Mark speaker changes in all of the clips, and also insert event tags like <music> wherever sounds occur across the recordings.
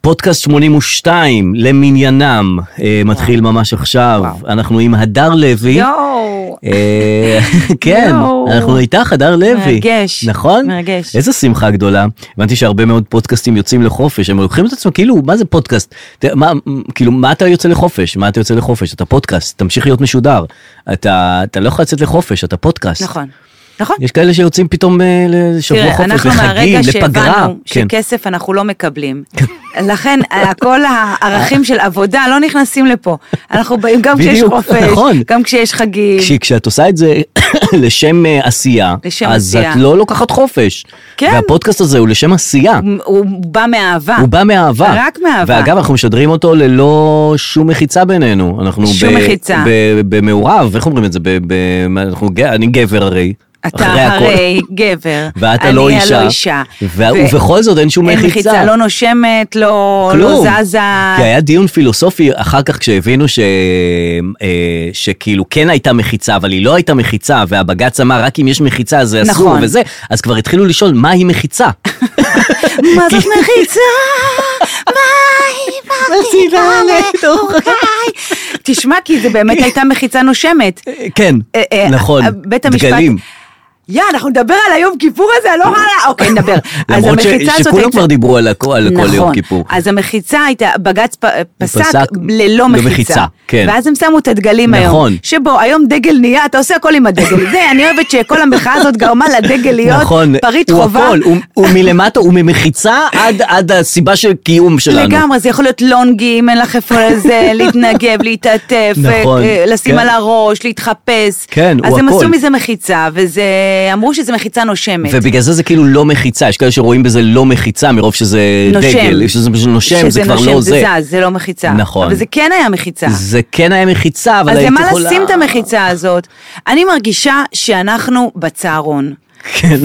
Speaker 1: פודקאסט 82 למניינם אה, מתחיל ממש עכשיו.
Speaker 2: וואו.
Speaker 1: אנחנו עם הדר לוי.
Speaker 2: יואו,
Speaker 1: אה, <laughs> כן,
Speaker 2: יואו.
Speaker 1: אנחנו איתך, הדר לוי.
Speaker 2: מרגש.
Speaker 1: נכון?
Speaker 2: מרגש.
Speaker 1: איזו שמחה גדולה. הבנתי שהרבה מאוד פודקאסטים יוצאים לחופש, הם לוקחים את עצמם, כאילו, מה זה פודקאסט? ת- מה- כאילו, מה אתה יוצא לחופש? מה אתה יוצא לחופש? אתה פודקאסט, תמשיך להיות משודר. אתה אתה לא יכול לצאת לחופש, אתה פודקאסט.
Speaker 2: נכון, נכון.
Speaker 1: יש כאלה שיוצאים פתאום אה, לשבוע
Speaker 2: תראה,
Speaker 1: חופש,
Speaker 2: אנחנו
Speaker 1: לחגים,
Speaker 2: מהרגע
Speaker 1: לפגרה.
Speaker 2: שהבנו
Speaker 1: כן.
Speaker 2: שכסף אנחנו לא
Speaker 1: <laughs>
Speaker 2: מקבלים, לכן אה, כל הערכים של עבודה לא נכנסים לפה. אנחנו באים גם כשיש
Speaker 1: בדיוק,
Speaker 2: חופש,
Speaker 1: נכון.
Speaker 2: גם כשיש חגים.
Speaker 1: כש- כשאת עושה את זה <coughs> לשם אה, עשייה,
Speaker 2: לשם
Speaker 1: אז
Speaker 2: עשייה.
Speaker 1: את לא לוקחת חופש.
Speaker 2: כן.
Speaker 1: והפודקאסט הזה הוא לשם עשייה.
Speaker 2: הוא- הוא בא מאהבה.
Speaker 1: הוא בא מאהבה.
Speaker 2: רק מאהבה.
Speaker 1: ואגב, אנחנו משדרים אותו ללא שום מחיצה בינינו. אנחנו
Speaker 2: שום מחיצה.
Speaker 1: ב- במעורב, איך אומרים את זה? ב- ב- מה, אנחנו ג- אני גבר הרי.
Speaker 2: אתה
Speaker 1: אחרי הכל.
Speaker 2: הרי
Speaker 1: <laughs>
Speaker 2: גבר,
Speaker 1: ואת
Speaker 2: אני
Speaker 1: הלא
Speaker 2: הלא
Speaker 1: אישה.
Speaker 2: אישה.
Speaker 1: וה- ובכל זאת אין שום
Speaker 2: אין
Speaker 1: מחיצה.
Speaker 2: מחיצה, לא נושמת, לא לא
Speaker 1: כלום.
Speaker 2: זזה.
Speaker 1: כי היה דיון פילוסופי אחר כך כשהבינו ש... אה, שכאילו כן הייתה מחיצה, אבל היא לא הייתה מחיצה, והבג"ץ אמר רק אם יש מחיצה זה אסור
Speaker 2: נכון.
Speaker 1: וזה, אז כבר התחילו לשאול מהי
Speaker 2: <laughs>
Speaker 1: מחיצה.
Speaker 2: מה זאת מחיצה?
Speaker 1: <laughs> לא
Speaker 2: אה, לא, אוקיי. תשמע, כי זה
Speaker 1: <laughs>
Speaker 2: באמת הייתה מחיצה נושמת.
Speaker 1: כן,
Speaker 2: אה, אה,
Speaker 1: נכון,
Speaker 2: אה, בית המשפט-
Speaker 1: דגלים.
Speaker 2: יא, אנחנו נדבר על היום כיפור הזה, לא
Speaker 1: <laughs>
Speaker 2: הלאה. אוקיי, נדבר. אז
Speaker 1: למרות ש-
Speaker 2: המחיצה הזאת
Speaker 1: שכולם
Speaker 2: הייתה-
Speaker 1: כבר דיברו על הכל על כל יום כיפור.
Speaker 2: נכון, אז המחיצה הייתה, בג"ץ פ- פסק
Speaker 1: פסק
Speaker 2: ללא
Speaker 1: במחיצה,
Speaker 2: מחיצה.
Speaker 1: כן.
Speaker 2: ואז הם שמו את הדגלים היום.
Speaker 1: נכון.
Speaker 2: שבו היום דגל נהיה, אתה עושה הכל
Speaker 1: <laughs>
Speaker 2: עם הדגל. זה, אני אוהבת שכל המחאה הזאת גרמה לדגל להיות
Speaker 1: נכון,
Speaker 2: פריט
Speaker 1: הוא
Speaker 2: חובה.
Speaker 1: הכל, הוא- הוא מלמטה, הוא ממחיצה עד- עד הסיבה של קיום שלנו.
Speaker 2: לגמרי, זה יכול להיות לונגי, אם אין לך איפה
Speaker 1: <laughs>
Speaker 2: לזה, להתנגב, להתעטף,
Speaker 1: נכון,
Speaker 2: אה, לשים
Speaker 1: כן.
Speaker 2: על הראש, להתחפש.
Speaker 1: כן, הוא
Speaker 2: אז הם
Speaker 1: הכל.
Speaker 2: עשו מזה מחיצה, וזה, אמרו שזה מחיצה נושמת.
Speaker 1: ובגלל זה זה כאילו לא מחיצה, יש כאלה שרואים בזה לא מחיצה מרוב שזה
Speaker 2: נושם.
Speaker 1: דגל, יש שזה פשוט נושם, זה
Speaker 2: שזה
Speaker 1: כבר
Speaker 2: נושם,
Speaker 1: לא זה.
Speaker 2: זז, זה לא מחיצה.
Speaker 1: נכון.
Speaker 2: אבל זה כן היה מחיצה.
Speaker 1: זה כן היה מחיצה, אבל
Speaker 2: אז
Speaker 1: הייתי
Speaker 2: למה
Speaker 1: יכולה...
Speaker 2: לשים את המחיצה הזאת? אני מרגישה שאנחנו בצהרון.
Speaker 1: כן.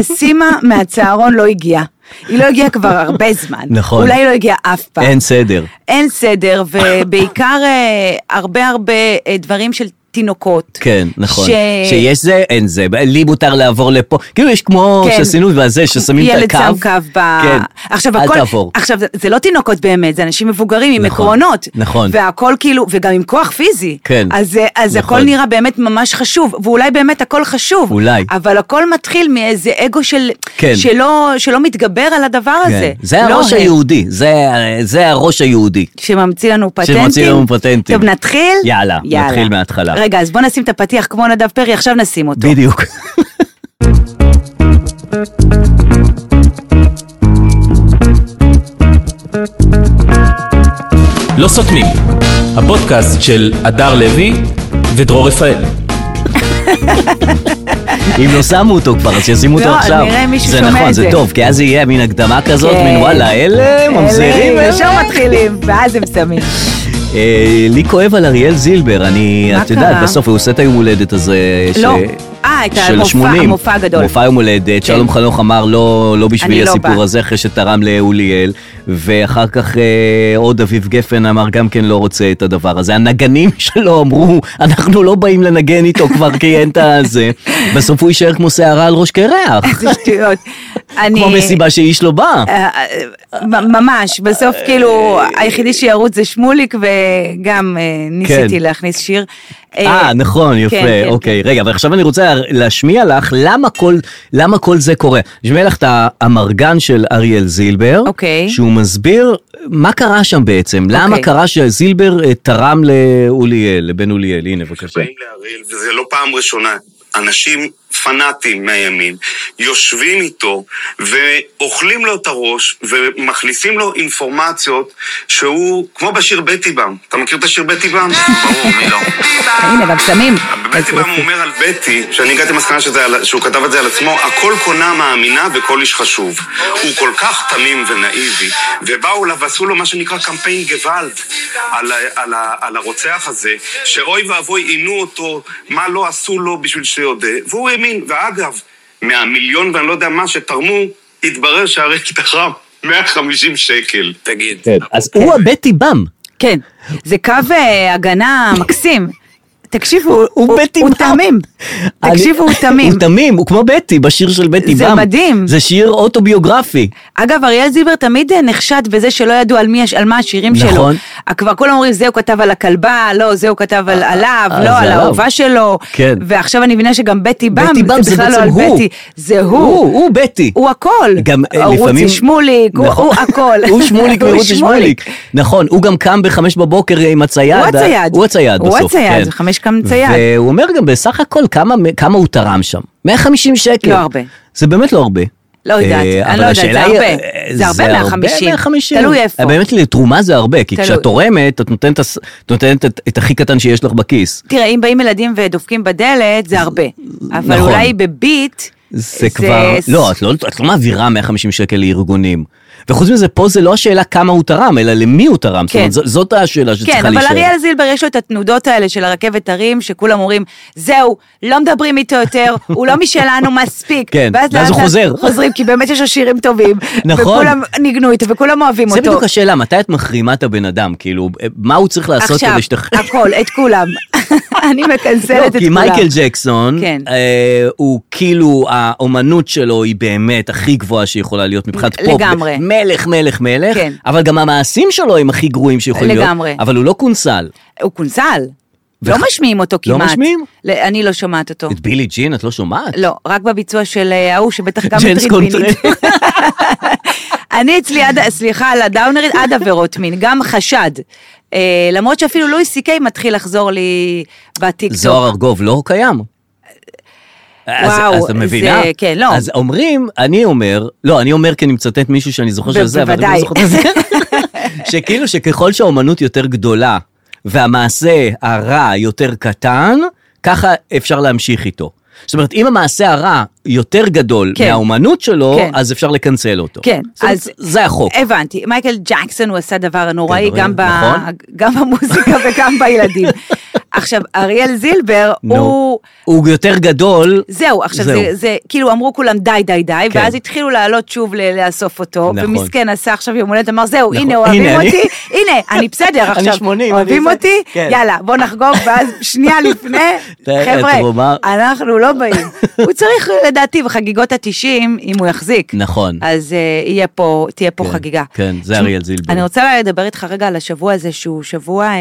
Speaker 2: וסימה מהצהרון לא הגיעה. היא לא הגיעה כבר הרבה זמן.
Speaker 1: נכון.
Speaker 2: אולי היא לא הגיעה אף פעם.
Speaker 1: אין סדר.
Speaker 2: אין סדר, ובעיקר אה, הרבה הרבה אה, דברים של תינוקות.
Speaker 1: כן, נכון.
Speaker 2: ש-
Speaker 1: שיש זה, אין זה. לי מותר לעבור לפה. כאילו יש כמו
Speaker 2: כן.
Speaker 1: שעשינו בזה, ששמים את
Speaker 2: ילד
Speaker 1: הקו.
Speaker 2: שם קו ב...
Speaker 1: כן.
Speaker 2: עכשיו
Speaker 1: אל
Speaker 2: הכל...
Speaker 1: תעבור.
Speaker 2: עכשיו, זה- זה לא תינוקות באמת, זה אנשים מבוגרים עם
Speaker 1: נכון,
Speaker 2: עקרונות.
Speaker 1: נכון.
Speaker 2: והכל כאילו, וגם עם כוח פיזי.
Speaker 1: כן,
Speaker 2: אז, אה, אז
Speaker 1: נכון.
Speaker 2: הכל נראה באמת ממש חשוב, ואולי באמת הכל חשוב.
Speaker 1: אולי.
Speaker 2: אבל הכל מתחיל מאיזה אגו של...
Speaker 1: כן.
Speaker 2: שלא, שלא מתגבר על הדבר הזה.
Speaker 1: כן. זה
Speaker 2: לא
Speaker 1: הראש
Speaker 2: הם.
Speaker 1: היהודי, זה- זה הראש היהודי.
Speaker 2: שממציא לנו פטנטים.
Speaker 1: שממציא לנו פטנטים.
Speaker 2: טוב, נתחיל?
Speaker 1: יאללה, נתחיל מההתחלה.
Speaker 2: רגע, אז בוא נשים את הפתיח כמו נדב פרי, עכשיו נשים אותו.
Speaker 1: בדיוק.
Speaker 3: לא סותמים, הפודקאסט של הדר לוי ודרור רפאל.
Speaker 1: אם לא שמו אותו כבר, אז שישימו אותו
Speaker 2: לא,
Speaker 1: עכשיו.
Speaker 2: נראה אם מישהו
Speaker 1: זה
Speaker 2: שומע
Speaker 1: נכון,
Speaker 2: את
Speaker 1: זה
Speaker 2: זה.
Speaker 1: טוב, כי אז יהיה מין הקדמה כזאת,
Speaker 2: כן.
Speaker 1: מין וואלה, אלה ממזרים.
Speaker 2: אלה,
Speaker 1: אלה.
Speaker 2: ישר מתחילים, ואז הם שמים.
Speaker 1: אה, לי כואב על אריאל זילבר, אני,
Speaker 2: מה
Speaker 1: את יודעת,
Speaker 2: קרה?
Speaker 1: בסוף הוא עושה את היום הולדת הזה. ש-
Speaker 2: לא. אה, את
Speaker 1: של
Speaker 2: המופע-
Speaker 1: ה-שמונים.
Speaker 2: המופע הגדול. כן.
Speaker 1: מופע יום הולדת, שלום חנוך אמר לא, לא בשבילי
Speaker 2: אני לא
Speaker 1: הסיפור
Speaker 2: בא."
Speaker 1: הזה, אחרי שתרם לאוליאל, ואחר כך אה, עוד אביב גפן אמר גם כן לא רוצה את הדבר הזה. הנגנים <laughs> שלו אמרו, אנחנו לא באים לנגן איתו כבר כי אין את
Speaker 2: <laughs>
Speaker 1: הזה. בסוף הוא יישאר כמו שערה על ראש קרח,
Speaker 2: זה שטויות. אני...
Speaker 1: כמו מסיבה שאיש לא בא.
Speaker 2: אה, אה, מ- ממש, בסוף
Speaker 1: אה,
Speaker 2: כאילו, היחידי שירוץ זה שמוליק, וגם אה, ניסיתי
Speaker 1: כן.
Speaker 2: להכניס שיר.
Speaker 1: אה, נכון, יפה,
Speaker 2: כן, כן,
Speaker 1: אוקיי. רגע, אבל עכשיו אני רוצה להשמיע לך למה כל, למה כל זה קורה. נשמיע לך את האמרגן של אריאל זילבר,
Speaker 2: אוקיי.
Speaker 1: שהוא מסביר מה קרה שם בעצם, למה
Speaker 2: אוקיי.
Speaker 1: קרה שזילבר אה, תרם לאוליאל, לבן אוליאל, הנה בבקשה.
Speaker 4: באים להראל, וזה לא פעם ראשונה, אנשים פנאטים מהימין, יושבים איתו ואוכלים לו את הראש ומכניסים לו אינפורמציות שהוא, כמו בשיר בטי באם, אתה מכיר את השיר בטי באם? ברור, מי לא.
Speaker 2: הנה, גם שמים.
Speaker 4: בבטי באם הוא אומר על בטי, שאני הגעתי למסקנה שזה על- שהוא כתב את זה על עצמו, הכל קונה מאמינה וכל איש חשוב. הוא כל כך תמים ונאיבי, ובאו אליו ועשו לו מה שנקרא קמפיין גוואלד על, ה- על, ה- על הרוצח הזה, שאוי ואבוי עינו אותו, מה לא עשו לו בשביל שיודה, והוא האמין. ואגב, מהמיליון ואני לא יודע מה שתרמו, התברר שהרי תרם 150 שקל. תגיד.
Speaker 1: כן. אז הוא הבטי באם.
Speaker 2: כן, זה קו אה, הגנה מקסים. תקשיבו, הוא- הוא
Speaker 1: בטי
Speaker 2: הוא
Speaker 1: באם.
Speaker 2: תמים.
Speaker 1: אני-
Speaker 2: תקשיבו, הוא תמים.
Speaker 1: הוא תמים, הוא כמו בטי, בשיר של בטי
Speaker 2: זה
Speaker 1: באם.
Speaker 2: מדהים.
Speaker 1: זה שיר אוטוביוגרפי.
Speaker 2: אגב, אריאל זילבר תמיד אה, נחשד בזה שלא ידעו על, מי, הש- על מה השירים שלו.
Speaker 1: נכון.
Speaker 2: אה, כבר כולם אומרים, זה הוא כתב על הכלבה, לא, זה הוא כתב על עליו,
Speaker 1: אה,
Speaker 2: לא,
Speaker 1: זה
Speaker 2: על
Speaker 1: עליו.
Speaker 2: האהובה שלו.
Speaker 1: כן.
Speaker 2: ועכשיו אני מבינה שגם בטי באם,
Speaker 1: בטי באם זה
Speaker 2: בכלל לא
Speaker 1: בעצם
Speaker 2: על
Speaker 1: הוא.
Speaker 2: בטי, זה הוא.
Speaker 1: הוא, הוא בטי.
Speaker 2: הוא הכל.
Speaker 1: גם אה,
Speaker 2: הוא
Speaker 1: לפעמים...
Speaker 2: רוצי שמוליק, הוא-
Speaker 1: נכון.
Speaker 2: הוא הכל.
Speaker 1: <laughs> הוא שמוליק
Speaker 2: הוא
Speaker 1: ורוצי שמוליק. נכון, הוא גם קם בחמש בבוקר אה, עם הצייד.
Speaker 2: הוא הצייד.
Speaker 1: הוא הצייד
Speaker 2: הוא
Speaker 1: בסוף,
Speaker 2: הצייד,
Speaker 1: כן.
Speaker 2: זה חמש קם צייד.
Speaker 1: והוא אומר גם בסך הכל כמה, כמה הוא תרם שם. 150 שקל.
Speaker 2: לא הרבה.
Speaker 1: זה באמת לא הרבה.
Speaker 2: לא יודעת,
Speaker 1: אה,
Speaker 2: אני
Speaker 1: אבל
Speaker 2: לא יודעת,
Speaker 1: השאלה
Speaker 2: זה
Speaker 1: היא,
Speaker 2: הרבה.
Speaker 1: אה,
Speaker 2: זה הרבה 150.
Speaker 1: 150.
Speaker 2: תלוי איפה.
Speaker 1: באמת לתרומה זה הרבה, כי
Speaker 2: תלוי.
Speaker 1: כשאת תורמת, את נותנת, את- את נותנת את, את הכי קטן שיש לך בכיס.
Speaker 2: תראה, אם באים ילדים ודופקים בדלת, זה הרבה. אבל
Speaker 1: נכון.
Speaker 2: אולי בביט...
Speaker 1: זה, כבר, לא, את לא, את לא מעבירה 150 שקל לארגונים. וחוץ מזה, פה זה לא השאלה כמה הוא תרם, אלא למי הוא תרם. זאת
Speaker 2: כן.
Speaker 1: אומרת, ז- זאת השאלה שצריכה
Speaker 2: כן,
Speaker 1: להישאר.
Speaker 2: אבל אריאל זילבר יש לו את התנודות האלה של הרכבת הרים, שכולם אומרים, זהו, לא מדברים איתו
Speaker 1: <laughs>
Speaker 2: יותר, הוא לא משלנו מספיק.
Speaker 1: כן, ואז הוא
Speaker 2: לאט-לאט
Speaker 1: חוזר.
Speaker 2: חוזרים, כי באמת יש לו שירים טובים.
Speaker 1: נכון.
Speaker 2: וכולם ניגנו איתו, וכולם אוהבים
Speaker 1: זה
Speaker 2: אותו.
Speaker 1: בדיוק השאלה, מתי את מחרימה את הבן אדם? כאילו, מה הוא צריך לעשות
Speaker 2: עכשיו,
Speaker 1: כדי שתח...
Speaker 2: הכל, את
Speaker 1: <laughs>
Speaker 2: כולם. אני מקנסלת
Speaker 1: לא,
Speaker 2: את כולם.
Speaker 1: כי מייקל ג'קסון,
Speaker 2: כן.
Speaker 1: אה, הוא כאילו, האומנות שלו היא באמת הכי גבוהה שיכולה להיות מבחינת פופ.
Speaker 2: לגמרי.
Speaker 1: מלך, מלך, מלך.
Speaker 2: כן.
Speaker 1: אבל גם המעשים שלו הם הכי גרועים שיכולים להיות.
Speaker 2: לגמרי.
Speaker 1: אבל הוא לא קונסל.
Speaker 2: הוא קונסל.
Speaker 1: וח-
Speaker 2: לא משמיעים אותו
Speaker 1: לא
Speaker 2: כמעט.
Speaker 1: משמיעים?
Speaker 2: ל- אני לא שומעת אותו.
Speaker 1: את בילי ג'ין את לא שומעת?
Speaker 2: לא, רק בביצוע של אה, ההוא שבטח גם
Speaker 1: ג'יימס
Speaker 2: מטריד מינית.
Speaker 1: קונטרל.
Speaker 2: <laughs> אני אצלי, עד, סליחה על הדאונרית, עד עבירות מין, גם חשד. אה, למרות שאפילו לואי סי קיי מתחיל לחזור לי בטיקטוק.
Speaker 1: זוהר ארגוב לא קיים.
Speaker 2: וואו,
Speaker 1: אז, אז את מבינה?
Speaker 2: זה- כן, לא.
Speaker 1: אז אומרים, אני אומר, לא, אני אומר כי אני מצטט מישהו שאני זוכר של זה, אבל אני לא
Speaker 2: בוודאי.
Speaker 1: זוכר את זה.
Speaker 2: <laughs>
Speaker 1: שכאילו שככל שהאומנות יותר גדולה, והמעשה הרע יותר קטן, ככה אפשר להמשיך איתו. זאת אומרת, אם המעשה הרע יותר גדול
Speaker 2: כן.
Speaker 1: מהאומנות שלו,
Speaker 2: כן.
Speaker 1: אז אפשר לקנסל אותו.
Speaker 2: כן,
Speaker 1: זאת אומרת,
Speaker 2: אז- אה,
Speaker 1: זה החוק.
Speaker 2: הבנתי, מייקל ג'קסון הוא עשה דבר נוראי
Speaker 1: כן,
Speaker 2: גם, ב...
Speaker 1: נכון.
Speaker 2: גם במוזיקה וגם בילדים. <laughs> עכשיו, אריאל זילבר,
Speaker 1: נו.
Speaker 2: הוא...
Speaker 1: הוא יותר גדול,
Speaker 2: זהו, עכשיו
Speaker 1: זהו.
Speaker 2: זה, זה, כאילו אמרו כולם די, די, די,
Speaker 1: כן.
Speaker 2: ואז התחילו לעלות שוב ל- לאסוף אותו,
Speaker 1: נכון.
Speaker 2: ומסכן עשה עכשיו יום הולדת, אמר זהו,
Speaker 1: נכון.
Speaker 2: הנה אוהבים
Speaker 1: הנה, אני-
Speaker 2: אותי, הנה, אני בסדר
Speaker 1: <laughs> אני
Speaker 2: עכשיו,
Speaker 1: 80,
Speaker 2: אוהבים
Speaker 1: אני זה-
Speaker 2: אותי,
Speaker 1: כן.
Speaker 2: יאללה, בוא נחגוג, ואז
Speaker 1: <laughs>
Speaker 2: שנייה לפני,
Speaker 1: תראה,
Speaker 2: חבר'ה,
Speaker 1: תרומה.
Speaker 2: אנחנו לא באים. הוא צריך, לדעתי, בחגיגות התשעים, אם הוא יחזיק.
Speaker 1: נכון.
Speaker 2: אז אה, יהיה פה, תהיה פה
Speaker 1: כן,
Speaker 2: חגיגה.
Speaker 1: כן, זה
Speaker 2: תשמע,
Speaker 1: אריאל זילבר.
Speaker 2: אני רוצה לדבר איתך רגע על השבוע הזה, שהוא שבוע אה,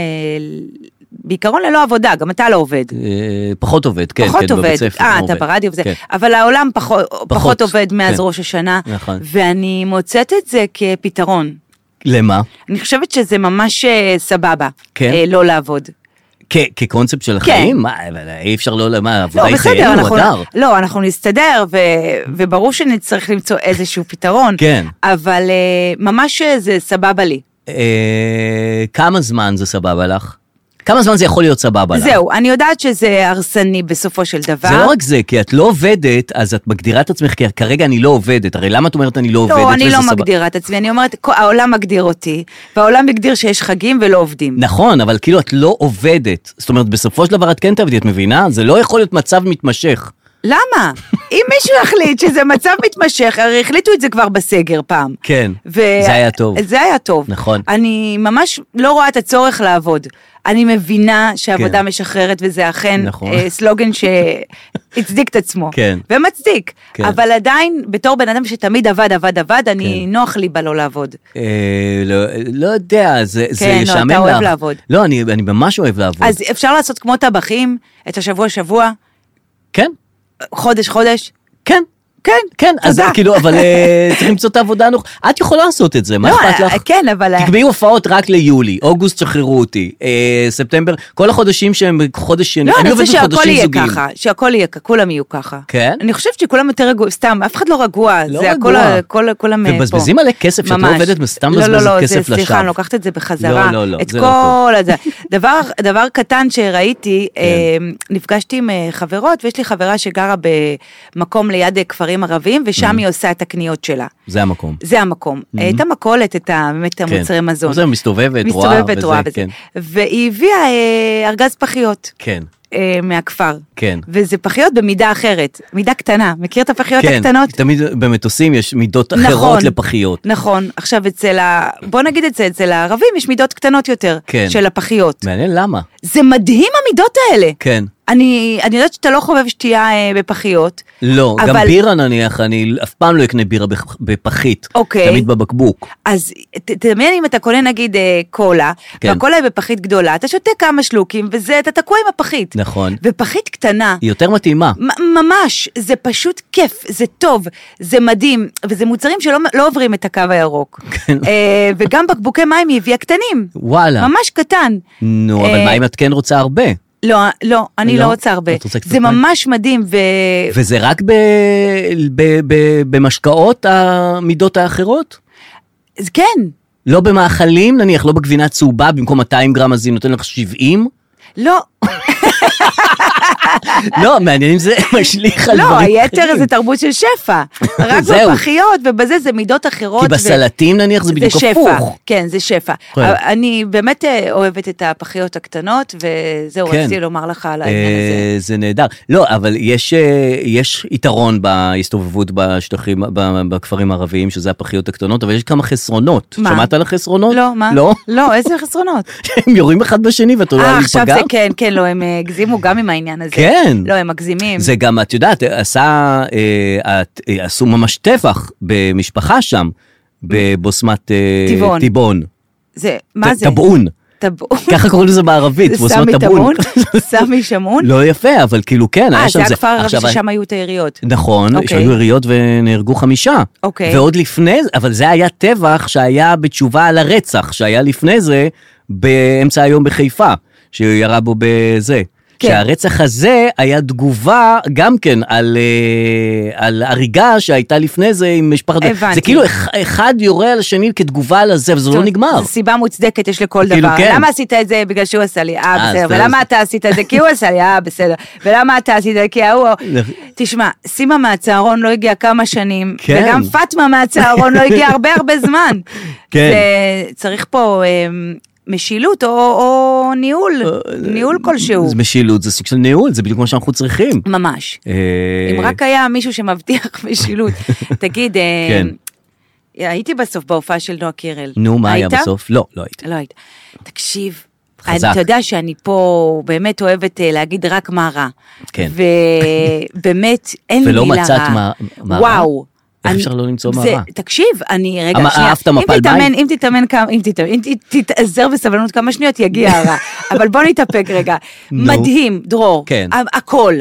Speaker 2: בעיקרון ללא עבודה, גם אתה לא עובד.
Speaker 1: אה, פחות עובד, כן,
Speaker 2: פחות
Speaker 1: כן,
Speaker 2: עובד,
Speaker 1: בבית ספר.
Speaker 2: אה,
Speaker 1: לא
Speaker 2: אתה
Speaker 1: עובד.
Speaker 2: ברדיו וזה,
Speaker 1: כן.
Speaker 2: אבל העולם פחות, פחות עובד מאז
Speaker 1: כן.
Speaker 2: ראש השנה,
Speaker 1: נכון.
Speaker 2: ואני מוצאת את זה כפתרון.
Speaker 1: למה?
Speaker 2: אני חושבת שזה ממש אה, סבבה,
Speaker 1: כן.
Speaker 2: אה, לא לעבוד.
Speaker 1: כ- כקונספט של החיים? מה, אבל אי אפשר לא, מה,
Speaker 2: כן. לא,
Speaker 1: עבודה היא
Speaker 2: בסדר,
Speaker 1: חיינו,
Speaker 2: אנחנו,
Speaker 1: אדר.
Speaker 2: לא, אנחנו נסתדר, ו, וברור שנצטרך למצוא איזשהו פתרון,
Speaker 1: כן.
Speaker 2: אבל אה, ממש אה, זה סבבה לי.
Speaker 1: אה, כמה זמן זה סבבה לך? כמה זמן זה יכול להיות סבבה לך?
Speaker 2: זהו, אני יודעת שזה הרסני בסופו של דבר.
Speaker 1: זה לא רק זה, כי את לא עובדת, אז את מגדירה את עצמך, כי כרגע אני לא עובדת, הרי למה את אומרת אני לא עובדת?
Speaker 2: לא, אני
Speaker 1: וזה
Speaker 2: לא
Speaker 1: סבבה?
Speaker 2: מגדירה את עצמי, אני אומרת, כל- העולם מגדיר אותי, והעולם מגדיר שיש חגים ולא עובדים.
Speaker 1: נכון, אבל כאילו את לא עובדת. זאת אומרת, בסופו של דבר את כן תעבדי, את מבינה? זה לא יכול להיות מצב מתמשך.
Speaker 2: למה? אם מישהו יחליט שזה מצב מתמשך, הרי החליטו את זה כבר בסגר פעם.
Speaker 1: כן,
Speaker 2: ו-
Speaker 1: זה היה טוב.
Speaker 2: זה היה טוב.
Speaker 1: נכון.
Speaker 2: אני ממש לא רואה את הצורך לעבוד. אני מבינה שעבודה
Speaker 1: כן.
Speaker 2: משחררת, וזה אכן
Speaker 1: נכון.
Speaker 2: אה, סלוגן שהצדיק את עצמו.
Speaker 1: כן.
Speaker 2: ומצדיק.
Speaker 1: כן.
Speaker 2: אבל עדיין, בתור בן אדם שתמיד עבד, עבד, עבד, אני,
Speaker 1: כן.
Speaker 2: נוח לי בלא לעבוד.
Speaker 1: אה, לא, לא יודע, זה, זה
Speaker 2: כן, לא,
Speaker 1: ישעמם לך.
Speaker 2: אתה אוהב לעבוד.
Speaker 1: לא, אני, אני ממש אוהב לעבוד.
Speaker 2: אז אפשר לעשות כמו טבחים, את השבוע-שבוע,
Speaker 1: כן,
Speaker 2: חודש-חודש.
Speaker 1: כן.
Speaker 2: כן,
Speaker 1: כן, אז
Speaker 2: תודה.
Speaker 1: כאילו, אבל אה, <laughs> צריך למצוא את העבודה הנוח... את יכולה לעשות את זה, מה
Speaker 2: לא,
Speaker 1: אכפת
Speaker 2: אה,
Speaker 1: לך?
Speaker 2: כן, אבל... אה,
Speaker 1: תקבעי הופעות רק ליולי, אוגוסט שחררו אותי, אה, ספטמבר, כל החודשים שהם חודש שני,
Speaker 2: לא, אני
Speaker 1: עובדת
Speaker 2: רוצה שהכל
Speaker 1: בחודשים
Speaker 2: יהיה
Speaker 1: זוגיים.
Speaker 2: ככה, שהכל יהיה ככה, כולם יהיו ככה.
Speaker 1: כן?
Speaker 2: אני חושבת שכולם יותר רגועים, סתם, אף אחד לא רגוע,
Speaker 1: לא
Speaker 2: זה הכל,
Speaker 1: רגוע.
Speaker 2: ה- כל, כולם אה, פה.
Speaker 1: ובזבזים מלא כסף, שאת לא
Speaker 2: ממש.
Speaker 1: עובדת, סתם
Speaker 2: לא,
Speaker 1: מבזבזת
Speaker 2: לא, לא,
Speaker 1: כסף
Speaker 2: זה- סליחה,
Speaker 1: לשווא.
Speaker 2: אני לוקחת את זה בחזרה.
Speaker 1: לא, לא, לא,
Speaker 2: את
Speaker 1: זה
Speaker 2: כל
Speaker 1: לא
Speaker 2: הזה. דבר, דבר קטן שראיתי,
Speaker 1: כן.
Speaker 2: אה, נפגשתי עם אה, חברות, ויש לי חברה שגרה במקום ליד אה, כפרים ערביים,
Speaker 1: Mm.
Speaker 2: ושם היא עושה את הקניות שלה.
Speaker 1: זה המקום.
Speaker 2: זה המקום. אה, את המכולת, את ה- באמת את
Speaker 1: Mm. כן.
Speaker 2: המוצרי מזון.
Speaker 1: זה מסתובבת, רואה,
Speaker 2: מסתובבת,
Speaker 1: וזה,
Speaker 2: רואה וזה.
Speaker 1: כן.
Speaker 2: והיא הביאה אה, ארגז פחיות.
Speaker 1: כן.
Speaker 2: אה, מהכפר.
Speaker 1: כן.
Speaker 2: וזה פחיות במידה אחרת, מידה קטנה. מכיר את הפחיות
Speaker 1: כן,
Speaker 2: הקטנות?
Speaker 1: תמיד במטוסים יש מידות אחרות
Speaker 2: נכון,
Speaker 1: לפחיות.
Speaker 2: נכון, עכשיו אצל ה... בוא נגיד את זה, אצל הערבים יש מידות קטנות יותר
Speaker 1: כן.
Speaker 2: של הפחיות.
Speaker 1: מעניין למה.
Speaker 2: זה מדהים המידות האלה.
Speaker 1: כן.
Speaker 2: אני, אני יודעת שאתה לא חובב שתייה אה, בפחיות.
Speaker 1: לא, גם
Speaker 2: אבל-
Speaker 1: בירה נניח, אני אף פעם לא אקנה בירה בפח- בפחית.
Speaker 2: אוקיי.
Speaker 1: תמיד בבקבוק.
Speaker 2: אז ת- תדמיין אם אתה קונה נגיד אה, קולה,
Speaker 1: כן.
Speaker 2: והקולה היא בפחית גדולה, אתה שותה כמה שלוקים, וזה, אתה תקוע עם הפחית.
Speaker 1: נכון.
Speaker 2: ופחית קטנה,
Speaker 1: היא יותר מתאימה.
Speaker 2: מ- ממש, זה פשוט כיף, זה טוב, זה מדהים, וזה מוצרים שלא לא עוברים את הקו הירוק.
Speaker 1: <laughs> כן.
Speaker 2: אה, וגם בקבוקי מים היא הביאה קטנים.
Speaker 1: וואלה.
Speaker 2: ממש קטן.
Speaker 1: נו, אבל
Speaker 2: אה,
Speaker 1: מה אם את כן רוצה הרבה?
Speaker 2: לא, לא, אני
Speaker 1: לא?
Speaker 2: לא רוצה הרבה.
Speaker 1: את רוצה קצת
Speaker 2: זה
Speaker 1: מים?
Speaker 2: ממש מדהים, ו...
Speaker 1: וזה רק ב- ב- ב- במשקאות המידות האחרות?
Speaker 2: אז כן,
Speaker 1: לא במאכלים, נניח, לא בגבינה צהובה, במקום 200 גרם אז היא נותנת לך 70?
Speaker 2: לא,
Speaker 1: לא, מעניין אם זה <laughs> משליך <laughs> על
Speaker 2: לא,
Speaker 1: דברים
Speaker 2: היתר
Speaker 1: אחרים.
Speaker 2: זה תרבות של
Speaker 1: <laughs>
Speaker 2: שפע. רק
Speaker 1: זהו.
Speaker 2: בפחיות ובזה זה מידות אחרות.
Speaker 1: כי
Speaker 2: ו-
Speaker 1: בסלטים נניח זה בדיוק
Speaker 2: שפע,
Speaker 1: הפוך.
Speaker 2: כן, זה שפע.
Speaker 1: כן.
Speaker 2: אבל אני באמת אה, אוהבת את הפחיות הקטנות, וזהו,
Speaker 1: כן.
Speaker 2: רציתי לומר לך על לא, העניין הזה.
Speaker 1: אה, זה נהדר. לא, אבל יש, אה, יש יתרון בהסתובבות בשטחים, ב- בכפרים הערביים, שזה הפחיות הקטנות, אבל יש כמה חסרונות.
Speaker 2: מה?
Speaker 1: שמעת על החסרונות?
Speaker 2: לא, מה?
Speaker 1: לא? <laughs>
Speaker 2: לא, איזה חסרונות.
Speaker 1: הם יורים אחד בשני ואתה <laughs> לא
Speaker 2: אה,
Speaker 1: להיפגע?
Speaker 2: עכשיו זה כן, כן, לא, הם אה, הגזימו גם עם העניין הזה.
Speaker 1: כן.
Speaker 2: לא, הם מגזימים.
Speaker 1: זה גם, את יודעת, עשה, אה, את- אה, עשו ממש טבח במשפחה שם, בבוסמת אה,
Speaker 2: טבעון.
Speaker 1: טבעון.
Speaker 2: זה, מה
Speaker 1: ט-
Speaker 2: זה?
Speaker 1: טבעון.
Speaker 2: טבעון.
Speaker 1: ככה קוראים לזה בערבית,
Speaker 2: <laughs> זה
Speaker 1: בוסמת
Speaker 2: סמי
Speaker 1: טבעון.
Speaker 2: טמון? סמי
Speaker 1: <laughs>
Speaker 2: שמון?
Speaker 1: לא יפה, אבל כאילו כן,
Speaker 2: אה,
Speaker 1: היה שם
Speaker 2: זה
Speaker 1: זה.
Speaker 2: הכפר הערבי
Speaker 1: עכשיו,
Speaker 2: ששם היו את היריות.
Speaker 1: נכון,
Speaker 2: אוקיי.
Speaker 1: שהיו יריות ונהרגו חמישה.
Speaker 2: אוקיי.
Speaker 1: ועוד לפני זה, אבל זה היה טבח שהיה בתשובה על הרצח שהיה לפני זה באמצע היום בחיפה, שירה בו בזה.
Speaker 2: כן.
Speaker 1: שהרצח הזה היה תגובה גם כן על, אה, על הריגה שהייתה לפני זה עם משפחת...
Speaker 2: הבנתי.
Speaker 1: זה כאילו אח- אחד יורה על השני כתגובה על הזה, וזה לא
Speaker 2: טוב,
Speaker 1: נגמר.
Speaker 2: זו סיבה מוצדקת יש לכל
Speaker 1: כאילו,
Speaker 2: דבר.
Speaker 1: כן.
Speaker 2: למה עשית את זה? בגלל שהוא עשה לי, אה,
Speaker 1: אה,
Speaker 2: בסדר.
Speaker 1: אז-
Speaker 2: ולמה
Speaker 1: אז-
Speaker 2: אתה עשית את זה? כי הוא עשה לי, אה, בסדר. ולמה אתה עשית את זה? כי ההוא...
Speaker 1: נכון.
Speaker 2: תשמע, סימה מהצהרון לא הגיעה כמה שנים,
Speaker 1: כן.
Speaker 2: וגם פאטמה מהצהרון לא הגיעה הרבה הרבה זמן.
Speaker 1: <laughs> כן.
Speaker 2: זה- צריך פה אמ, משילות או- או ניהול, ניהול כלשהו.
Speaker 1: אה, זה משילות, זה סוג של ניהול, זה בדיוק מה שאנחנו צריכים.
Speaker 2: ממש.
Speaker 1: אה,
Speaker 2: אם רק היה מישהו שמבטיח <laughs>
Speaker 1: <laughs>
Speaker 2: משילות. תגיד, אה,
Speaker 1: כן.
Speaker 2: הייתי בסוף בהופעה של נועה קירל.
Speaker 1: נו, מה היה
Speaker 2: היית?
Speaker 1: בסוף? לא, לא הייתי.
Speaker 2: לא היית. תקשיב,
Speaker 1: חזק.
Speaker 2: אני, אתה יודע שאני פה באמת אוהבת אה, להגיד רק מה רע.
Speaker 1: כן.
Speaker 2: <laughs> ובאמת, אין לי מילה
Speaker 1: ולא
Speaker 2: רעה.
Speaker 1: מצאת מה- מה רע?
Speaker 2: וואו.
Speaker 1: איך
Speaker 2: אני-
Speaker 1: אפשר לא למצוא מה
Speaker 2: זה-
Speaker 1: רע?
Speaker 2: תקשיב, אני, רגע,
Speaker 1: המ-
Speaker 2: שנייה,
Speaker 1: אהבת
Speaker 2: אם
Speaker 1: מפל
Speaker 2: תתאמן,
Speaker 1: מים?
Speaker 2: אם תתאמן כמה, אם תתאמן, אם ת- תתאזר בסבלנות כמה שניות, יגיע
Speaker 1: <laughs>
Speaker 2: הרע. אבל בוא נתאפק רגע.
Speaker 1: נו.
Speaker 2: מדהים, דרור.
Speaker 1: כן.
Speaker 2: ה- הכל.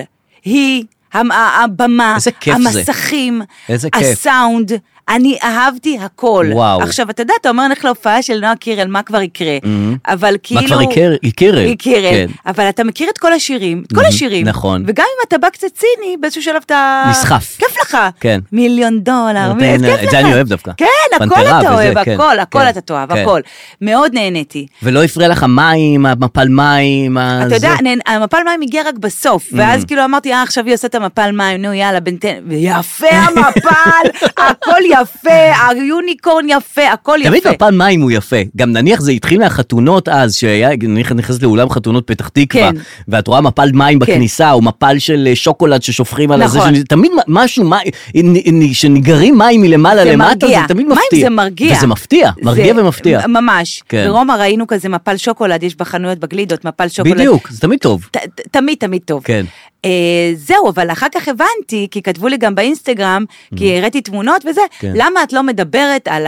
Speaker 2: היא, המ- ה- הבמה,
Speaker 1: איזה כיף זה.
Speaker 2: המסכים,
Speaker 1: איזה כיף.
Speaker 2: הסאונד. אני אהבתי הכל.
Speaker 1: וואו.
Speaker 2: עכשיו, אתה יודע, אתה אומר, נלך להופעה של נועה קירל, מה כבר יקרה? אבל כאילו...
Speaker 1: Mm-hmm. מה כבר הכיר- הכירל?
Speaker 2: היא קירל.
Speaker 1: כן.
Speaker 2: אבל אתה מכיר את כל השירים, את כל
Speaker 1: Mhm,
Speaker 2: השירים.
Speaker 1: נכון.
Speaker 2: וגם אם אתה בא קצת ציני, באיזשהו שלב אתה...
Speaker 1: נסחף.
Speaker 2: כיף לך.
Speaker 1: כן.
Speaker 2: מיליון דולר, מי-
Speaker 1: נותן- אה,
Speaker 2: כיף
Speaker 1: את זה
Speaker 2: לך.
Speaker 1: אני אוהב דווקא.
Speaker 2: כן, הכל
Speaker 1: פנתרה
Speaker 2: אתה
Speaker 1: וזה,
Speaker 2: אוהב,
Speaker 1: כן,
Speaker 2: הכל,
Speaker 1: כן,
Speaker 2: הכל אתה תאהב,
Speaker 1: כן.
Speaker 2: הכל. מאוד נהניתי.
Speaker 1: ולא הפריע לך המים, המפל מים, ה-
Speaker 2: אתה יודע,
Speaker 1: זה.
Speaker 2: נהנ- המפל מים הגיע רק בסוף,
Speaker 1: Mm.
Speaker 2: ואז כאילו אמרתי, אה, עכשיו היא עושה את המפל מים, נו יאללה, בן תן... יפה
Speaker 1: <laughs>
Speaker 2: המפל, הכל יפה, היוניקורן יפה, הכל יפה.
Speaker 1: תמיד מפל מים הוא יפה, גם נניח זה התחיל מהחתונות אז, שהיה, נניח נכנסת לאולם חתונות פתח תקווה,
Speaker 2: כן.
Speaker 1: ואת רואה מפל מים
Speaker 2: כן.
Speaker 1: בכניסה, או מפל של אה, שוקולד ששופכים על הזה,
Speaker 2: נכון.
Speaker 1: שנ- תמיד מ- משהו, מי- נ- נ- שניגרים מים מלמעלה
Speaker 2: זה
Speaker 1: למטה, זה
Speaker 2: מרגיע.
Speaker 1: תמיד
Speaker 2: מים
Speaker 1: מפתיע.
Speaker 2: זה מרגיע.
Speaker 1: וזה מפתיע, מרגיע
Speaker 2: זה-
Speaker 1: ומפתיע.
Speaker 2: ממש.
Speaker 1: כן.
Speaker 2: ברומא ראינו כזה מפל שוקולד, יש בחנויות בגלידות מפל שוקולד.
Speaker 1: בדיוק, זה תמיד טוב.
Speaker 2: ת- ת- תמיד תמיד טוב.
Speaker 1: כן.
Speaker 2: אה, זהו, אבל אחר כך הבנתי, כי כתבו לי גם באינסטגרם, כי הראיתי תמונות וזה,
Speaker 1: Mm. כן.
Speaker 2: למה את לא מדברת על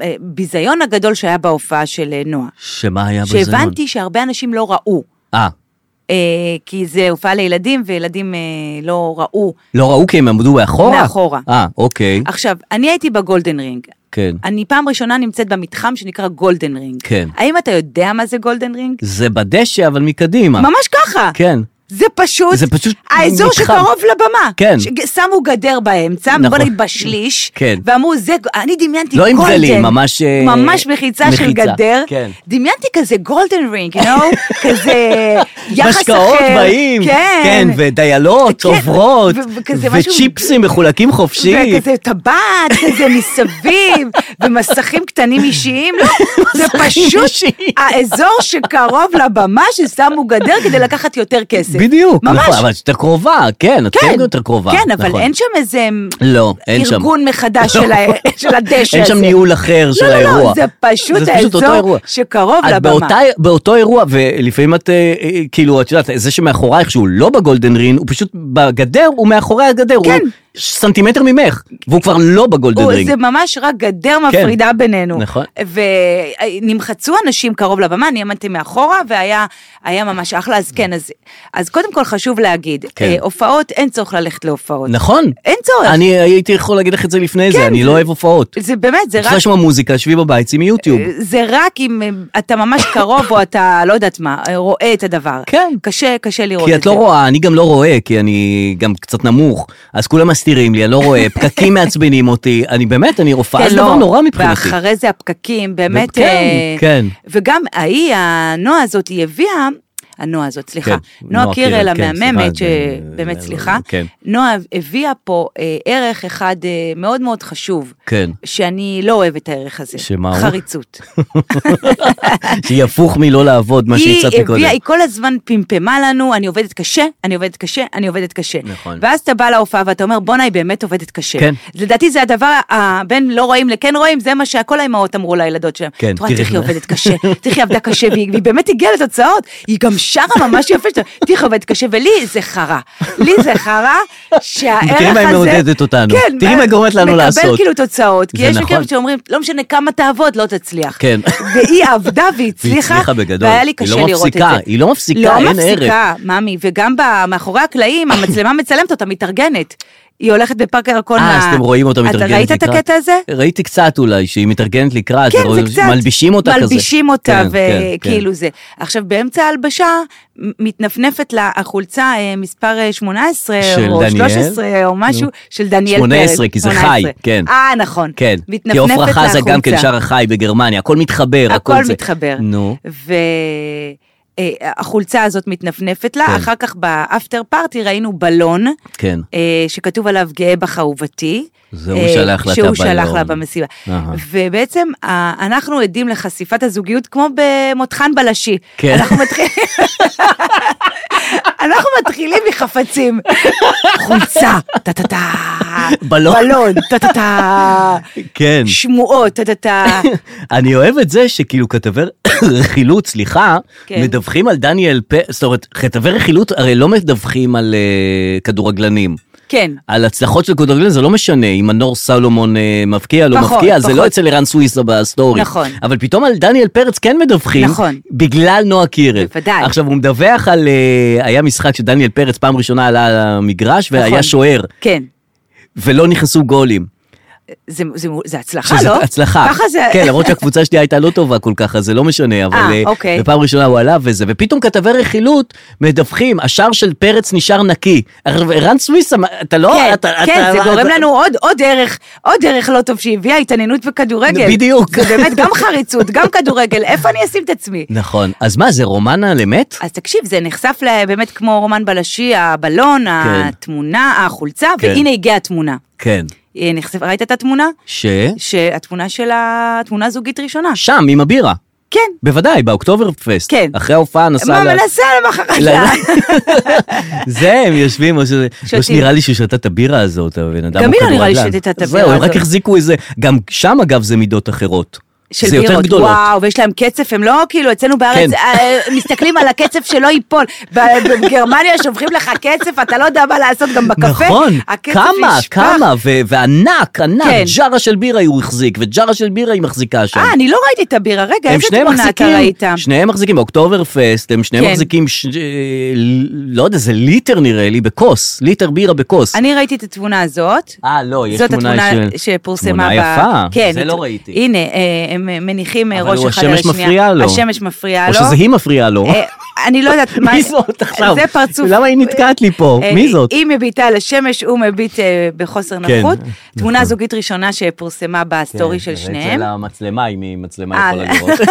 Speaker 2: הביזיון הגדול שהיה בהופעה של אה, נועה.
Speaker 1: שמה היה בזיון?
Speaker 2: שהבנתי שהרבה אנשים לא ראו,
Speaker 1: אה,
Speaker 2: אה, כי זה הופעה לילדים, וילדים אה, לא ראו.
Speaker 1: לא ראו כי הם עמדו מאחורה?
Speaker 2: מאחורה.
Speaker 1: אה, אוקיי,
Speaker 2: עכשיו, אני הייתי בגולדן רינג.
Speaker 1: כן.
Speaker 2: אני פעם ראשונה נמצאת במתחם שנקרא גולדן רינג.
Speaker 1: כן.
Speaker 2: האם אתה יודע מה זה גולדן רינג?
Speaker 1: זה בדשא, אבל מקדימה.
Speaker 2: ממש ככה.
Speaker 1: כן.
Speaker 2: זה פשוט,
Speaker 1: זה פשוט
Speaker 2: האזור
Speaker 1: מתחם.
Speaker 2: שקרוב לבמה.
Speaker 1: כן.
Speaker 2: ש- שמו גדר באמצע,
Speaker 1: נכון.
Speaker 2: בוא נגיד בשליש,
Speaker 1: כן.
Speaker 2: ואמרו זה, אני דמיינתי
Speaker 1: לא עם
Speaker 2: גולדן.
Speaker 1: גדלים, ממש, אה,
Speaker 2: ממש מחיצה, של
Speaker 1: מחיצה,
Speaker 2: גדר.
Speaker 1: כן.
Speaker 2: דמיינתי כזה גולדן רינג, you
Speaker 1: <laughs>
Speaker 2: know? כזה יחס אחר.
Speaker 1: משקאות באים,
Speaker 2: כן.
Speaker 1: כן, ודיילות
Speaker 2: כן,
Speaker 1: עוברות,
Speaker 2: ו- וכזה משהו-
Speaker 1: וצ'יפסים מחולקים חופשי.
Speaker 2: וכזה טבעת, כזה
Speaker 1: <laughs>
Speaker 2: מסביב, ומסכים קטנים אישיים, לא, זה
Speaker 1: מסכים
Speaker 2: פשוט
Speaker 1: אישיים.
Speaker 2: האזור שקרוב לבמה ששמו גדר כדי לקחת יותר כסף.
Speaker 1: בדיוק,
Speaker 2: ממש.
Speaker 1: נכון, אבל את יותר קרובה, כן, את כן יותר קרובה.
Speaker 2: כן, אבל
Speaker 1: נכון.
Speaker 2: אין שם איזה
Speaker 1: לא, אין שם.
Speaker 2: ארגון מחדש של ה-
Speaker 1: <laughs>
Speaker 2: של הדשא הזה.
Speaker 1: אין שם ניהול אחר של האירוע.
Speaker 2: לא, לא, לא, זה פשוט
Speaker 1: אותו
Speaker 2: האזור
Speaker 1: אירוע.
Speaker 2: שקרוב
Speaker 1: את
Speaker 2: לבמה.
Speaker 1: באותה, באותו אירוע, ולפעמים את, אה, אה, כאילו, את יודעת, זה שמאחורייך, שהוא לא בגולדן רין, הוא פשוט בגדר, הוא מאחורי הגדר.
Speaker 2: כן.
Speaker 1: הוא סנטימטר ממך, והוא כבר לא בגולדן
Speaker 2: הוא-
Speaker 1: רינג.
Speaker 2: זה ממש רק גדר מפרידה בינינו.
Speaker 1: כן. נכון.
Speaker 2: ונמחצו אנשים קרוב לבמה, אני עמדתי מאחורה, והיה היה ממש אחלה, אז כן, אז- אז קודם כל חשוב להגיד,
Speaker 1: כן.
Speaker 2: אה, הופעות, אין צורך ללכת להופעות.
Speaker 1: נכון.
Speaker 2: אין צורך.
Speaker 1: אני הייתי יכול להגיד לך את זה לפני זה,
Speaker 2: כן,
Speaker 1: אני
Speaker 2: זה-
Speaker 1: לא אוהב הופעות.
Speaker 2: זה באמת, זה
Speaker 1: צריך
Speaker 2: רק... אה,
Speaker 1: לשמוע מוזיקה, שבי בבית, שימי יוטיוב.
Speaker 2: זה רק אם אה, אתה ממש קרוב או אתה לא יודעת מה, אה, רואה את הדבר.
Speaker 1: כן.
Speaker 2: קשה, קשה לראות
Speaker 1: כי
Speaker 2: את
Speaker 1: את
Speaker 2: זה.
Speaker 1: לא רואה, אני גם לא רואה, כי אני גם קצת נמוך, אז כולם מסתירים לי, אני לא רואה, פקקים מעצבנים אותי, אני באמת, אני הופעה, זה
Speaker 2: כן,
Speaker 1: דבר
Speaker 2: לא.
Speaker 1: נורא מבחינתי.
Speaker 2: ואחרי זה הפקקים, באמת...
Speaker 1: כן,
Speaker 2: אה,
Speaker 1: כן.
Speaker 2: וגם ההיא, הנועה הזאת, היא הביאה... הנועה הזאת, סליחה.
Speaker 1: כן, נועה
Speaker 2: נועה קירל
Speaker 1: קירל, כן,
Speaker 2: המהממת,
Speaker 1: סליחה, זה-
Speaker 2: שבאמת
Speaker 1: זה-
Speaker 2: סליחה.
Speaker 1: כן.
Speaker 2: נועה הביאה פה אה, ערך אחד אה, מאוד מאוד חשוב.
Speaker 1: כן.
Speaker 2: שאני לא אוהבת את הערך הזה.
Speaker 1: שמה הוא?
Speaker 2: חריצות.
Speaker 1: שהיא הפוך מלא לעבוד, מה
Speaker 2: היא
Speaker 1: שהצעתי קודם.
Speaker 2: הביאה, היא כל הזמן פמפמה לנו, אני עובדת קשה, אני עובדת קשה, אני עובדת קשה.
Speaker 1: נכון.
Speaker 2: ואז אתה בא להופעה ואתה אומר, בואנה, היא באמת עובדת קשה.
Speaker 1: כן.
Speaker 2: לדעתי זה הדבר, ה- בין לא רואים לכן רואים, זה מה שכל האימהות אמרו לילדות שלהם.
Speaker 1: כן,
Speaker 2: את רואה,
Speaker 1: תראי
Speaker 2: תראי, היא
Speaker 1: איך-
Speaker 2: עובדת קשה, תראי, היא עבדה קשה, והיא והיא באמת הגיעה לתוצאות. היא גם שרה ממש יפה, שאתה- תראי, היא עובדת קשה, ולי זה חרא. לי זה חרא, שהערך הזה...
Speaker 1: תראי מה היא מעודדת אותנו.
Speaker 2: כן,
Speaker 1: תראי מה היא גורמת לנו לעשות.
Speaker 2: מקבל כאילו תוצאות, כי
Speaker 1: זה
Speaker 2: יש
Speaker 1: נכון.
Speaker 2: מקרים שאומרים, לא משנה כמה תעבוד, לא תצליח.
Speaker 1: כן.
Speaker 2: והיא עבדה והיא
Speaker 1: והיא
Speaker 2: הצליחה,
Speaker 1: הצליחה בגדול.
Speaker 2: והיה לי
Speaker 1: היא
Speaker 2: קשה
Speaker 1: לא
Speaker 2: לראות את זה.
Speaker 1: מפסיקה, היא לא מפסיקה, אין
Speaker 2: לא מפסיקה, ממי, וגם ב- מאחורי הקלעים, המצלמה מצלמת אותה, מתארגנת. היא הולכת בפארק הירקון.
Speaker 1: אה,
Speaker 2: ה-
Speaker 1: אז אתם רואים אותה
Speaker 2: אתה
Speaker 1: מתארגנת לקראת?
Speaker 2: ראית את הקטע הזה?
Speaker 1: ראיתי קצת אולי, שהיא מתארגנת לקראת.
Speaker 2: כן, זה
Speaker 1: רואים-
Speaker 2: קצת.
Speaker 1: מלבישים אותה כזה.
Speaker 2: מלבישים אותה, כאילו,
Speaker 1: כן, כן, כן.
Speaker 2: וכאילו זה. עכשיו, באמצע ההלבשה, מ- מתנפנפת לה החולצה אה, מספר אה, 18,
Speaker 1: של
Speaker 2: או
Speaker 1: דניאל?
Speaker 2: 13, או משהו, של דניאל פרץ.
Speaker 1: 18, כי זה חי,
Speaker 2: 18.
Speaker 1: כן.
Speaker 2: אה, נכון.
Speaker 1: כן, כי
Speaker 2: מתנפנפת לה
Speaker 1: עפרה
Speaker 2: החולצה.
Speaker 1: חזה גם כן שר החי בגרמניה, הכל מתחבר, הכל זה.
Speaker 2: הכל מתחבר.
Speaker 1: נו.
Speaker 2: והחולצה הזאת מתנפנפת לה,
Speaker 1: כן.
Speaker 2: אחר כך באפטר פארטי ראינו בלון,
Speaker 1: כן.
Speaker 2: אה, שכתוב עליו גאה בך אהובתי.
Speaker 1: זה הוא
Speaker 2: אה,
Speaker 1: שלח לה את
Speaker 2: שהוא
Speaker 1: הבלון.
Speaker 2: שלח לה במסיבה.
Speaker 1: אהה.
Speaker 2: ובעצם אה, אנחנו עדים לחשיפת הזוגיות כמו במותחן בלשי.
Speaker 1: כן.
Speaker 2: אנחנו מתחילים... אנחנו מתחילים מחפצים. חולצה, טה-טה-טה.
Speaker 1: בלון.
Speaker 2: בלון, טה-טה-טה.
Speaker 1: <laughs> כן.
Speaker 2: שמועות, טה-טה-טה.
Speaker 1: אני אוהב את זה שכאילו כתבי רכילות, סליחה,
Speaker 2: כן.
Speaker 1: מדווחים על דניאל פ... זאת אומרת, כתבי רכילות הרי לא מדווחים על אה, כדורגלנים.
Speaker 2: כן.
Speaker 1: על הצלחות של כדורגלנים זה לא משנה אם מנור סלומון אה, מבקיע, לא
Speaker 2: פחות,
Speaker 1: מבקיע, זה לא
Speaker 2: פחות.
Speaker 1: אצל ערן סוויסה בסטורי.
Speaker 2: נכון.
Speaker 1: אבל פתאום על דניאל פרץ כן מדווחים,
Speaker 2: נכון.
Speaker 1: בגלל נועה קירל.
Speaker 2: בוודאי.
Speaker 1: עכשיו, הוא מדווח על... אה, היה משחק שדניאל פרץ פעם ראשונה עלה על המגרש, והיה
Speaker 2: נכון.
Speaker 1: שוער,
Speaker 2: כן.
Speaker 1: ולא נכנסו גולים.
Speaker 2: זה, זה, זה הצלחה,
Speaker 1: שזה
Speaker 2: לא?
Speaker 1: הצלחה.
Speaker 2: ככה זה...
Speaker 1: כן, למרות שהקבוצה שלי הייתה לא טובה כל כך, אז זה לא משנה, אבל...
Speaker 2: אה,
Speaker 1: אה,
Speaker 2: אוקיי.
Speaker 1: בפעם ראשונה הוא עלה וזה, ופתאום כתבי רכילות מדווחים, השער של פרץ נשאר נקי. ערן סוויסה, מה, אתה לא...
Speaker 2: כן,
Speaker 1: אתה,
Speaker 2: כן,
Speaker 1: אתה,
Speaker 2: זה גורם
Speaker 1: אתה-
Speaker 2: לנו עוד, עוד ערך, עוד ערך לא טוב שהביאה התעניינות בכדורגל.
Speaker 1: בדיוק.
Speaker 2: זה באמת גם חריצות, גם כדורגל, איפה אני אשים את עצמי?
Speaker 1: <laughs> נכון, אז מה, זה רומן על אמת?
Speaker 2: אז תקשיב, זה נחשף ל- באמת כמו רומן בלשי, הבלון, התמונה, החולצה,
Speaker 1: כן.
Speaker 2: והנה הגיעה התמונה.
Speaker 1: כן.
Speaker 2: אה, נחשף, ראית את התמונה?
Speaker 1: ש...
Speaker 2: שהתמונה שלה, תמונה זוגית ראשונה.
Speaker 1: שם, עם הבירה.
Speaker 2: כן.
Speaker 1: בוודאי, באוקטובר פסט.
Speaker 2: כן.
Speaker 1: אחרי ההופעה נסע...
Speaker 2: מה
Speaker 1: ל-
Speaker 2: מנסה <laughs> למחרת
Speaker 1: ל-
Speaker 2: שלה?
Speaker 1: <laughs> זה, הם יושבים, או ש... לא
Speaker 2: שותים.
Speaker 1: שנראה לי שהוא שתה את הבירה הזאת, הבן אדם
Speaker 2: גם
Speaker 1: הוא
Speaker 2: היא לא נראה לי
Speaker 1: כדורגלן.
Speaker 2: שתתה את הבירה
Speaker 1: זהו, הם רק
Speaker 2: הזאת.
Speaker 1: החזיקו איזה... גם שם, אגב, זה מידות אחרות.
Speaker 2: של
Speaker 1: זה יותר
Speaker 2: בירות,
Speaker 1: גדולות.
Speaker 2: וואו, ויש להם קצף, הם לא כאילו, אצלנו בארץ
Speaker 1: כן.
Speaker 2: אה, מסתכלים על הקצף שלא ייפול. ב- בגרמניה שופכים לך קצף, אתה לא יודע מה לעשות גם בקפה.
Speaker 1: נכון,
Speaker 2: הקצף
Speaker 1: כמה,
Speaker 2: נשפך.
Speaker 1: כמה, ו- וענק, ענק,
Speaker 2: כן.
Speaker 1: ג'רה של בירה הוא החזיק, וג'רה של בירה היא מחזיקה שם.
Speaker 2: אה, אני לא ראיתי את הבירה, רגע,
Speaker 1: הם
Speaker 2: איזה
Speaker 1: שניהם
Speaker 2: תמונה אתה
Speaker 1: מחזיקים,
Speaker 2: ראית?
Speaker 1: שניהם מחזיקים באוקטובר פסט, הם שניהם
Speaker 2: כן.
Speaker 1: מחזיקים, ש... אה, לא יודע, זה ליטר נראה לי, בכוס, ליטר בירה בכוס.
Speaker 2: אני ראיתי את התמונה הזאת.
Speaker 1: אה, לא, יש
Speaker 2: זאת
Speaker 1: תמונה
Speaker 2: התמונה
Speaker 1: של-
Speaker 2: שפורסמה.
Speaker 1: תמונה
Speaker 2: ב-
Speaker 1: יפה,
Speaker 2: כן,
Speaker 1: זה לא ראיתי.
Speaker 2: הנה, אה, הם אה, מניחים אה,
Speaker 1: אבל
Speaker 2: ראש
Speaker 1: הוא-
Speaker 2: אחד על השנייה.
Speaker 1: השמש מפריעה לו.
Speaker 2: השמש מפריעה
Speaker 1: או
Speaker 2: לו.
Speaker 1: שזה היא מפריעה לו.
Speaker 2: אה, אני לא יודעת מה...
Speaker 1: <laughs> מי זאת עכשיו?
Speaker 2: זה פרצוף.
Speaker 1: למה היא נתקעת לי פה?
Speaker 2: אה,
Speaker 1: מי זאת?
Speaker 2: היא מביטה על השמש, הוא מביט אה, בחוסר
Speaker 1: כן,
Speaker 2: נוחות. תמונה
Speaker 1: נכון.
Speaker 2: זוגית ראשונה שפורסמה בסטורי של שניהם.
Speaker 1: כן, זה למצלמה, אם היא מצלמה
Speaker 2: אה,
Speaker 1: יכולה לראות.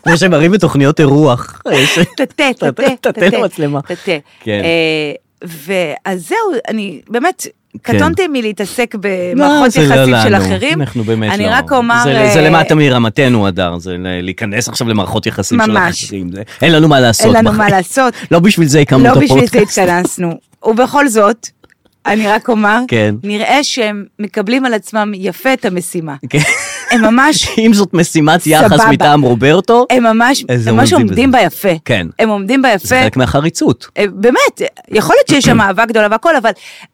Speaker 1: <laughs> כמו שמראים בתוכניות אירוח. אה,
Speaker 2: <laughs> תתה, תתה,
Speaker 1: תתה למצלמה.
Speaker 2: תתה.
Speaker 1: כן.
Speaker 2: אה, ואז זהו, אני באמת, קטונתי מלהתעסק במערכות
Speaker 1: לא, זה לא
Speaker 2: יחסים של
Speaker 1: לנו.
Speaker 2: אחרים.
Speaker 1: אנחנו באמת לא.
Speaker 2: אני רק אומר...
Speaker 1: זה, זה
Speaker 2: אה,
Speaker 1: למטה מרמתנו, הדר, זה ל- להיכנס עכשיו למערכות יחסים של
Speaker 2: ממש.
Speaker 1: אחרים. זה- אין לנו מה לעשות.
Speaker 2: אין לנו
Speaker 1: בחיים.
Speaker 2: מה לעשות.
Speaker 1: <laughs> לא בשביל זה הקמנו את
Speaker 2: לא
Speaker 1: הפודקאסט.
Speaker 2: בשביל זה התכנסנו. ובכל זאת, אני רק אומר,
Speaker 1: כן.
Speaker 2: נראה שהם מקבלים על עצמם יפה את
Speaker 1: <laughs>
Speaker 2: המשימה.
Speaker 1: <laughs> כן.
Speaker 2: הם ממש
Speaker 1: אם זאת משימת יחס
Speaker 2: סבבה.
Speaker 1: מטעם רוברטו,
Speaker 2: הם ממש,
Speaker 1: איזה
Speaker 2: הם ממש
Speaker 1: עומדים
Speaker 2: עומדים
Speaker 1: בזה.
Speaker 2: בה יפה.
Speaker 1: כן.
Speaker 2: הם עומדים בה יפה.
Speaker 1: זה חלק מהחריצות.
Speaker 2: אה, באמת, אה, יכול להיות
Speaker 1: <clears throat>
Speaker 2: שיש שם אהבה גדולה והכל, אבל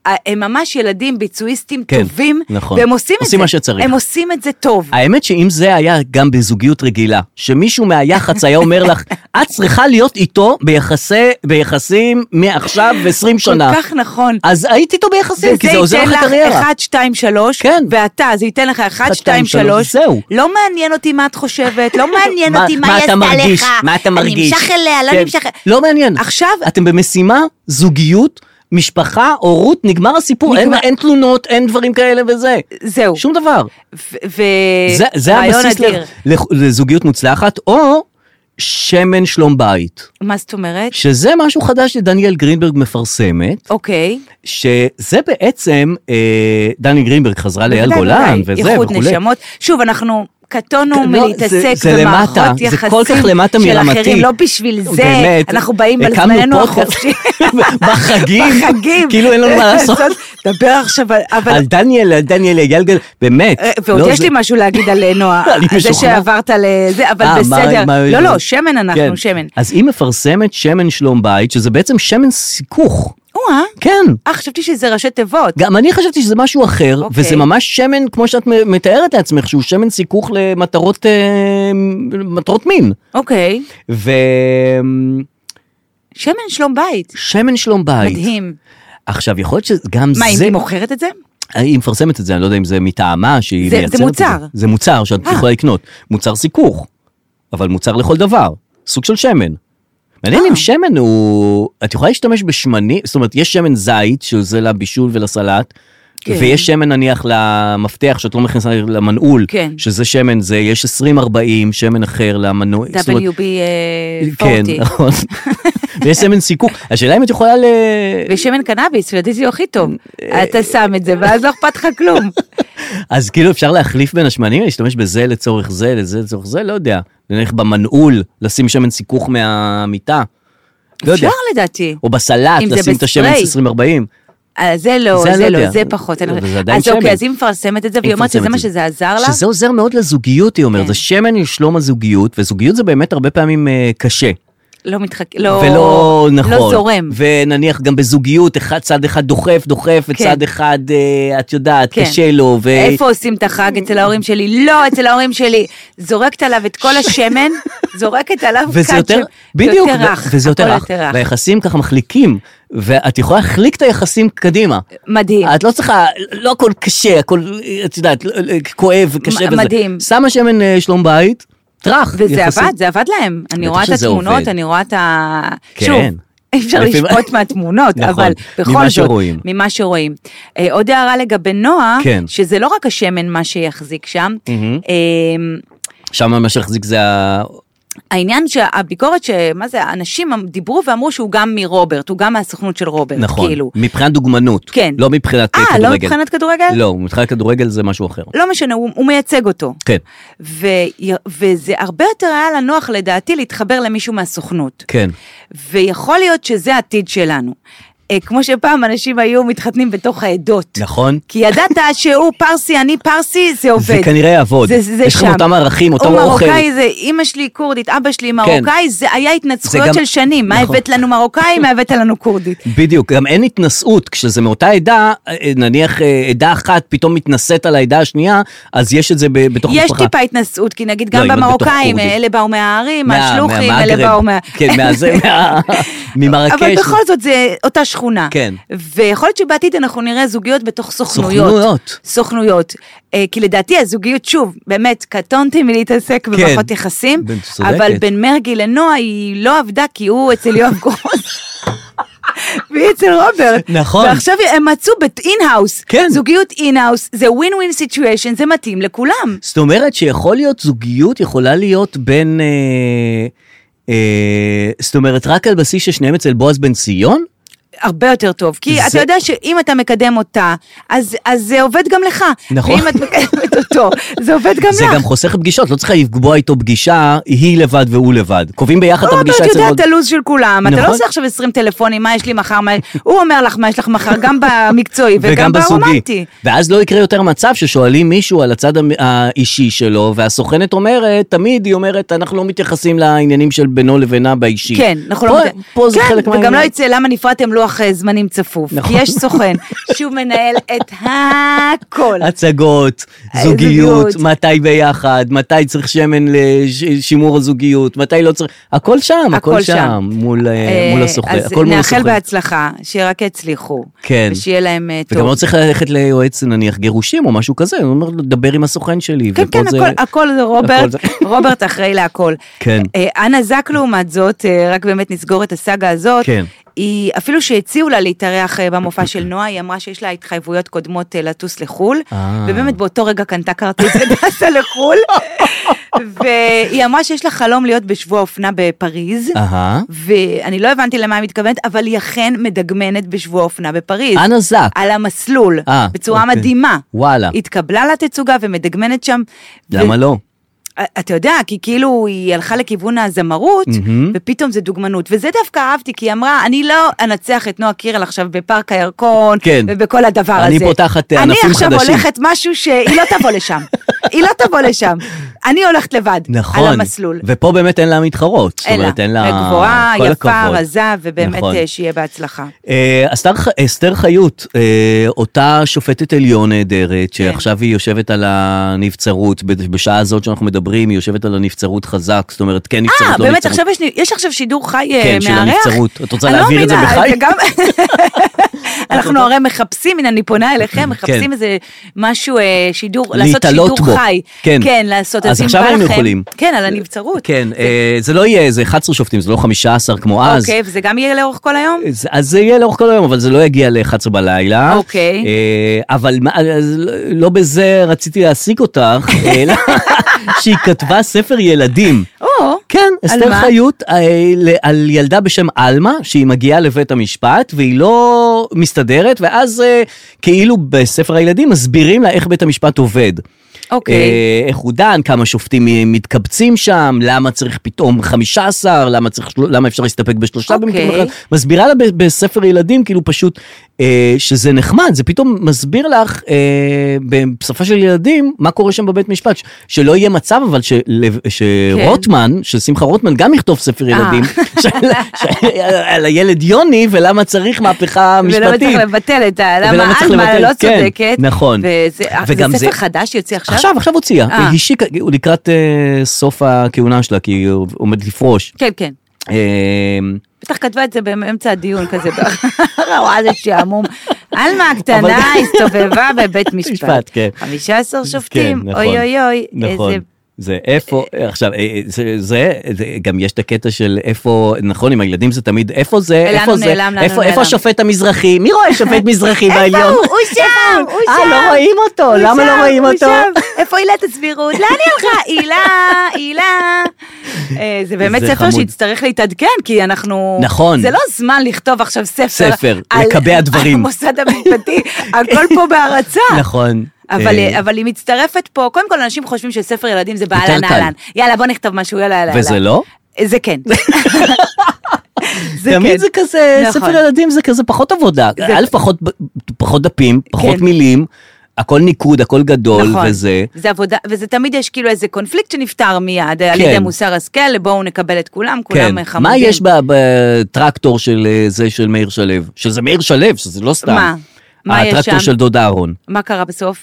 Speaker 2: אה, הם ממש ילדים ביצועיסטים
Speaker 1: כן,
Speaker 2: טובים,
Speaker 1: נכון.
Speaker 2: והם עושים את זה.
Speaker 1: עושים מה שצריך.
Speaker 2: הם עושים את זה טוב.
Speaker 1: האמת שאם זה היה גם בזוגיות רגילה, שמישהו מהיח"צ היה אומר לך, את צריכה להיות איתו ביחסי, ביחסים מעכשיו 20 שנה.
Speaker 2: כל כך נכון.
Speaker 1: אז היית איתו ביחסים, כי אה, זה עוזר לך
Speaker 2: וזה ייתן לך
Speaker 1: לקריירה.
Speaker 2: 1, 2, 3,
Speaker 1: כן.
Speaker 2: ואתה, זה ייתן לך 1, 2, 3.
Speaker 1: זהו.
Speaker 2: לא מעניין אותי מה את חושבת,
Speaker 1: <laughs>
Speaker 2: לא מעניין
Speaker 1: מה-
Speaker 2: אותי מה
Speaker 1: מה
Speaker 2: היא
Speaker 1: אתה
Speaker 2: עשתה לך.
Speaker 1: מרגיש? מה אתה מרגיש?
Speaker 2: אני נמשך אליה, לא
Speaker 1: כן.
Speaker 2: נמשך...
Speaker 1: לא מעניין.
Speaker 2: עכשיו,
Speaker 1: אתם במשימה, זוגיות, משפחה, הורות, נגמר הסיפור. אין-
Speaker 2: נגמר.
Speaker 1: אין תלונות, אין דברים כאלה וזה.
Speaker 2: זהו.
Speaker 1: שום דבר.
Speaker 2: ו- ו-
Speaker 1: זה, זה
Speaker 2: אה, רעיון
Speaker 1: הבסיס
Speaker 2: אדיר.
Speaker 1: ל- לח- לזוגיות מוצלחת, או שמן שלום בית,
Speaker 2: מה זאת אומרת?
Speaker 1: שזה משהו חדש שדניאל גרינברג מפרסמת,
Speaker 2: אוקיי.
Speaker 1: שזה בעצם, אה, דני גרינברג חזרה לאייל
Speaker 2: בוודאי,
Speaker 1: גולן,
Speaker 2: בוודאי.
Speaker 1: וזה
Speaker 2: איחוד
Speaker 1: וכולי.
Speaker 2: נשמות. שוב, אנחנו... קטונו
Speaker 1: לא, זה-
Speaker 2: מלהתעסק
Speaker 1: זה למטה,
Speaker 2: במערכות
Speaker 1: זה
Speaker 2: יחסים
Speaker 1: כל כך למטה
Speaker 2: של
Speaker 1: מרמתי.
Speaker 2: אחרים, לא בשביל זה,
Speaker 1: באמת,
Speaker 2: אנחנו באים על
Speaker 1: הקמנו
Speaker 2: זמננו
Speaker 1: פודקאסט.
Speaker 2: החופשי.
Speaker 1: <laughs> בחגים,
Speaker 2: בחגים.
Speaker 1: <laughs> כאילו אין לנו
Speaker 2: <laughs>
Speaker 1: מה לעשות.
Speaker 2: דבר עכשיו, על- אבל
Speaker 1: על דניאל, על דניאל אייל גולן, באמת.
Speaker 2: אה, ועוד
Speaker 1: לא,
Speaker 2: יש
Speaker 1: זה-
Speaker 2: לי משהו להגיד על אה, נועה,
Speaker 1: <laughs> אני
Speaker 2: על זה
Speaker 1: משוכנע.
Speaker 2: שעברת לזה, אבל
Speaker 1: אה, מה-
Speaker 2: בסדר,
Speaker 1: מה-
Speaker 2: לא לא, שמן
Speaker 1: כן.
Speaker 2: אנחנו, שמן.
Speaker 1: אז היא מפרסמת שמן שלום בית, שזה בעצם שמן סיכוך.
Speaker 2: או-אה,
Speaker 1: כן.
Speaker 2: אה, חשבתי שזה ראשי תיבות.
Speaker 1: גם אני חשבתי שזה משהו אחר, okay.
Speaker 2: אוקיי.
Speaker 1: וזה ממש שמן, כמו שאת מ- מתארת לעצמך, שהוא שמן סיכוך למטרות אה, מטרות מין.
Speaker 2: אוקיי,
Speaker 1: ושמן
Speaker 2: שמן שלום בית,
Speaker 1: שלום בית.
Speaker 2: מדהים.
Speaker 1: עכשיו, יכול להיות שגם
Speaker 2: מה,
Speaker 1: זה...
Speaker 2: היא מוכרת את זה?
Speaker 1: היא מפרסמת את זה, אני לא יודע אם זה מטעמה שהיא
Speaker 2: זה- זה
Speaker 1: מייצרת
Speaker 2: מוצר.
Speaker 1: את זה. זה מוצר שאת
Speaker 2: אה.
Speaker 1: יכולה לקנות. מוצר סיכוך, אבל מוצר לכל דבר. סוג של שמן. מעניין
Speaker 2: אה.
Speaker 1: אם שמן הוא... את יכולה להשתמש בשמנים, זאת אומרת, יש שמן זית, שזה לבישול ולסלט,
Speaker 2: כן.
Speaker 1: ויש שמן נניח למפתח שאת לא מכניסה למנעול,
Speaker 2: כן.
Speaker 1: שזה שמן זה, יש 20-40, שמן אחר למנוע... זאת אומרת,
Speaker 2: WB אה, 40.
Speaker 1: כן,
Speaker 2: <laughs>
Speaker 1: נכון. ויש שמן סיכוך. השאלה אם את יכולה ל...
Speaker 2: ושמן קנאביס, לדעתי זה הכי טוב.
Speaker 1: אה,
Speaker 2: אתה שם את זה, ואז לא אכפת לך כלום.
Speaker 1: אז כאילו אפשר להחליף בין השמנים, להשתמש בזה לצורך זה, לזה לצורך זה, לא יודע. נלך במנעול, לשים שמן סיכוך מהמיטה. לא
Speaker 2: אפשר
Speaker 1: יודע.
Speaker 2: לדעתי.
Speaker 1: או בסלט,
Speaker 2: אם זה
Speaker 1: לשים את השמן
Speaker 2: בספרי.
Speaker 1: 2040.
Speaker 2: אה, זה לא,
Speaker 1: זה אני
Speaker 2: זה
Speaker 1: לא
Speaker 2: לא,
Speaker 1: יודע.
Speaker 2: זה פחות. אני
Speaker 1: אבל זה
Speaker 2: חושבת.
Speaker 1: עדיין
Speaker 2: אז אוקיי,
Speaker 1: שמן.
Speaker 2: אז אוקיי, היא מפרסמת את זה, והיא אומרת שזה מה שזה עזר לה.
Speaker 1: שזה עוזר מאוד לזוגיות, היא אומרת.
Speaker 2: כן.
Speaker 1: זה שמן לשלום הזוגיות, וזוגיות זה באמת הרבה פעמים אה, קשה.
Speaker 2: לא מתחכ... לא...
Speaker 1: ולא נכון.
Speaker 2: לא זורם.
Speaker 1: ונניח גם בזוגיות, אחד, צד אחד דוחף, דוחף,
Speaker 2: כן.
Speaker 1: וצד אחד, אה, את יודעת,
Speaker 2: כן.
Speaker 1: קשה לו. ו...
Speaker 2: איפה עושים את החג? אצל ההורים שלי? לא, אצל ההורים שלי. זורקת עליו את כל
Speaker 1: <laughs>
Speaker 2: השמן, זורקת עליו כד
Speaker 1: וזה יותר,
Speaker 2: ש-
Speaker 1: בדיוק,
Speaker 2: יותר רך.
Speaker 1: וזה יותר
Speaker 2: הכל
Speaker 1: רך, והיחסים ככה מחליקים, ואת יכולה להחליק את היחסים קדימה.
Speaker 2: מדהים.
Speaker 1: את לא צריכה, לא הכל קשה, הכל, את יודעת, לא- לא- כואב, קשה
Speaker 2: מ-
Speaker 1: וזה.
Speaker 2: מדהים.
Speaker 1: שמה שמן אה, שלום בית, טראח.
Speaker 2: וזה
Speaker 1: יחסים.
Speaker 2: עבד, זה עבד להם. אני
Speaker 1: בטח
Speaker 2: רואה את
Speaker 1: שזה
Speaker 2: התמונות,
Speaker 1: עובד.
Speaker 2: אני רואה את ה...
Speaker 1: כן.
Speaker 2: שוב, אי אפשר
Speaker 1: לפי מה-
Speaker 2: לשפוט מהתמונות,
Speaker 1: נכון,
Speaker 2: אבל בכל
Speaker 1: ממה
Speaker 2: זאת,
Speaker 1: שרואים.
Speaker 2: ממה שרואים. אה, עוד הערה לגבי נועה,
Speaker 1: כן.
Speaker 2: שזה לא רק השמן מה שיחזיק שם, אה,
Speaker 1: שם מה שהחזיק זה ה...
Speaker 2: העניין שהביקורת, ש- מה זה, האנשים אמ- דיברו ואמרו שהוא גם מרוברט, הוא גם מהסוכנות של רוברט,
Speaker 1: נכון,
Speaker 2: כאילו.
Speaker 1: מבחינת דוגמנות,
Speaker 2: כן.
Speaker 1: לא מבחינת אה,
Speaker 2: אה,
Speaker 1: כדורגל.
Speaker 2: לא מבחינת כדורגל?
Speaker 1: לא, מבחינת כדורגל זה משהו אחר.
Speaker 2: לא משנה, הוא, הוא מייצג אותו.
Speaker 1: כן,
Speaker 2: ו, וזה הרבה יותר היה לה נוח לדעתי להתחבר למישהו מהסוכנות.
Speaker 1: כן.
Speaker 2: ויכול להיות שזה העתיד שלנו. אה, כמו שפעם אנשים היו מתחתנים בתוך העדות.
Speaker 1: נכון.
Speaker 2: כי ידעת
Speaker 1: <laughs>
Speaker 2: שהוא פרסי, אני פרסי, זה עובד.
Speaker 1: זה כנראה יעבוד.
Speaker 2: זה, זה
Speaker 1: יש
Speaker 2: שם.
Speaker 1: לכם אותם ערכים, אותם
Speaker 2: הוא
Speaker 1: אוכל. כן.
Speaker 2: מרוקאי, זה אימא שלי כורדית, אבא שלי מרוקאי, זה היה התנצחויות
Speaker 1: זה גם-
Speaker 2: של שנים. מה
Speaker 1: נכון.
Speaker 2: הבאת לנו מרוקאי, מה הבאת לנו כורדית.
Speaker 1: בדיוק, גם אין התנשאות, כשזה מאותה עדה, אה, נניח אה, עדה אחת פתאום מתנשאת על העדה השנייה, אז יש את זה ב- בתוך
Speaker 2: יש
Speaker 1: המשפחה.
Speaker 2: טיפה התנשאות, כי נגיד
Speaker 1: לא,
Speaker 2: גם
Speaker 1: אם את בתוך
Speaker 2: במרוקאים,
Speaker 1: כורדית.
Speaker 2: אלה באו מההרים,
Speaker 1: מה-
Speaker 2: מהשלוחים,
Speaker 1: מהמהגרב.
Speaker 2: אלה באו מה...
Speaker 1: כן, מהזה,
Speaker 2: <laughs>
Speaker 1: מה- ממרקש.
Speaker 2: אבל בכל זאת זה אותה שכונה.
Speaker 1: כן.
Speaker 2: ויכול להיות שבעתיד אנחנו נראה זוגיות בתוך סוכנויות.
Speaker 1: סוכנויות.
Speaker 2: סוכנויות. אה, כי לדעתי הזוגיות, שוב, באמת, קטונתי מלהתעסק במערכות יחסים,
Speaker 1: כן. בן- צודקת.
Speaker 2: אבל בין מרגי לנועה היא לא עבדה כי הוא אצל יואב גרוס. <laughs> והיא אצל רוברט.
Speaker 1: נכון.
Speaker 2: ועכשיו הם מצאו באינהאוס.
Speaker 1: כן.
Speaker 2: זוגיות אינהאוס, זה ווין ווין סיטואשן, זה מתאים לכולם.
Speaker 1: זאת אומרת שיכול להיות זוגיות, יכולה להיות בין... אה, אה, זאת אומרת, רק על בסיס ששניהם אצל בועז בן ציון?
Speaker 2: הרבה יותר טוב. כי
Speaker 1: זה-
Speaker 2: אתה יודע שאם אתה מקדם אותה, אז אז זה עובד גם לך.
Speaker 1: נכון.
Speaker 2: ואם את מקדמת אותו, זה עובד גם לך.
Speaker 1: זה גם חוסך פגישות, לא צריכה לקבוע איתו פגישה, היא לבד והוא לבד. קובעים ביחד את
Speaker 2: הוא אומר,
Speaker 1: הפגישה
Speaker 2: לא, אתה
Speaker 1: אצל...
Speaker 2: יודע
Speaker 1: עוד-
Speaker 2: את הלו"ז של כולם, אתה
Speaker 1: נכון.
Speaker 2: לא עושה עכשיו 20 טלפונים, מה יש לי מחר, מה... הוא אומר לך מה יש לך מחר, גם במקצועי וגם ברומנטי.
Speaker 1: ואז לא יקרה יותר מצב ששואלים מישהו על הצד המ- האישי שלו, והסוכנת אומרת, תמיד היא אומרת, אנחנו לא מתייחסים לעניינים של בינו לבינה באישי.
Speaker 2: כן, אנחנו
Speaker 1: פה-
Speaker 2: לא... מת-
Speaker 1: פה זה
Speaker 2: כן,
Speaker 1: חלק מהעניין.
Speaker 2: וגם לא יצא למה נפרדתם לוח אה, זמנים צפוף.
Speaker 1: נכון.
Speaker 2: כי יש סוכן שהוא מנהל את הכל.
Speaker 1: הצגות,
Speaker 2: אה,
Speaker 1: זוגיות,
Speaker 2: זוגיות.
Speaker 1: מתי ביחד, מתי צריך שמן לשימור הזוגיות, מתי לא צריך, הכל שם, הכל
Speaker 2: הכל
Speaker 1: שם,
Speaker 2: שם.
Speaker 1: מול אה,
Speaker 2: אה,
Speaker 1: מול הסוכן,
Speaker 2: אז
Speaker 1: הכל מול
Speaker 2: נאחל
Speaker 1: הסוכן.
Speaker 2: בהצלחה, שרק יצליחו.
Speaker 1: כן.
Speaker 2: ושיהיה להם אה,
Speaker 1: וגם לא
Speaker 2: טוב.
Speaker 1: צריך ללכת ליועץ נניח גירושים או משהו כזה, הוא אומר לו, דבר עם הסוכן שלי.
Speaker 2: כן,
Speaker 1: ופה
Speaker 2: כן,
Speaker 1: זה-
Speaker 2: הכל, הכל זה רוברט,
Speaker 1: זה- <laughs>
Speaker 2: רוברט אחראי להכל.
Speaker 1: כן.
Speaker 2: אה, אנה זק לעומת זאת, אה, רק באמת נסגור את הסאגה הזאת,
Speaker 1: כן.
Speaker 2: היא, אפילו שהציעו לה להתארח אה, במופע של נועה, היא אמרה שיש לה התחייבויות קודמות אה, לטוס לחו"ל,
Speaker 1: אה.
Speaker 2: ובאמת באותו רגע קנתה כרטיס <laughs> וטסה
Speaker 1: <laughs>
Speaker 2: לחו"ל, והיא אמרה שיש לה חלום להיות בשבוע אופנה בפריז.
Speaker 1: אהה.
Speaker 2: ואני לא הבנתי למה היא מתכוונת, אבל היא אכן מדגמנת בשבוע אופנה בפריז.
Speaker 1: אנה זק.
Speaker 2: על המסלול,
Speaker 1: אה,
Speaker 2: בצורה
Speaker 1: אוקיי.
Speaker 2: מדהימה.
Speaker 1: וואלה.
Speaker 2: התקבלה לתצוגה ומדגמנת שם. אה,
Speaker 1: למה לא?
Speaker 2: אתה יודע, כי כאילו היא הלכה לכיוון הזמרות, ופתאום זה דוגמנות. וזה דווקא אהבתי, כי היא אמרה, אני לא אנצח את נועה קירל עכשיו בפארק הירקון,
Speaker 1: כן.
Speaker 2: ובכל הדבר
Speaker 1: אני
Speaker 2: הזה.
Speaker 1: פותחת אה, ענפים
Speaker 2: אני עכשיו
Speaker 1: חדשים.
Speaker 2: הולכת משהו שהיא לא תבוא
Speaker 1: <laughs>
Speaker 2: לשם. היא לא תבוא לשם. אני הולכת לבד.
Speaker 1: נכון.
Speaker 2: על המסלול.
Speaker 1: ופה באמת אין לה מתחרות. זאת
Speaker 2: אלא,
Speaker 1: אומרת, אין לה...
Speaker 2: גבוהה,
Speaker 1: כל
Speaker 2: יפה,
Speaker 1: הכבוד.
Speaker 2: רזה, ובאמת
Speaker 1: נכון.
Speaker 2: אה, שיהיה בהצלחה.
Speaker 1: אה, אסתר ח- אסתר חיות, אה, אותה שופטת עליון נהדרת,
Speaker 2: כן.
Speaker 1: שעכשיו היא יושבת על הנבצרות, ב- בשעה הזאת שאנחנו מדברים, היא יושבת על הנבצרות חזק, זאת אומרת, כן נבצרות, לא
Speaker 2: אה,
Speaker 1: נבצרות.
Speaker 2: באמת, עכשיו יש, לי- יש עכשיו שידור חי אה,
Speaker 1: כן, של
Speaker 2: מארח?
Speaker 1: הנבצרות. את רוצה
Speaker 2: אני לא
Speaker 1: להעביר את זה
Speaker 2: מבינה,
Speaker 1: בחי? <laughs>
Speaker 2: גם- אנחנו הרי מחפשים, הנה אני פונה אליכם,
Speaker 1: כן.
Speaker 2: מחפשים איזה משהו, אה, שידור, לעשות
Speaker 1: להתעלות
Speaker 2: שידור
Speaker 1: בו.
Speaker 2: חי.
Speaker 1: כן.
Speaker 2: כן, לעשות,
Speaker 1: אז
Speaker 2: אם
Speaker 1: עכשיו
Speaker 2: בא
Speaker 1: היינו
Speaker 2: לכם-
Speaker 1: יכולים.
Speaker 2: כן, על הנבצרות.
Speaker 1: כן, אה, זה לא יהיה, זה 11 שופטים, זה לא 15 כמו אז.
Speaker 2: אוקיי, וזה גם יהיה לאורך כל היום?
Speaker 1: אז- אז זה יהיה לאורך כל היום, אבל זה לא יגיע ל-11 בלילה.
Speaker 2: אוקיי.
Speaker 1: אה, אבל מה- אז לא בזה רציתי להעסיק אותך,
Speaker 2: <laughs>
Speaker 1: אלא שהיא כתבה ספר ילדים.
Speaker 2: או,
Speaker 1: כן,
Speaker 2: על
Speaker 1: אסתר
Speaker 2: מה?
Speaker 1: חיות אה, ל- על ילדה בשם עלמה, שהיא מגיעה לבית המשפט והיא לא מסתדרת, ואז אה, כאילו בספר הילדים מסבירים לה איך בית המשפט עובד.
Speaker 2: אוקיי.
Speaker 1: אה, איך הוא דן, כמה שופטים אה, מתקבצים שם, למה צריך פתאום 15, למה, צריך, של- למה אפשר להסתפק בשלושה
Speaker 2: אוקיי.
Speaker 1: במקום אחד. מסבירה לה ב- בספר ילדים, כאילו פשוט, אה, שזה נחמד, זה פתאום מסביר לך אה, בשפה של ילדים, מה קורה שם בבית משפט. ש- שלא יהיה מצב אבל של, שרוטמן, ששמחה רוטמן גם יכתוב ספר
Speaker 2: כן. אה.
Speaker 1: ילדים, <laughs> של, של, על הילד יוני ולמה צריך מהפכה משפטית.
Speaker 2: ולמה צריך לבטל את ה...
Speaker 1: ולמה
Speaker 2: למה
Speaker 1: צריך
Speaker 2: עלמה
Speaker 1: לבטל,
Speaker 2: לא
Speaker 1: כן,
Speaker 2: צודקת.
Speaker 1: נכון.
Speaker 2: וזה
Speaker 1: וגם
Speaker 2: זה
Speaker 1: זה-
Speaker 2: ספר חדש שיוצא עכשיו?
Speaker 1: עכשיו, עכשיו הוציאה,
Speaker 2: אה.
Speaker 1: השיקה, הוא לקראת אה, סוף הכהונה שלה, כי היא עומדת לפרוש.
Speaker 2: כן, כן.
Speaker 1: אה,
Speaker 2: בטח כתבה את זה באמצע הדיון כזה, <laughs> וואו, איזה שעמום. עלמה הקטנה
Speaker 1: אבל-
Speaker 2: הסתובבה בבית
Speaker 1: <laughs>
Speaker 2: משפט.
Speaker 1: משפט, כן.
Speaker 2: 15
Speaker 1: כן,
Speaker 2: שופטים,
Speaker 1: נכון,
Speaker 2: אוי אוי אוי,
Speaker 1: נכון.
Speaker 2: איזה...
Speaker 1: זה איפה, עכשיו, אה, אה, זה, זה, זה, גם יש את הקטע של איפה, נכון, עם הילדים זה תמיד, איפה זה,
Speaker 2: ולנו
Speaker 1: איפה זה,
Speaker 2: נעלם, לנו
Speaker 1: איפה,
Speaker 2: נעלם.
Speaker 1: איפה השופט המזרחי, מי רואה שופט מזרחי בעליון?
Speaker 2: <laughs> איפה הוא? הוא שם! הוא שם!
Speaker 1: אה, לא רואים אותו,
Speaker 2: הוא
Speaker 1: למה לא
Speaker 2: שם,
Speaker 1: רואים
Speaker 2: הוא
Speaker 1: אותו?
Speaker 2: שם. איפה עילת הסבירות? לאן היא
Speaker 1: <laughs>
Speaker 2: הלכה? הילה, הילה. אה, זה באמת
Speaker 1: זה
Speaker 2: ספר
Speaker 1: חמוד.
Speaker 2: שיצטרך להתעדכן, כי אנחנו...
Speaker 1: נכון.
Speaker 2: זה לא זמן לכתוב עכשיו ספר.
Speaker 1: ספר,
Speaker 2: על-
Speaker 1: לקבע דברים.
Speaker 2: על המוסד
Speaker 1: <laughs>
Speaker 2: המשפטי, הכל פה בהרצה.
Speaker 1: נכון.
Speaker 2: אבל,
Speaker 1: אה,
Speaker 2: אבל היא מצטרפת פה, קודם כל אנשים חושבים שספר ילדים זה
Speaker 1: יותר
Speaker 2: באהלן
Speaker 1: קל.
Speaker 2: אהלן. יאללה בוא נכתוב משהו, יאללה יאללה.
Speaker 1: וזה
Speaker 2: יאללה.
Speaker 1: לא?
Speaker 2: זה
Speaker 1: <laughs>
Speaker 2: כן. זה
Speaker 1: תמיד
Speaker 2: כן.
Speaker 1: זה כזה,
Speaker 2: נכון.
Speaker 1: ספר ילדים זה כזה פחות עבודה,
Speaker 2: זה-
Speaker 1: א', פחות- פחות דפים, פחות
Speaker 2: כן.
Speaker 1: מילים, הכל ניקוד, הכל גדול
Speaker 2: נכון.
Speaker 1: וזה.
Speaker 2: זה עבודה, וזה תמיד יש כאילו איזה קונפליקט שנפתר מיד, אה, על ידי מוסר השכל, בואו נקבל את כולם,
Speaker 1: כן,
Speaker 2: כולם אה, חמודים.
Speaker 1: מה יש ב- בטרקטור של אה, זה של מאיר שלו? שזה מאיר שלו, שזה לא סתם.
Speaker 2: מה? מה יש
Speaker 1: הטרקטור
Speaker 2: שם?
Speaker 1: של דוד אהרון.
Speaker 2: מה קרה בסוף?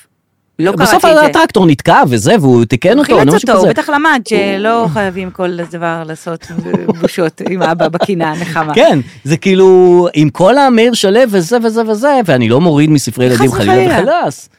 Speaker 2: לא קראתי את
Speaker 1: בסוף
Speaker 2: זה.
Speaker 1: הטרקטור נתקע וזה, והוא תיקן אותו,
Speaker 2: חילץ
Speaker 1: אני
Speaker 2: אותו, הוא בטח למד שלא חייבים כל דבר לעשות בושות עם אבא בקינה, נחמה.
Speaker 1: כן, זה כאילו, עם כל המאיר שלו וזה וזה וזה, ואני לא מוריד מספרי ילדים חלילה
Speaker 2: וחלילה.
Speaker 1: וחלאס.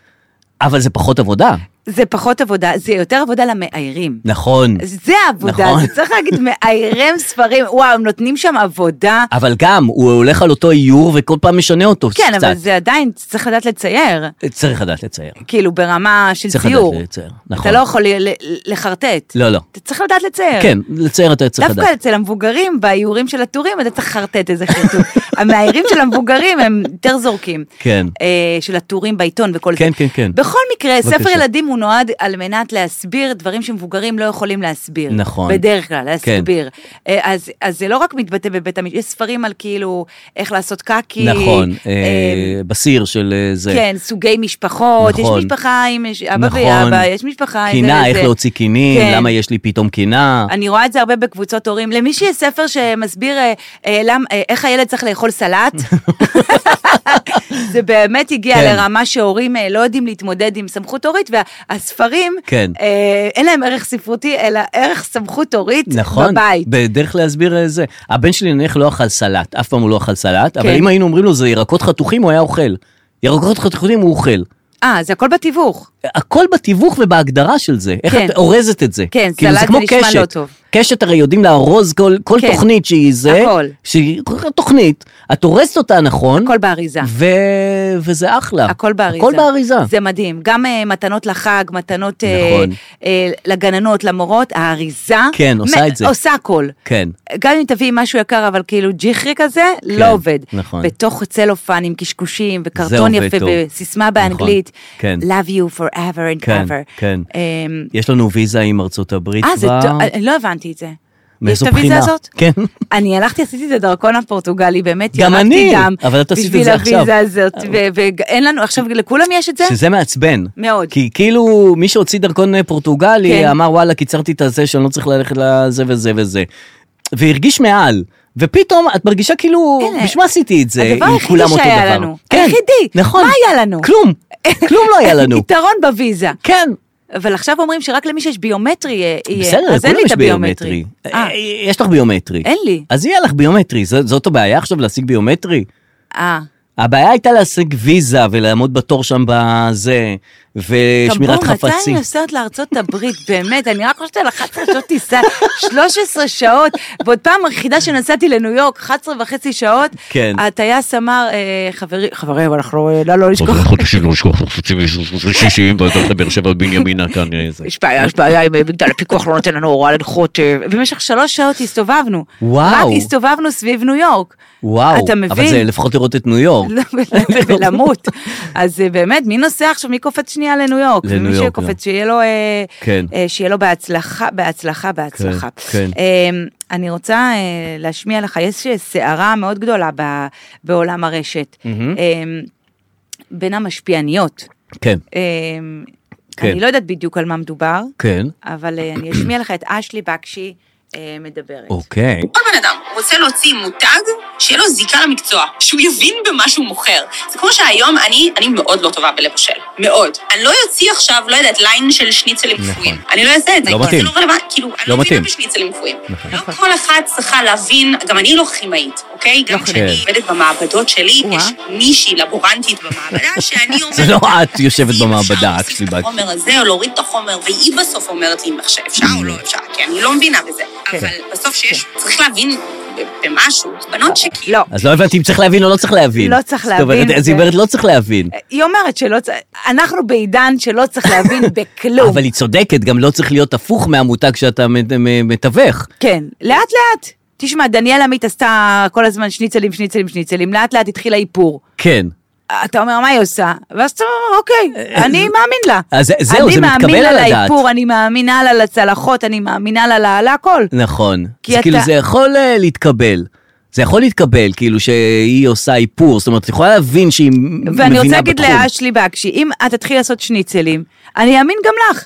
Speaker 1: אבל זה פחות עבודה.
Speaker 2: זה פחות עבודה, זה יותר עבודה למאיירים.
Speaker 1: נכון.
Speaker 2: זה העבודה,
Speaker 1: נכון.
Speaker 2: זה צריך להגיד, מאיירים ספרים, וואו, הם נותנים שם עבודה.
Speaker 1: אבל גם, הוא הולך על אותו איור וכל פעם משנה אותו
Speaker 2: כן,
Speaker 1: קצת.
Speaker 2: אבל זה עדיין, צריך לדעת לצייר,
Speaker 1: צריך לדעת לצייר.
Speaker 2: כאילו ברמה של
Speaker 1: צריך
Speaker 2: ציור.
Speaker 1: לדעת לצייר,
Speaker 2: אתה
Speaker 1: נכון.
Speaker 2: לא יכול ל- ל- לחרטט.
Speaker 1: לא, לא.
Speaker 2: אתה צריך לדעת לצייר.
Speaker 1: כן, לצייר אתה צריך
Speaker 2: דווקא
Speaker 1: לדעת.
Speaker 2: אצל המבוגרים, באיורים של הטורים, אתה צריך לחרטט
Speaker 1: <laughs>
Speaker 2: איזה חרטוט. המאיירים של המבוגרים הם יותר זורקים.
Speaker 1: כן.
Speaker 2: אה, של הטורים בעיתון וכל
Speaker 1: כן,
Speaker 2: זה.
Speaker 1: כן, כן.
Speaker 2: בכל מקרה,
Speaker 1: בבקשה.
Speaker 2: ספר ילדים הוא נועד על מנת להסביר דברים שמבוגרים לא יכולים להסביר.
Speaker 1: נכון.
Speaker 2: בדרך כלל, להסביר. אה, אז, אז זה לא רק מתבטא בבית המשפט, יש ספרים על כאילו איך לעשות קקי.
Speaker 1: נכון, אה,
Speaker 2: אה,
Speaker 1: בסיר של אה, זה.
Speaker 2: כן, סוגי משפחות,
Speaker 1: נכון.
Speaker 2: יש משפחה עם יש- אבא
Speaker 1: נכון.
Speaker 2: ואבא, יש משפחה עם...
Speaker 1: קינה,
Speaker 2: זה-
Speaker 1: איך
Speaker 2: זה.
Speaker 1: להוציא קינים,
Speaker 2: כן.
Speaker 1: למה יש לי פתאום קינה.
Speaker 2: אני רואה את זה הרבה בקבוצות הורים. למי שיש ספר שמסביר אה, אה, למ, אה, איך הילד צריך
Speaker 1: <laughs>
Speaker 2: לאכול סלט, זה באמת הגיע
Speaker 1: כן.
Speaker 2: כן. לרמה שהורים אה, לא יודעים להתמודד עם סמכות הורית, והספרים,
Speaker 1: כן.
Speaker 2: אה, אין להם ערך ספרותי, אלא ערך סמכות הורית
Speaker 1: נכון,
Speaker 2: בבית.
Speaker 1: בדרך להסביר אה, זה. הבן שלי נניח לא אכל סלט, אף פעם הוא לא אכל סלט, אבל
Speaker 2: כן.
Speaker 1: אם היינו אומרים לו זה ירקות חתוכים, הוא היה אוכל. ירקות חתוכים הוא אוכל.
Speaker 2: אה, זה הכל בתיווך.
Speaker 1: הכל בתיווך ובהגדרה של זה, איך
Speaker 2: כן.
Speaker 1: את אורזת את זה.
Speaker 2: כן,
Speaker 1: כאילו,
Speaker 2: סלט
Speaker 1: כמו
Speaker 2: זה נשמע לא
Speaker 1: קשת.
Speaker 2: טוב.
Speaker 1: קשת הרי יודעים לארוז כל, כל
Speaker 2: כן.
Speaker 1: תוכנית שהיא זה,
Speaker 2: הכל.
Speaker 1: שהיא תוכנית, את אורזת אותה נכון,
Speaker 2: הכל באריזה.
Speaker 1: ו... וזה אחלה.
Speaker 2: הכל באריזה.
Speaker 1: הכל באריזה.
Speaker 2: זה מדהים. גם אה, מתנות לחג, מתנות אה,
Speaker 1: נכון.
Speaker 2: אה, לגננות, למורות, האריזה.
Speaker 1: כן, עושה את זה.
Speaker 2: עושה הכל.
Speaker 1: כן.
Speaker 2: גם אם תביאי משהו יקר, אבל כאילו ג'יחרי כזה, לא עובד.
Speaker 1: נכון.
Speaker 2: בתוך צלופן עם קשקושים
Speaker 1: זה
Speaker 2: וקרטון
Speaker 1: עובד
Speaker 2: יפה
Speaker 1: טוב. נכון,
Speaker 2: וסיסמה באנגלית,
Speaker 1: כן.
Speaker 2: love you forever and
Speaker 1: כן,
Speaker 2: ever.
Speaker 1: כן.
Speaker 2: אמ,
Speaker 1: יש לנו ויזה עם ארצות הברית
Speaker 2: אה, זה
Speaker 1: כבר.
Speaker 2: טוב, אני לא הבנתי את זה.
Speaker 1: מאיזו
Speaker 2: יש את הוויזה
Speaker 1: בחינה?
Speaker 2: הזאת?
Speaker 1: כן.
Speaker 2: אני הלכתי, עשיתי את הדרכון הפורטוגלי, באמת,
Speaker 1: גם
Speaker 2: ירקתי
Speaker 1: אני,
Speaker 2: דם
Speaker 1: אבל את עשית את זה
Speaker 2: בשביל
Speaker 1: עכשיו.
Speaker 2: הוויזה הזאת, ו- ואין לנו, עכשיו לכולם יש את זה?
Speaker 1: שזה מעצבן.
Speaker 2: מאוד.
Speaker 1: כי כאילו מי שהוציא דרכון אה, פורטוגלי
Speaker 2: כן.
Speaker 1: אמר וואלה קיצרתי את הזה שאני לא צריך ללכת לזה וזה וזה. והרגיש מעל. ופתאום את מרגישה כאילו,
Speaker 2: אין,
Speaker 1: בשביל מה עשיתי את זה,
Speaker 2: הדבר
Speaker 1: אם
Speaker 2: היחידי
Speaker 1: כולם אותו דבר.
Speaker 2: שהיה לנו.
Speaker 1: כן,
Speaker 2: היחידי.
Speaker 1: נכון.
Speaker 2: מה היה לנו?
Speaker 1: כלום, כלום לא היה לנו.
Speaker 2: <laughs> יתרון בוויזה.
Speaker 1: כן,
Speaker 2: אבל עכשיו אומרים שרק למי שיש ביומטרי אה, יהיה,
Speaker 1: בסדר,
Speaker 2: אז
Speaker 1: לכולם
Speaker 2: אין לי את
Speaker 1: יש
Speaker 2: הביומטרי.
Speaker 1: ביומטרי.
Speaker 2: אה,
Speaker 1: אה, יש לך ביומטרי.
Speaker 2: אין לי.
Speaker 1: אז יהיה לך ביומטרי, ז- זאת הבעיה עכשיו להשיג ביומטרי?
Speaker 2: אה.
Speaker 1: הבעיה הייתה להשיג ויזה ולעמוד בתור שם בזה, ושמירת
Speaker 2: טמבור, מתי
Speaker 1: חפצים.
Speaker 2: אני נוסעת לארצות הברית, <laughs> באמת, אני רק חושבת על 11 שעות טיסה, 13 שעות, ועוד פעם היחידה שנסעתי לניו יורק, 11 וחצי שעות,
Speaker 1: כן.
Speaker 2: הטייס אמר, אה, חברי, חברים, אנחנו, אה, לא, לא
Speaker 1: אוקיי.
Speaker 2: לשכוח,
Speaker 5: אנחנו חודשים לא לשכוח חופשים שישיים ואתה הולך לבאר שבע בנימינה כאן אה, זה.
Speaker 2: יש בעיה, יש בעיה אם אה, מגדל הפיקוח לא נותן לנו הוראה לנחות, אה, במשך שלוש שעות הסתובבנו,
Speaker 1: וואו.
Speaker 2: רק הסתובבנו סביב ניו יורק.
Speaker 1: וואו,
Speaker 2: אתה מבין? לא.
Speaker 1: אבל זה לפחות לראות את ניו יורק. <laughs>
Speaker 2: ולמות. אז אה, באמת, מי נוסע עכשיו, מי קופץ שנייה לניו יורק?
Speaker 1: לניו
Speaker 2: ומי
Speaker 1: יורק,
Speaker 2: שקופץ, שיהיה לו, אה,
Speaker 1: לא. כן.
Speaker 2: אה, שיהיה לו בהצלחה, בהצלחה, בהצלחה.
Speaker 1: כן.
Speaker 2: אה, אני רוצה אה, להשמיע לך, יש סערה מאוד גדולה ב- בעולם הרשת, אה, בין המשפיעניות.
Speaker 1: כן,
Speaker 2: אה,
Speaker 1: כן.
Speaker 2: אני לא יודעת בדיוק על מה מדובר,
Speaker 1: כן,
Speaker 2: אבל אה, אני אשמיע לך את אשלי בקשי אה, מדברת.
Speaker 1: אוקיי.
Speaker 6: כל בן אדם רוצה להוציא מותג שיהיה לו זיקה למקצוע, שהוא יבין במה שהוא מוכר. זה כמו שהיום אני, אני מאוד לא טובה בלבשל, מאוד. אני לא אוציא עכשיו, לא יודעת, ליין של שניצלים קפואים. אני לא אעשה את זה,
Speaker 1: נכון. לא
Speaker 6: כי
Speaker 1: מתאים.
Speaker 6: זה לא רלוונטי, כאילו, אני
Speaker 1: לא
Speaker 6: לא מבינה
Speaker 1: מתאים. נכון.
Speaker 6: בשניצלים קפואים. לא כל אחת צריכה להבין, גם אני לא כימאית, אוקיי?
Speaker 1: נכון.
Speaker 6: גם כשאני
Speaker 1: כימאית.
Speaker 6: עובדת במעבדות שלי,
Speaker 2: וואה.
Speaker 6: יש מישהי לבורנטית במעבדה, שאני אומרת...
Speaker 1: <laughs> זה לא
Speaker 6: לה,
Speaker 1: את יושבת
Speaker 6: "אם אפשר
Speaker 1: במעבדה,
Speaker 6: להוסיף
Speaker 1: אצלי
Speaker 6: את
Speaker 1: בק.
Speaker 6: החומר הזה, או להוריד את החומר, והיא בסוף אומרת לי אם עכשיו אפשר או לא אפשר, כי אני לא מבינה בזה. אבל בסוף שיש, צריך להבין במשהו, בנות שכאילו...
Speaker 2: לא,
Speaker 1: אז לא הבנתי אם צריך להבין או לא צריך להבין.
Speaker 2: לא צריך
Speaker 1: זאת אומרת,
Speaker 2: להבין, אה,
Speaker 1: אז היא
Speaker 2: זה-
Speaker 1: אומרת לא צריך להבין.
Speaker 2: היא אומרת שלא צריך, אנחנו בעידן שלא צריך להבין בכלום.
Speaker 1: אבל היא צודקת, גם לא צריך להיות הפוך מהמותג שאתה מ- מ- מתווך.
Speaker 2: כן, לאט לאט. תשמע, דניאל עמית עשתה כל הזמן שניצלים, שניצלים, שניצלים, לאט לאט התחיל האיפור.
Speaker 1: כן.
Speaker 2: אתה אומר, מה היא עושה? ואז אתה אומר, אוקיי, אני מאמין לה.
Speaker 1: אז זה- זהו, זה
Speaker 2: אני
Speaker 1: מתקבל
Speaker 2: מאמין לה
Speaker 1: על הדעת.
Speaker 2: לאיפור, אני מאמינה לה לצלחות, אני מאמינה לה לה- להכל.
Speaker 1: נכון. כי
Speaker 2: כי
Speaker 1: אתה...
Speaker 2: אתה-
Speaker 1: כאילו זה יכול אה, להתקבל. זה יכול להתקבל, כאילו שהיא עושה איפור, זאת אומרת, את יכולה להבין שהיא מבינה בתחום.
Speaker 2: ואני רוצה להגיד לאשלי בקשי, אם את תתחיל לעשות שניצלים, אני אאמין גם לך.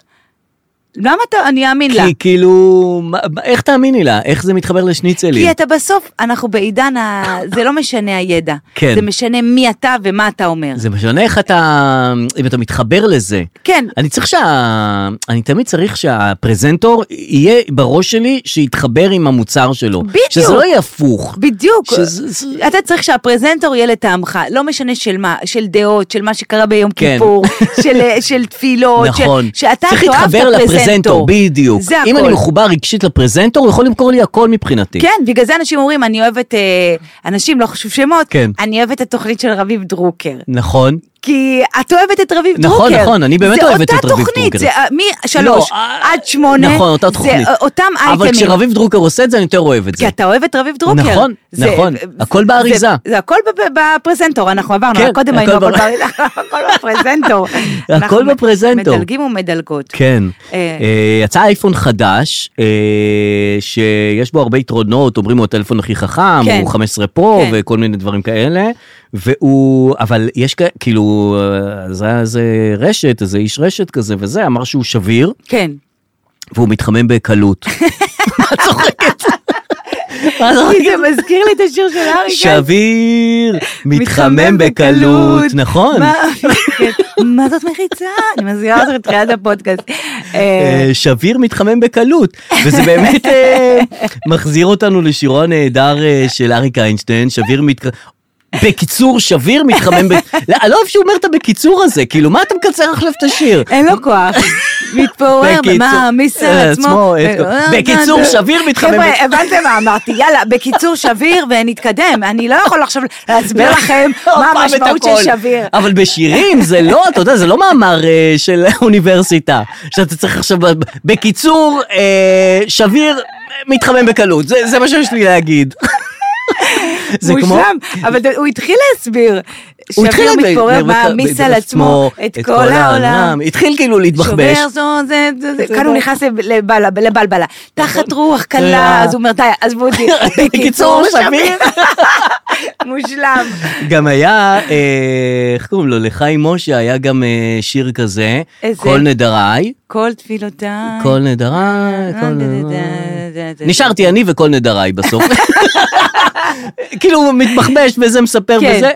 Speaker 2: למה אתה, אני אאמין לה?
Speaker 1: כי כאילו, מה- מה- איך תאמיני לה? איך זה מתחבר לשניצלים?
Speaker 2: כי אתה בסוף, אנחנו בעידן ה... זה לא משנה הידע.
Speaker 1: כן.
Speaker 2: זה משנה מי אתה ומה אתה אומר.
Speaker 1: זה משנה איך אתה, אם אתה מתחבר לזה.
Speaker 2: כן.
Speaker 1: אני צריך שה... אני תמיד צריך שהפרזנטור יהיה בראש שלי שיתחבר עם המוצר שלו.
Speaker 2: בדיוק.
Speaker 1: שזה לא יהיה הפוך.
Speaker 2: בדיוק.
Speaker 1: שזה- זה-
Speaker 2: אתה צריך שהפרזנטור יהיה לטעמך, לא משנה של מה, של דעות, של מה שקרה ביום
Speaker 1: כן. <laughs>
Speaker 2: כיפור, של, של תפילות,
Speaker 1: נכון.
Speaker 2: ש, שאתה
Speaker 1: צריך
Speaker 2: תאהב את
Speaker 1: להתחבר
Speaker 2: הפרזנטור.
Speaker 1: לפרזנטור, בדיוק.
Speaker 2: זה
Speaker 1: אם
Speaker 2: הכל.
Speaker 1: אני מחובר רגשית לפרזנטור, הוא יכול למכור לי הכל מבחינתי.
Speaker 2: כן, בגלל זה אנשים אומרים, אני אוהבת, אה, אנשים, לא חשוב שמות,
Speaker 1: כן.
Speaker 2: אני אוהבת את התוכנית של רביב דרוקר.
Speaker 1: נכון.
Speaker 2: כי את אוהבת את רביב
Speaker 1: נכון,
Speaker 2: דרוקר.
Speaker 1: נכון, אני באמת אוהבת את רביב
Speaker 2: זה אותה תוכנית,
Speaker 1: דרוקר.
Speaker 2: זה אה, משלוש
Speaker 1: לא, אה,
Speaker 2: עד שמונה.
Speaker 1: נכון, אותה
Speaker 2: זה,
Speaker 1: תוכנית.
Speaker 2: אה, אותם אייטמים.
Speaker 1: אבל כשרביב דרוקר עושה את זה, אני יותר אוהב את זה.
Speaker 2: כי אתה אוהב את רביב דרוקר.
Speaker 1: נכון, נכון. הכל
Speaker 2: זה-
Speaker 1: באריזה.
Speaker 2: זה, זה הכל בב- בפרזנטור, אנחנו עברנו,
Speaker 1: כן,
Speaker 2: קודם
Speaker 1: הכל
Speaker 2: היינו הכל
Speaker 1: ב-
Speaker 2: באריזה, <laughs> הכל
Speaker 1: <laughs>
Speaker 2: בפרזנטור. אנחנו
Speaker 1: בפרזנטור.
Speaker 2: מדלגים ומדלגות.
Speaker 1: כן.
Speaker 2: אה.
Speaker 1: אה, יצא אייפון חדש, אה, שיש בו הרבה יתרונות, אומרים הוא הטלפון הכי חכם,
Speaker 2: כן.
Speaker 1: הוא 15 פרו
Speaker 2: כן.
Speaker 1: וכל מיני דברים כאלה, והוא, אבל יש כ- כאילו, אה, זה איזה רשת, איזה איש רשת כזה וזה, אמר שהוא שביר,
Speaker 2: כן.
Speaker 1: והוא מתחמם
Speaker 2: <laughs>
Speaker 1: בקלות. מה צוחקת? מה
Speaker 2: <laughs> כי
Speaker 1: צוחקת? <laughs>
Speaker 2: זה מזכיר לי את השיר של אריק.
Speaker 1: שביר, מתחמם בקלות, נכון.
Speaker 2: מה- <laughs> כן. מה זאת מחיצה? אני מזכירה אותך את תחילת הפודקאסט. אה,
Speaker 1: אה, שביר מתחמם בקלות, וזה באמת
Speaker 2: <laughs>
Speaker 1: אה, מחזיר אותנו לשירו הנהדר אה, של אריק איינשטיין, שביר מתחמם... בקיצור, שביר מתחמם ב... לא, אני לא אוהב שהוא אומר את הבקיצור הזה, כאילו, מה אתה מקצר עכשיו את השיר?
Speaker 2: אין לו כוח, מתפורר,
Speaker 1: בקיצור-
Speaker 2: מעמיס על
Speaker 1: אה,
Speaker 2: עצמו. אה,
Speaker 1: את- בקיצור, שביר מתחמם.
Speaker 2: חבר'ה, הבנתם מה אמרתי, יאללה, בקיצור, שביר ונתקדם. אני לא יכול עכשיו להסביר לכם
Speaker 1: עוד
Speaker 2: לא, מה
Speaker 1: לא, פעם את
Speaker 2: המשמעות של
Speaker 1: הכל. אה,
Speaker 2: שביר.
Speaker 1: אבל בשירים זה לא, אתה יודע, זה לא מאמר אה, של האוניברסיטה, שאתה צריך עכשיו... ב- בקיצור, אה, שביר מתחמם בקלות, זה זה מה שיש לי להגיד. <laughs> זה כמו-
Speaker 2: מושלם, אבל ת- הוא התחיל להסביר.
Speaker 1: הוא התחיל
Speaker 2: שביר
Speaker 1: ב-
Speaker 2: מתפורר,
Speaker 1: ב-
Speaker 2: מעמיס
Speaker 1: ב-
Speaker 2: על
Speaker 1: ב-
Speaker 2: עצמו את כל העולם.
Speaker 1: התחיל כאילו להתבחבש.
Speaker 2: שובר זו, זה, זה, זה, כאן הוא נכנס לבלבל- לבלבלה. תחת רוח קלה,
Speaker 1: אה.
Speaker 2: אז הוא אומר, די, עזבו אותי.
Speaker 1: <laughs> בקיצור, שביר.
Speaker 2: <laughs> מושלם.
Speaker 1: גם היה, אה, איך קוראים לו? לחיים משה היה גם אה, שיר כזה,
Speaker 2: איזה?
Speaker 1: כל נדריי,
Speaker 2: כל תפילותיי.
Speaker 1: כל נדריי,
Speaker 2: אה,
Speaker 1: כל נדריי. נשארתי אני וכל נדריי בסוף. <laughs> כאילו הוא מתבחבש וזה מספר
Speaker 2: כן.
Speaker 1: וזה.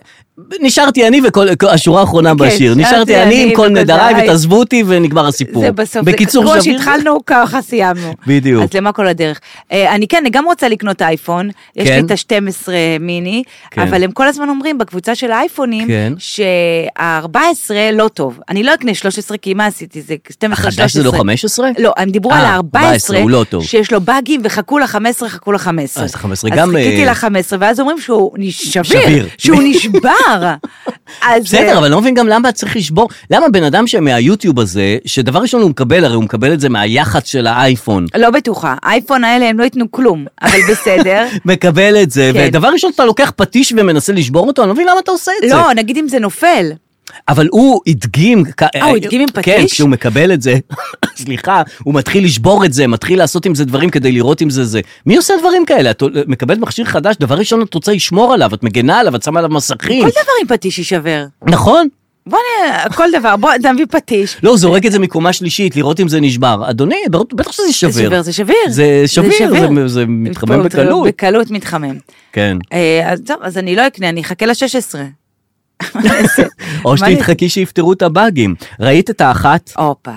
Speaker 1: נשארתי אני וכל, השורה האחרונה בשיר, נשארתי אני עם כל נדריי ותעזבו אותי ונגמר הסיפור.
Speaker 2: זה בסוף,
Speaker 1: בקיצור,
Speaker 2: זה כמו
Speaker 1: שביר-
Speaker 2: שהתחלנו, ככה סיימנו.
Speaker 1: בדיוק.
Speaker 2: אז למה כל הדרך? אה, אני כן, אני גם רוצה לקנות אייפון, יש לי
Speaker 1: כן?
Speaker 2: את ה-12 מיני,
Speaker 1: כן.
Speaker 2: אבל הם כל הזמן אומרים בקבוצה של האייפונים,
Speaker 1: כן.
Speaker 2: שה-14 לא טוב. אני לא אקנה 13 כי מה עשיתי, זה 12, 13.
Speaker 1: החדש זה לא 15?
Speaker 2: לא, הם דיברו על
Speaker 1: אה,
Speaker 2: ה-14,
Speaker 1: הוא לא טוב.
Speaker 2: שיש לו באגים, וחכו ל-15, חכו ל-15.
Speaker 1: אה, אז 15 גם,
Speaker 2: אז חיכיתי
Speaker 1: אה,
Speaker 2: ל-15, ואז אומרים שהוא נש- שביר,
Speaker 1: שביר.
Speaker 2: שהוא
Speaker 1: <laughs>
Speaker 2: נשבר. אז,
Speaker 1: בסדר,
Speaker 2: אה,
Speaker 1: אבל אני לא מבין גם למה צריך לשבור, למה בן אדם שמהיוטיוב הזה, שדבר ראשון הוא מקבל, הרי הוא מקבל את זה מהיח"צ של האייפון,
Speaker 2: לא בטוחה, האייפון האלה הם לא ייתנו כלום, אבל
Speaker 1: <laughs>
Speaker 2: בסדר.
Speaker 1: מקבל את זה,
Speaker 2: כן.
Speaker 1: ודבר ראשון אתה לוקח פטיש ומנסה לשבור אותו, אני לא מבין למה אתה עושה את זה.
Speaker 2: לא, נגיד אם זה נופל.
Speaker 1: אבל הוא הדגים...
Speaker 2: אה, הוא הדגים עם פטיש?
Speaker 1: כן, כשהוא מקבל את זה, <laughs> סליחה, הוא מתחיל לשבור את זה, מתחיל לעשות עם זה דברים כדי לראות אם זה זה. מי עושה דברים כאלה? את מקבלת מכשיר חדש, דבר ראשון את רוצה לשמור עליו, את מגנה עליו, את שמה עליו מסכים.
Speaker 2: כל דבר עם פטיש יישבר.
Speaker 1: נכון?
Speaker 2: בוא נ... כל דבר, בוא, אתה מביא פטיש.
Speaker 1: לא, הוא זורק את זה מקומה שלישית, לראות אם זה נשבר. אדוני, בטח שזה יישבר.
Speaker 2: זה שביר, זה שביר.
Speaker 1: זה שביר, זה- זה מתחמם
Speaker 2: פה, זה
Speaker 1: בקלות.
Speaker 2: בקלות מתחמם.
Speaker 1: כן.
Speaker 2: אה, אז טוב, אז אני לא אקנה, אני אחכה ל-16.
Speaker 1: או שתתחכי שיפתרו את הבאגים. ראית את האחת?
Speaker 2: הופה.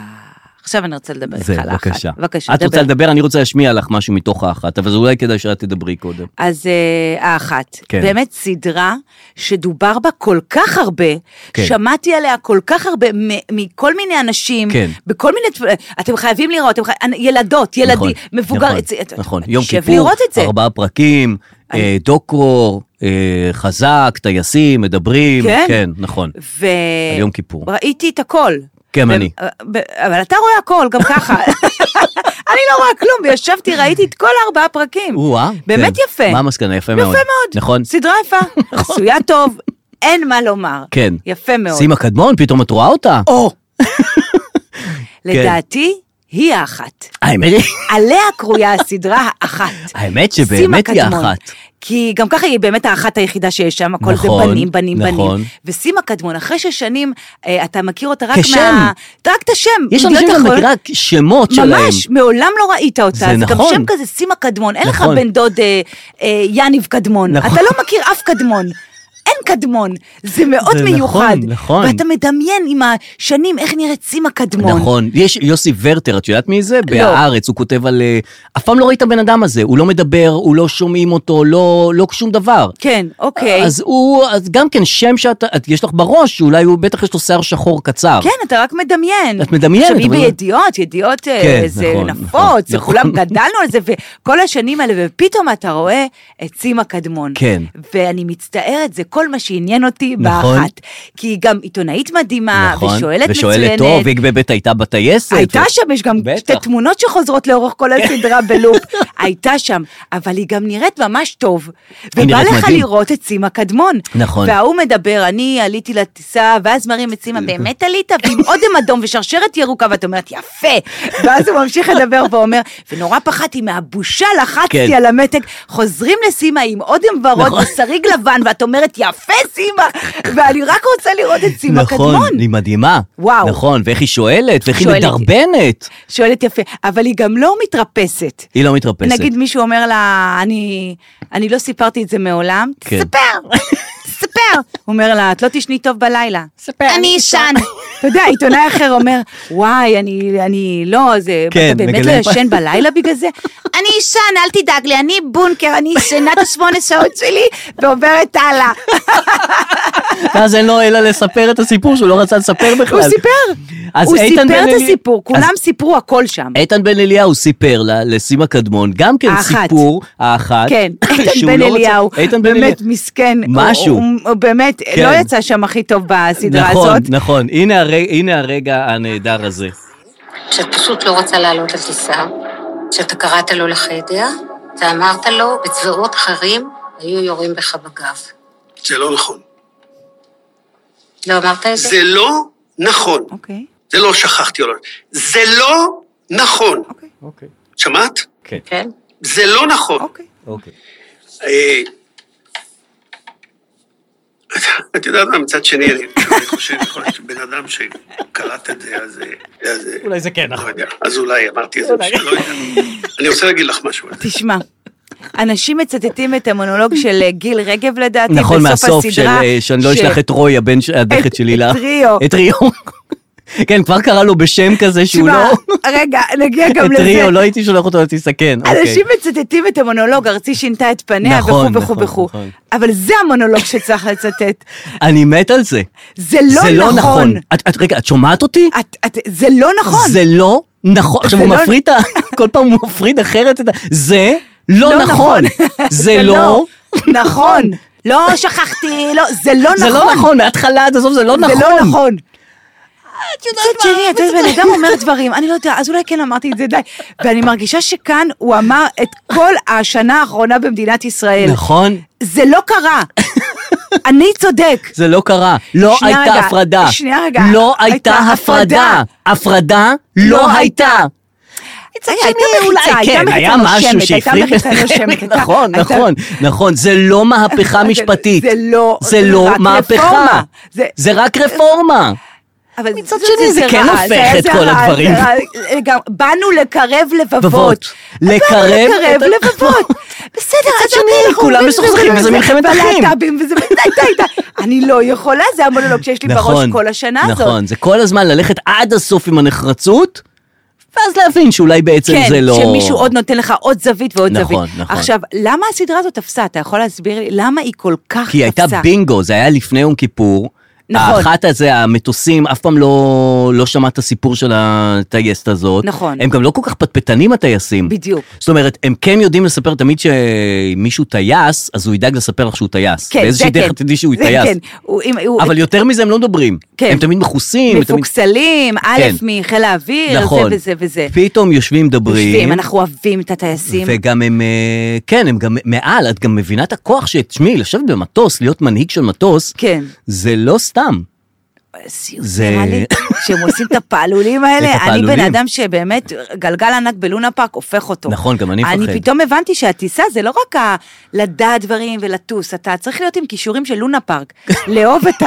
Speaker 2: עכשיו אני רוצה לדבר איתך
Speaker 1: זה,
Speaker 2: על האחת.
Speaker 1: בבקשה.
Speaker 2: בבקשה,
Speaker 1: את רוצה לדבר, אני רוצה להשמיע לך משהו מתוך האחת, אבל זה אולי כדאי שאת תדברי קודם.
Speaker 2: אז אה, האחת,
Speaker 1: כן.
Speaker 2: באמת סדרה שדובר בה כל כך הרבה,
Speaker 1: כן.
Speaker 2: שמעתי עליה כל כך הרבה מ- מכל מיני אנשים,
Speaker 1: כן.
Speaker 2: בכל מיני, תפ- אתם חייבים לראות, אתם חי... אנ- ילדות, ילדים,
Speaker 1: נכון,
Speaker 2: מבוגר,
Speaker 1: נכון,
Speaker 2: את זה- את-
Speaker 1: נכון,
Speaker 2: אני
Speaker 1: יום
Speaker 2: חושב
Speaker 1: כיפור,
Speaker 2: לראות את זה.
Speaker 1: ארבעה פרקים, אה, דוקו, אה, חזק, טייסים, מדברים,
Speaker 2: כן?
Speaker 1: כן, נכון.
Speaker 2: ו...
Speaker 1: על יום כיפור.
Speaker 2: ראיתי את הכל.
Speaker 1: גם
Speaker 2: ו- אה,
Speaker 1: אני.
Speaker 2: ב- אבל אתה רואה הכל, גם ככה. <laughs> אני לא רואה כלום, וישבתי, ראיתי את כל ארבעה פרקים.
Speaker 1: או-אה,
Speaker 2: באמת
Speaker 1: כן.
Speaker 2: יפה.
Speaker 1: מה המסקנה? יפה
Speaker 2: יפה
Speaker 1: מאוד.
Speaker 2: מאוד.
Speaker 1: <laughs> נכון?
Speaker 2: סדרה יפה, עשויה טוב, אין מה לומר.
Speaker 1: כן.
Speaker 2: יפה מאוד.
Speaker 1: סימה קדמון, פתאום את רואה אותה?
Speaker 2: או.
Speaker 1: כן.
Speaker 2: לדעתי, היא האחת.
Speaker 1: האמת היא-
Speaker 2: עליה קרויה הסדרה האחת.
Speaker 1: <laughs> האמת
Speaker 2: סימה
Speaker 1: שבאמת היא
Speaker 2: קדמון.
Speaker 1: האחת.
Speaker 2: כי גם ככה היא באמת האחת היחידה שיש שם, הכל
Speaker 1: נכון,
Speaker 2: זה בנים, בנים,
Speaker 1: נכון.
Speaker 2: בנים. וסימה קדמון, אחרי שש שנים, אה, אתה מכיר אותה רק
Speaker 1: כשם.
Speaker 2: מה... רק את השם.
Speaker 1: יש
Speaker 2: לא
Speaker 1: אנשים
Speaker 2: אתה יכול-
Speaker 1: שמכירה שמות שלהם.
Speaker 2: ממש, מעולם לא ראית אותה.
Speaker 1: זה
Speaker 2: זה גם
Speaker 1: נכון.
Speaker 2: שם כזה סימה קדמון, אין לך
Speaker 1: נכון.
Speaker 2: בן דוד אה, אה, יניב קדמון.
Speaker 1: נכון.
Speaker 2: אתה לא מכיר אף קדמון. אין קדמון, זה מאוד
Speaker 1: זה
Speaker 2: מיוחד.
Speaker 1: נכון, נכון.
Speaker 2: ואתה מדמיין עם השנים איך נראית סימה קדמון.
Speaker 1: נכון, יש יוסי ורטר, את יודעת מי
Speaker 2: לא.
Speaker 1: זה? בהארץ, הוא כותב על... אה, אף פעם לא ראית בן אדם הזה, הוא לא מדבר, הוא לא שומעים אותו, לא, לא שום דבר.
Speaker 2: כן, אוקיי.
Speaker 1: אז הוא, אז גם כן, שם שאת, את- יש לך בראש, שאולי הוא, בטח יש לו שיער שחור קצר.
Speaker 2: כן, אתה רק מדמיין.
Speaker 1: את מדמיינת,
Speaker 2: עכשיו, היא
Speaker 1: אבל-
Speaker 2: בידיעות, ידיעות אה,
Speaker 1: כן,
Speaker 2: זה
Speaker 1: נכון, נכון,
Speaker 2: נפוץ, זה
Speaker 1: נכון. <laughs>
Speaker 2: כולם גדלנו על זה, וכל השנים האלה, ופתאום אתה רואה את סימה קדמון.
Speaker 1: כן.
Speaker 2: ואני מצטערת, זה כל מה שעניין אותי
Speaker 1: נכון.
Speaker 2: באחת. כי היא גם עיתונאית מדהימה, אה, ושואלת
Speaker 1: ושואלת
Speaker 2: מצוינת.
Speaker 1: טוב, והיא באמת הייתה בטייסת.
Speaker 2: הייתה
Speaker 1: ו-
Speaker 2: שם, יש גם
Speaker 1: אה? בטח.
Speaker 2: שתי תמונות שחוזרות לאורך
Speaker 1: <laughs>
Speaker 2: כל הסדרה בלופ. הייתה שם, אבל היא גם נראית ממש טוב.
Speaker 1: היא
Speaker 2: ובא
Speaker 1: נראית
Speaker 2: לך
Speaker 1: מדהים.
Speaker 2: לראות את סימה קדמון.
Speaker 1: נכון.
Speaker 2: וההוא מדבר, אני עליתי לטיסה, ואז מרים את סימה, באמת עלית? ועם אודם אדום ושרשרת ירוקה, ואת אומרת, יפה. ואז הוא ממשיך לדבר ואומר, ונורא פחדתי מהבושה,
Speaker 1: כן.
Speaker 2: לחצתי על המתג. חוזרים לסימה עם אודם ורוד
Speaker 1: נכון.
Speaker 2: ושריג לבן, ואת אומרת, יפה סימה. ואני רק רוצה לראות את סימה
Speaker 1: נכון,
Speaker 2: קדמון.
Speaker 1: היא מדהימה.
Speaker 2: וואו.
Speaker 1: נכון, ואיך היא שואלת, ואיך היא
Speaker 2: שואלת.
Speaker 1: מדרבנת.
Speaker 2: שואלת יפה, אבל היא גם לא מתרפסת.
Speaker 1: היא לא מתרפסת.
Speaker 2: נגיד מישהו אומר לה, אני, אני לא סיפרתי את זה מעולם,
Speaker 1: כן.
Speaker 2: ספר, ספר. הוא אומר לה, את לא תשני טוב בלילה. ספר. אני אשן. אתה יודע, עיתונאי אחר אומר, וואי, אני, אני לא, זה,
Speaker 1: כן,
Speaker 2: אתה באמת לא
Speaker 1: מגלה פה."
Speaker 2: ישן בלילה בגלל זה? אני אשן, אל תדאג לי, אני בונקר, אני ישנה את השמונה שעות שלי
Speaker 1: <laughs>
Speaker 2: ועוברת הלאה.
Speaker 1: ואז אין לו אלא לספר את הסיפור שהוא לא רצה לספר בכלל.
Speaker 2: הוא סיפר,
Speaker 1: אז
Speaker 2: הוא
Speaker 1: איתן בן
Speaker 2: סיפר את
Speaker 1: אלי-
Speaker 2: הסיפור, כולם
Speaker 1: אז-
Speaker 2: סיפרו הכל שם.
Speaker 1: איתן בן אליהו סיפר לה- לסימה קדמון, גם כן
Speaker 2: האחת.
Speaker 1: סיפור, האחת.
Speaker 2: כן, איתן
Speaker 1: <laughs> שהוא
Speaker 2: בן
Speaker 1: לא רוצה-
Speaker 2: אליהו,
Speaker 1: איתן בן
Speaker 2: באמת
Speaker 1: אליהו.
Speaker 2: מסכן, הוא-
Speaker 1: משהו.
Speaker 2: הוא הוא באמת
Speaker 1: כן.
Speaker 2: לא יצא שם הכי טוב בסדרה
Speaker 1: נכון,
Speaker 2: הזאת.
Speaker 1: נכון, הנה הרגע, הנה הרגע הנהדר הזה.
Speaker 7: שאת פשוט לא רוצה לעלות לטיסה, שאתה קראת לו לחדר, אתה אמרת לו, בצבאות אחרים היו יורים בך בגב.
Speaker 4: זה לא נכון.
Speaker 7: לא אמרת את זה?
Speaker 4: זה לא נכון.
Speaker 2: אוקיי,
Speaker 4: זה לא שכחתי או לא. זה לא נכון.
Speaker 2: אוקיי.
Speaker 4: שמעת?
Speaker 7: כן.
Speaker 4: זה לא נכון.
Speaker 2: אוקיי.
Speaker 1: אוקיי.
Speaker 4: אה, את יודעת מה, מצד שני, אני אני חושב יכול להיות שבן אדם שקלט את זה, אז... אה, אז, אה,
Speaker 1: אולי זה כן,
Speaker 4: לא
Speaker 1: נכון.
Speaker 4: יודע, אז אולי אמרתי את זה, בשביל- לא יודע. אני רוצה להגיד לך משהו על זה.
Speaker 2: תשמע. אנשים מצטטים את המונולוג של אה, גיל רגב לדעתי,
Speaker 1: נכון,
Speaker 2: בסוף
Speaker 1: מהסוף של
Speaker 2: הסדרה,
Speaker 1: אה, שאני לא
Speaker 2: ש-
Speaker 1: אשלח את רוי, הבן, ש-
Speaker 2: את-
Speaker 1: הדכד שלי,
Speaker 2: את
Speaker 1: לה-
Speaker 2: ריו.
Speaker 1: את ריו. <laughs> כן, כבר קרא לו בשם כזה שהוא
Speaker 2: תשמע,
Speaker 1: לא...
Speaker 2: רגע, נגיע גם
Speaker 1: את
Speaker 2: לזה.
Speaker 1: ריו, לא הייתי שולח אותו כן, אוקיי. לסכן.
Speaker 2: אנשים מצטטים את המונולוג, ארצי שינתה את פניה,
Speaker 1: נכון,
Speaker 2: וכו' וכו'
Speaker 1: נכון,
Speaker 2: וכו'.
Speaker 1: נכון.
Speaker 2: אבל זה המונולוג שצריך לצטט.
Speaker 1: אני מת על זה.
Speaker 2: זה לא
Speaker 1: זה לא נכון.
Speaker 2: נכון.
Speaker 1: את- את- רגע, את שומעת אותי?
Speaker 2: את- את- זה לא נכון.
Speaker 1: זה לא נכון. עכשיו
Speaker 2: זה
Speaker 1: הוא
Speaker 2: לא-
Speaker 1: מפריד, את ה- <laughs> כל פעם הוא מפריד אחרת את ה... זה לא נכון. <laughs> זה לא...
Speaker 2: נכון. לא שכחתי, לא, זה לא
Speaker 1: זה לא נכון, מההתחלה עד הסוף זה לא נכון.
Speaker 2: זה לא נכון. מצד שני, את יודעת, בן אדם אומר דברים, אני לא יודע, אז אולי כן אמרתי את זה, די. ואני מרגישה שכאן הוא אמר את כל השנה האחרונה במדינת ישראל.
Speaker 1: נכון,
Speaker 2: זה לא
Speaker 1: <laughs>
Speaker 2: קרה. אני צודק.
Speaker 1: זה לא קרה. לא
Speaker 2: שנייה
Speaker 1: הייתה
Speaker 2: רגע,
Speaker 1: הפרדה.
Speaker 2: שנייה רגע.
Speaker 1: לא הייתה
Speaker 2: הייתה
Speaker 1: הפרדה. הפרדה לא
Speaker 2: לא
Speaker 1: הייתה.
Speaker 2: מצד שני,
Speaker 1: אולי, כן, היה משהו שהפריד <laughs> ביניכם.
Speaker 2: הייתה מחיצה נושמת.
Speaker 1: נכון,
Speaker 2: הייתה-
Speaker 1: נכון, נכון. זה לא מהפכה
Speaker 2: <laughs> זה-
Speaker 1: משפטית.
Speaker 2: זה לא-
Speaker 1: זה
Speaker 2: זה
Speaker 1: לא
Speaker 2: רק
Speaker 1: מהפכה.
Speaker 2: רפורמה. זה-
Speaker 1: זה רק רפורמה.
Speaker 2: אבל
Speaker 1: מצד שני, זה כן
Speaker 2: רע,
Speaker 1: הופך
Speaker 2: זה-
Speaker 1: את
Speaker 2: זה
Speaker 1: כל
Speaker 2: רע,
Speaker 1: הדברים.
Speaker 2: זה רע. גם באנו לקרב לבבות.
Speaker 1: לבבות.
Speaker 2: באנו
Speaker 1: לקרב
Speaker 2: לקרב
Speaker 1: את ה-
Speaker 2: לבבות. בסדר, אז
Speaker 1: שני,
Speaker 2: אנחנו
Speaker 1: כולם
Speaker 2: אומרים
Speaker 1: מסוכסכים,
Speaker 2: וזה-
Speaker 1: וזה מלחמת אחים.
Speaker 2: והלהט"בים, וזה... די, די, די. אני לא יכולה, זה המונולוג שיש לי בראש כל השנה הזאת.
Speaker 1: נכון, זה כל הזמן ללכת עד הסוף עם הנחרצות, ואז להבין שאולי בעצם
Speaker 2: כן,
Speaker 1: זה לא...
Speaker 2: שמישהו עוד נותן לך עוד זווית ועוד
Speaker 1: נכון,
Speaker 2: זווית.
Speaker 1: נכון.
Speaker 2: עכשיו, למה הסדרה הזאת תפסה? אתה יכול להסביר לי למה היא כל כך תפסה?
Speaker 1: כי הייתה בינגו, זה היה לפני יום כיפור.
Speaker 2: נכון.
Speaker 1: האחת הזה, המטוסים, אף פעם לא, לא שמע את הסיפור של הטייסת הזאת.
Speaker 2: נכון.
Speaker 1: הם גם לא כל כך פטפטנים הטייסים.
Speaker 2: בדיוק.
Speaker 1: זאת אומרת, הם כן יודעים לספר תמיד שמישהו טייס, אז הוא ידאג לספר לך שהוא טייס.
Speaker 2: כן, זה
Speaker 1: באיזושהי
Speaker 2: כן.
Speaker 1: דרך תדעי שהוא
Speaker 2: זה
Speaker 1: טייס.
Speaker 2: כן. הוא- אם- הוא-
Speaker 1: אבל יותר מזה הם לא מדברים.
Speaker 2: כן.
Speaker 1: הם תמיד מכוסים. הם תמיד-
Speaker 2: מפוקסלים, א'
Speaker 1: כן.
Speaker 2: מחיל האוויר, זה
Speaker 1: נכון.
Speaker 2: וזה וזה.
Speaker 1: פתאום יושבים, מדברים.
Speaker 2: יושבים, אנחנו אוהבים את הטייסים.
Speaker 1: וגם הם, אה, כן, הם גם מעל, את גם מבינה את הכוח ש... תשמעי, לשבת במטוס, להיות מנהיג של מטוס,
Speaker 2: כן.
Speaker 1: זה לא סתם.
Speaker 2: סיוט,
Speaker 1: זה-
Speaker 2: נראה לי, שהם עושים את הפעלולים האלה.
Speaker 1: את
Speaker 2: אני בן
Speaker 1: הפעלולים.
Speaker 2: אדם שבאמת, גלגל ענק בלונה פארק הופך אותו.
Speaker 1: נכון, גם אני מפחד.
Speaker 2: אני פתאום הבנתי שהטיסה זה לא רק ה- לדעת דברים ולטוס, אתה צריך להיות עם כישורים של לונה פארק. לאהוב את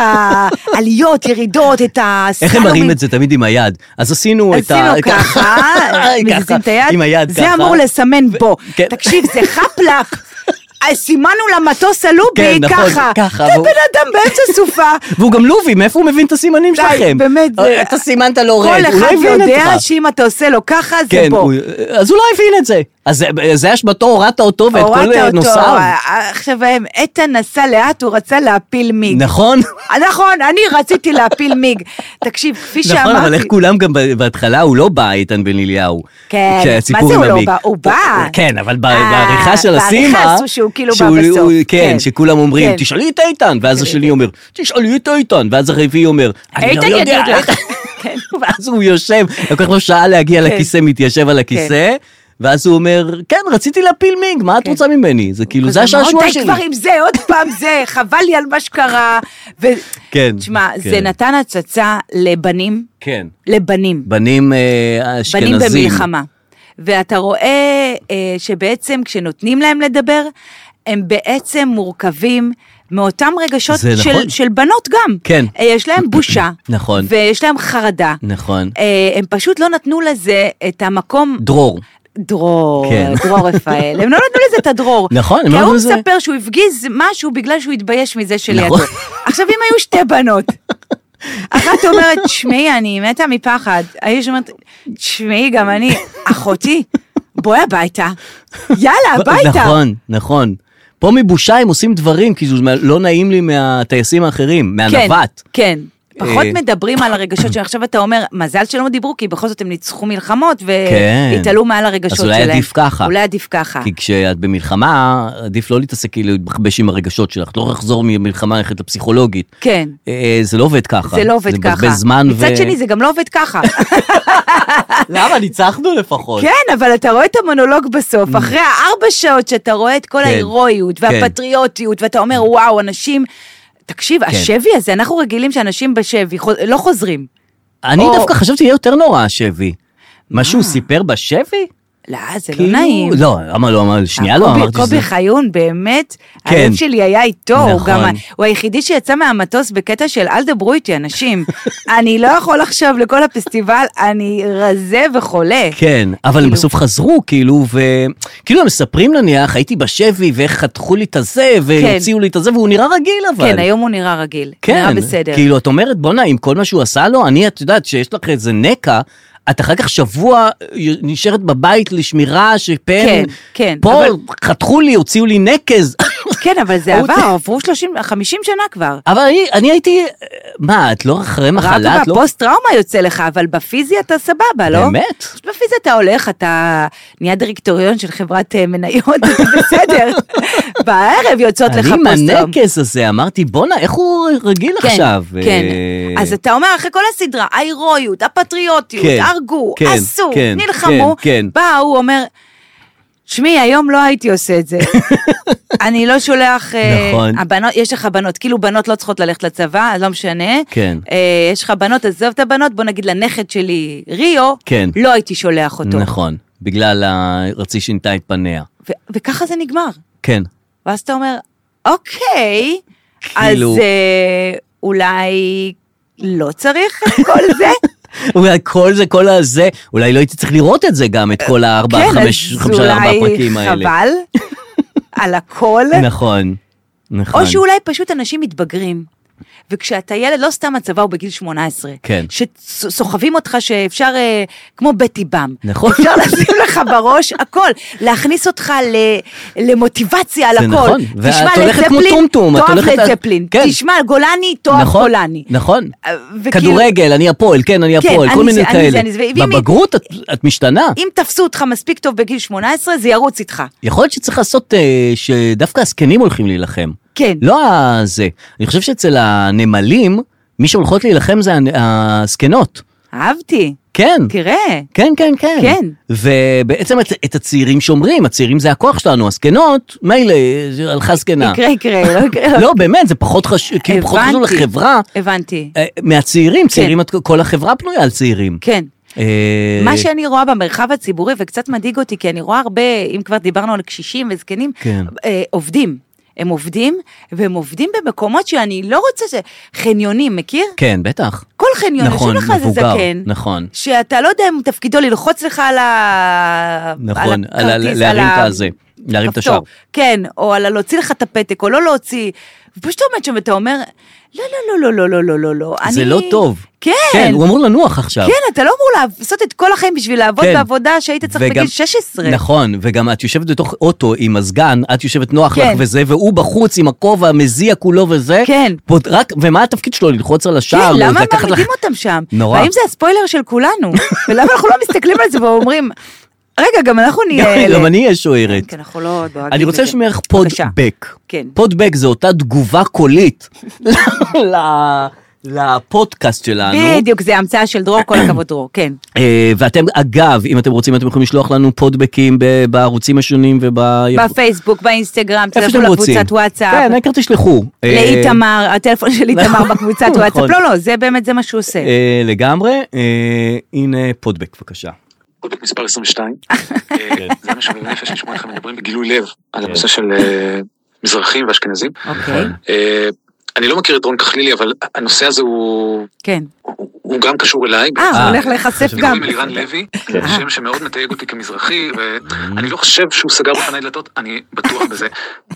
Speaker 2: העליות, ירידות, את
Speaker 1: איך
Speaker 2: הסלומים.
Speaker 1: הם מראים את זה תמיד עם היד? אז עשינו את ה... אה, <laughs>
Speaker 2: עשינו ככה,
Speaker 1: ככה,
Speaker 2: מזיזים את היד,
Speaker 1: עם היד ככה.
Speaker 2: זה אמור לסמן בו.
Speaker 1: כן.
Speaker 2: תקשיב, זה חפלק.
Speaker 1: <laughs>
Speaker 2: אה, סימנו למטוס הלובי
Speaker 1: כן, נכון,
Speaker 2: ככה.
Speaker 1: ככה,
Speaker 2: זה
Speaker 1: והוא-
Speaker 2: בן אדם באמצע
Speaker 1: <laughs>
Speaker 2: סופה.
Speaker 1: והוא גם לובי, מאיפה הוא מבין את הסימנים
Speaker 2: די,
Speaker 1: שלכם? אה,
Speaker 2: באמת, זה-
Speaker 1: אתה סימנת לו רד, הוא
Speaker 2: כל
Speaker 1: לא
Speaker 2: אחד
Speaker 1: הבין
Speaker 2: יודע
Speaker 1: אותך.
Speaker 2: שאם אתה עושה לו ככה, זה
Speaker 1: כן,
Speaker 2: בו.
Speaker 1: הוא- אז הוא לא הבין את זה. אז זה- זה אשמתו, הורדת אותו ואת
Speaker 2: הורדת
Speaker 1: כל
Speaker 2: אותו,
Speaker 1: נוסעיו.
Speaker 2: אה, עכשיו איתן נסע לאט, הוא רצה להפיל מיג.
Speaker 1: נכון?
Speaker 2: נכון, אני רציתי להפיל מיג. תקשיב, כפי שאמרתי...
Speaker 1: נכון, אבל איך כולם גם ב- בהתחלה, הוא לא בא, איתן בן אליהו.
Speaker 2: כן,
Speaker 1: כשהסיפור
Speaker 2: מה זה
Speaker 1: עם
Speaker 2: הוא לא
Speaker 1: המיג.
Speaker 2: בא? הוא בא.
Speaker 1: כן, אבל ב-
Speaker 2: אה,
Speaker 1: בעריכה של
Speaker 2: בעריכה
Speaker 1: הסימה...
Speaker 2: עשו שהוא כאילו בא
Speaker 1: שהוא-
Speaker 2: בסוף,
Speaker 1: הוא-
Speaker 2: כן.
Speaker 1: כן, שכולם אומרים,
Speaker 2: כן.
Speaker 1: תשאלי את איתן, ואז השני אומר, תשאלי את איתן, ואז הרביעי אומר, אני לא
Speaker 2: איתן
Speaker 1: יודע,
Speaker 2: יגיד לך.
Speaker 1: איתן.
Speaker 2: <laughs>
Speaker 1: <laughs>
Speaker 2: כן.
Speaker 1: ואז הוא יושב, לקח לו שעה להגיע
Speaker 2: כן.
Speaker 1: לכיסא, מתיישב על הכיסא. ואז הוא אומר, כן, רציתי להפיל מינג,
Speaker 2: כן.
Speaker 1: מה את רוצה ממני? זה כאילו, זה
Speaker 2: כזה, "מאוד,
Speaker 1: השעשוע
Speaker 2: די
Speaker 1: שלי.
Speaker 2: כבר עם זה, עוד פעם זה, חבל לי על מה שקרה. ו...
Speaker 1: כן,
Speaker 2: תשמע,
Speaker 1: כן.
Speaker 2: זה נתן הצצה לבנים,
Speaker 1: כן.
Speaker 2: לבנים,
Speaker 1: בנים אה, אשכנזים.
Speaker 2: בנים במלחמה. ואתה רואה אה, שבעצם כשנותנים להם לדבר, הם בעצם מורכבים מאותם רגשות
Speaker 1: זה
Speaker 2: של,
Speaker 1: נכון.
Speaker 2: של בנות גם.
Speaker 1: כן.
Speaker 2: אה, יש להם בושה.
Speaker 1: <coughs> נכון.
Speaker 2: ויש להם
Speaker 1: <coughs>
Speaker 2: חרדה.
Speaker 1: נכון.
Speaker 2: אה, הם פשוט לא נתנו לזה את המקום
Speaker 1: דרור.
Speaker 2: דרור,
Speaker 1: כן.
Speaker 2: דרור רפאל, הם לא נתנו לזה את הדרור.
Speaker 1: נכון, הם
Speaker 2: כי
Speaker 1: לא
Speaker 2: ההוא
Speaker 1: נתנו לזה-
Speaker 2: מספר שהוא הפגיז משהו בגלל שהוא התבייש מזה שלידו.
Speaker 1: נכון.
Speaker 2: עכשיו, אם היו שתי בנות, אחת אומרת, שמעי, אני מתה מפחד. האיש אומרת, שמעי, גם אני, אחותי, בואי הביתה. יאללה, הביתה.
Speaker 1: נכון, נכון. פה מבושה הם עושים דברים, כאילו זה מה- לא נעים לי מהטייסים האחרים,
Speaker 2: כן,
Speaker 1: מהנווט.
Speaker 2: כן. פחות
Speaker 1: אה,
Speaker 2: מדברים על הרגשות שלהם. עכשיו אתה אומר, מזל שלא דיברו, כי בכל זאת הם ניצחו מלחמות
Speaker 1: כן.
Speaker 2: והתעלו מעל הרגשות
Speaker 1: אז
Speaker 2: שלהם.
Speaker 1: אולי עדיף ככה.
Speaker 2: אולי עדיף ככה.
Speaker 1: כי כשאת במלחמה, עדיף לא להתעסק כאילו להתבחבש עם הרגשות שלך, לא לחזור ממלחמה ללכת לפסיכולוגית.
Speaker 2: כן.
Speaker 1: אה, זה לא עובד ככה.
Speaker 2: זה לא עובד ככה.
Speaker 1: זה מבזבז זמן ו... נכון.
Speaker 2: מצד שני, זה גם לא עובד ככה.
Speaker 1: <laughs> למה? ניצחנו לפחות.
Speaker 2: כן, אבל אתה רואה את המונולוג בסוף, אחרי הארבע שעות שאתה רואה את כל
Speaker 1: Mm. כן.
Speaker 2: ההירואיות
Speaker 1: כן.
Speaker 2: והפטריוטיות, ואתה אומר, וואו, אנשים... תקשיב,
Speaker 1: כן.
Speaker 2: השבי הזה, אנחנו רגילים שאנשים בשבי חוז- לא חוזרים.
Speaker 1: אני
Speaker 2: או-
Speaker 1: דווקא חשבתי יהיה יותר נורא השבי. מה שהוא סיפר בשבי?
Speaker 2: לא, זה לא
Speaker 1: כאילו-
Speaker 2: נעים.
Speaker 1: לא, למה לא אמרתי? שנייה לא
Speaker 2: קובי-
Speaker 1: אמרתי שזה...
Speaker 2: קובי חיון, באמת,
Speaker 1: כן.
Speaker 2: הלב שלי היה איתו, הוא
Speaker 1: נכון.
Speaker 2: גם, ה- הוא היחידי שיצא מהמטוס בקטע של אל דברו איתי, אנשים. אני לא יכול עכשיו לכל הפסטיבל, אני רזה וחולה.
Speaker 1: כן, אבל הם
Speaker 2: כאילו.
Speaker 1: בסוף חזרו, כאילו, וכאילו הם מספרים נניח, הייתי בשבי ואיך חתכו לי את הזה, והוציאו לי את הזה, והוא נראה רגיל אבל.
Speaker 2: כן, היום הוא נראה רגיל,
Speaker 1: כן,
Speaker 2: נראה בסדר.
Speaker 1: כאילו, את אומרת, בואנה, עם כל מה שהוא עשה לו, אני, את יודעת, שיש לך איזה נקע, את אחר כך שבוע אה, נשארת בבית לשמירה, שפן,
Speaker 2: כן, כן,
Speaker 1: פה
Speaker 2: אבל-
Speaker 1: חתכו לי, הוציאו לי נקז. <laughs>
Speaker 2: כן, אבל זה
Speaker 1: הוא-
Speaker 2: עבר, עברו 30, 50 שנה כבר.
Speaker 1: אבל אני, אני הייתי, אה, מה, את לא אחרי מחלה?
Speaker 2: רק
Speaker 1: את לא...
Speaker 2: בפוסט טראומה יוצא לך, אבל בפיזי אתה סבבה, לא?
Speaker 1: באמת?
Speaker 2: פשוט בפיזי אתה הולך, אתה נהיה דירקטוריון של חברת אה, מניות, <laughs> אתה בסדר. בערב יוצאות לך
Speaker 1: אני עם
Speaker 2: פוסט טראומה.
Speaker 1: הנקז הזה, אמרתי, בואנה, איך הוא רגיל
Speaker 2: כן,
Speaker 1: עכשיו?
Speaker 2: כן,
Speaker 1: אה,
Speaker 2: אז אתה אומר, אחרי כל הסדרה, ההירואיות, הפטריוטיות,
Speaker 1: כן,
Speaker 2: הרגו,
Speaker 1: כן,
Speaker 2: עשו,
Speaker 1: כן,
Speaker 2: נלחמו,
Speaker 1: כן, כן.
Speaker 2: בא הוא אומר, שמי, היום לא הייתי עושה
Speaker 1: <laughs>
Speaker 2: את זה. אני לא שולח, אה,
Speaker 1: נכון.
Speaker 2: הבנות, יש לך בנות, כאילו בנות לא צריכות ללכת לצבא, אז לא משנה.
Speaker 1: כן.
Speaker 2: אה, יש לך בנות, עזוב את הבנות, בוא נגיד לנכד שלי, ריו,
Speaker 1: כן.
Speaker 2: לא הייתי שולח אותו.
Speaker 1: נכון, בגלל ה- רצי שינתה את פניה.
Speaker 2: ו- וככה זה נגמר.
Speaker 1: כן.
Speaker 2: ואז אתה אומר, אוקיי, אז
Speaker 1: כאילו-
Speaker 2: אה, אולי לא צריך את כל
Speaker 1: <laughs>
Speaker 2: זה?
Speaker 1: אולי כל זה, כל הזה, אולי לא הייתי צריך לראות את זה גם, את כל הארבע, חמש,
Speaker 2: אה, כן, אז
Speaker 1: חמישה, ארבע
Speaker 2: אולי
Speaker 1: הפרקים האלה.
Speaker 2: חבל
Speaker 1: <laughs>
Speaker 2: על הכל,
Speaker 1: נכון, נכון.
Speaker 2: או שאולי פשוט אנשים מתבגרים. וכשאתה ילד, לא סתם הצבא הוא בגיל 18.
Speaker 1: כן.
Speaker 2: שסוחבים אותך שאפשר, אה, כמו בטי באם.
Speaker 1: נכון.
Speaker 2: אפשר לשים לך בראש הכל, להכניס אותך ל, למוטיבציה על
Speaker 1: זה
Speaker 2: הכל.
Speaker 1: נכון, ואת
Speaker 2: תשמע
Speaker 1: הולכת כמו
Speaker 2: לצפלין,
Speaker 1: טומטום, את
Speaker 2: תאהב
Speaker 1: הולכת-
Speaker 2: לצפלין.
Speaker 1: כן.
Speaker 2: תשמע גולני, תאהב
Speaker 1: נכון,
Speaker 2: גולני.
Speaker 1: נכון.
Speaker 2: לא אה, וכאילו-
Speaker 1: כדורגל, אני הפועל, כן, אני
Speaker 2: כן,
Speaker 1: הפועל,
Speaker 2: אני
Speaker 1: כל מיני
Speaker 2: זה, אני זה,
Speaker 1: כאלה.
Speaker 2: אני זה, ואם- אה,
Speaker 1: בבגרות את- את משתנה.
Speaker 2: אם תפסו אותך מספיק טוב בגיל 18, זה ירוץ איתך.
Speaker 1: יכול להיות שצריך לעשות, אה, שדווקא הזקנים הולכים להילחם.
Speaker 2: כן.
Speaker 1: לא הזה. אני חושב שאצל הנמלים, מי שהולכות להילחם זה הנ- הזקנות.
Speaker 2: אהבתי.
Speaker 1: כן.
Speaker 2: תראה.
Speaker 1: כן, כן, כן.
Speaker 2: כן.
Speaker 1: ובעצם את, את הצעירים שומרים, הצעירים זה הכוח שלנו, הזקנות, מילא, הלכה זקנה.
Speaker 2: יקרה, יקרה,
Speaker 1: <laughs>
Speaker 2: לא יקרה.
Speaker 1: אה. לא, באמת, זה פחות חשוב, כאילו פחות חשוב
Speaker 2: הבנתי.
Speaker 1: לחברה.
Speaker 2: הבנתי.
Speaker 1: אה, מהצעירים, צעירים, את- כל החברה פנויה על צעירים.
Speaker 2: כן.
Speaker 1: אה,
Speaker 2: מה שאני רואה במרחב הציבורי, וקצת מדאיג אותי, כי אני רואה הרבה, אם כבר דיברנו על קשישים וזקנים,
Speaker 1: כן.
Speaker 2: אה, עובדים. הם עובדים, והם עובדים במקומות שאני לא רוצה ש... חניונים, מכיר?
Speaker 1: כן, בטח.
Speaker 2: כל חניון,
Speaker 1: נכון,
Speaker 2: יושב לך איזה
Speaker 1: מבוגר,
Speaker 2: זקן.
Speaker 1: נכון.
Speaker 2: שאתה לא יודע אם תפקידו ללחוץ לך על ה...
Speaker 1: נכון, על
Speaker 2: על
Speaker 1: ה-
Speaker 2: הכרטיס,
Speaker 1: להרים
Speaker 2: על
Speaker 1: את
Speaker 2: ה-
Speaker 1: הזה, להרים את
Speaker 2: כפתור.
Speaker 1: השער.
Speaker 2: כן, או על להוציא לך את הפתק, או לא להוציא. ופשוט אתה עומד שם ואתה אומר, לא, לא, לא, לא, לא, לא, לא, לא.
Speaker 1: זה
Speaker 2: אני-
Speaker 1: לא טוב.
Speaker 2: כן.
Speaker 1: כן, הוא אמור לנוח עכשיו.
Speaker 2: כן, אתה לא אמור לעשות את כל החיים בשביל לעבוד
Speaker 1: כן.
Speaker 2: בעבודה שהיית צריך
Speaker 1: וגם-
Speaker 2: בגיל 16.
Speaker 1: נכון, וגם את יושבת בתוך אוטו עם מזגן, את יושבת נוח
Speaker 2: כן.
Speaker 1: לך וזה, והוא בחוץ עם הכובע המזיע כולו וזה.
Speaker 2: כן.
Speaker 1: פה, רק, ומה התפקיד שלו? ללחוץ על
Speaker 2: כן,
Speaker 1: השער?
Speaker 2: למה
Speaker 1: לקחת
Speaker 2: מעמידים
Speaker 1: לך-
Speaker 2: אותם שם?
Speaker 1: נורא.
Speaker 2: והאם זה הספוילר של
Speaker 1: <laughs>
Speaker 2: כולנו? ולמה אנחנו לא מסתכלים על זה ואומרים, רגע, גם אנחנו נהיה אלה.
Speaker 1: גם אני אהיה שוערת.
Speaker 2: כן, אנחנו לא דואגים.
Speaker 1: אני רוצה
Speaker 2: לזה.
Speaker 1: לשמר לך
Speaker 2: בבקשה.
Speaker 1: פודבק.
Speaker 2: כן.
Speaker 1: פודבק זה אותה תגובה קולית <laughs> ל- לפודקאסט שלנו.
Speaker 2: בדיוק, זה המצאה של דרור, כל הכבוד דרור, כן.
Speaker 1: אה, ואתם, אגב, אם אתם רוצים, אתם יכולים לשלוח לנו פודבקים ב- בערוצים השונים וב...
Speaker 2: בפייסבוק, באינסטגרם,
Speaker 1: איפה
Speaker 2: תלכו
Speaker 1: שאתם רוצים.
Speaker 2: לקבוצת וואטסאפ.
Speaker 1: כן, העיקר תשלחו. אה,
Speaker 2: לאיתמר, הטלפון של איתמר
Speaker 1: נכון,
Speaker 2: בקבוצת
Speaker 1: נכון.
Speaker 2: וואטסאפ. לא, לא, זה באמת, זה מה שהוא עושה.
Speaker 1: אה, לגמרי. אה, הנה פודבק, בבקשה.
Speaker 8: פודק
Speaker 2: <laughs>
Speaker 8: מספר 22. אה, זה מה שאני נפש לשמוע אתכם מדברים בגילוי לב על הנושא של אה, מזרחים ואשכנזים.
Speaker 2: אוקיי,
Speaker 1: נכון.
Speaker 8: אה, אני לא מכיר את רון כחלילי, אבל הנושא הזה הוא
Speaker 2: כן.
Speaker 8: הוא- הוא גם קשור אליי.
Speaker 2: אה, הוא
Speaker 1: אה,
Speaker 2: הולך להיחשף
Speaker 1: חשבתי
Speaker 2: גם.
Speaker 8: קוראים אלירן לוי, שם שמאוד מתייג אותי כמזרחי, ואני לא חושב שהוא סגר בפניי דלתות, אני בטוח בזה.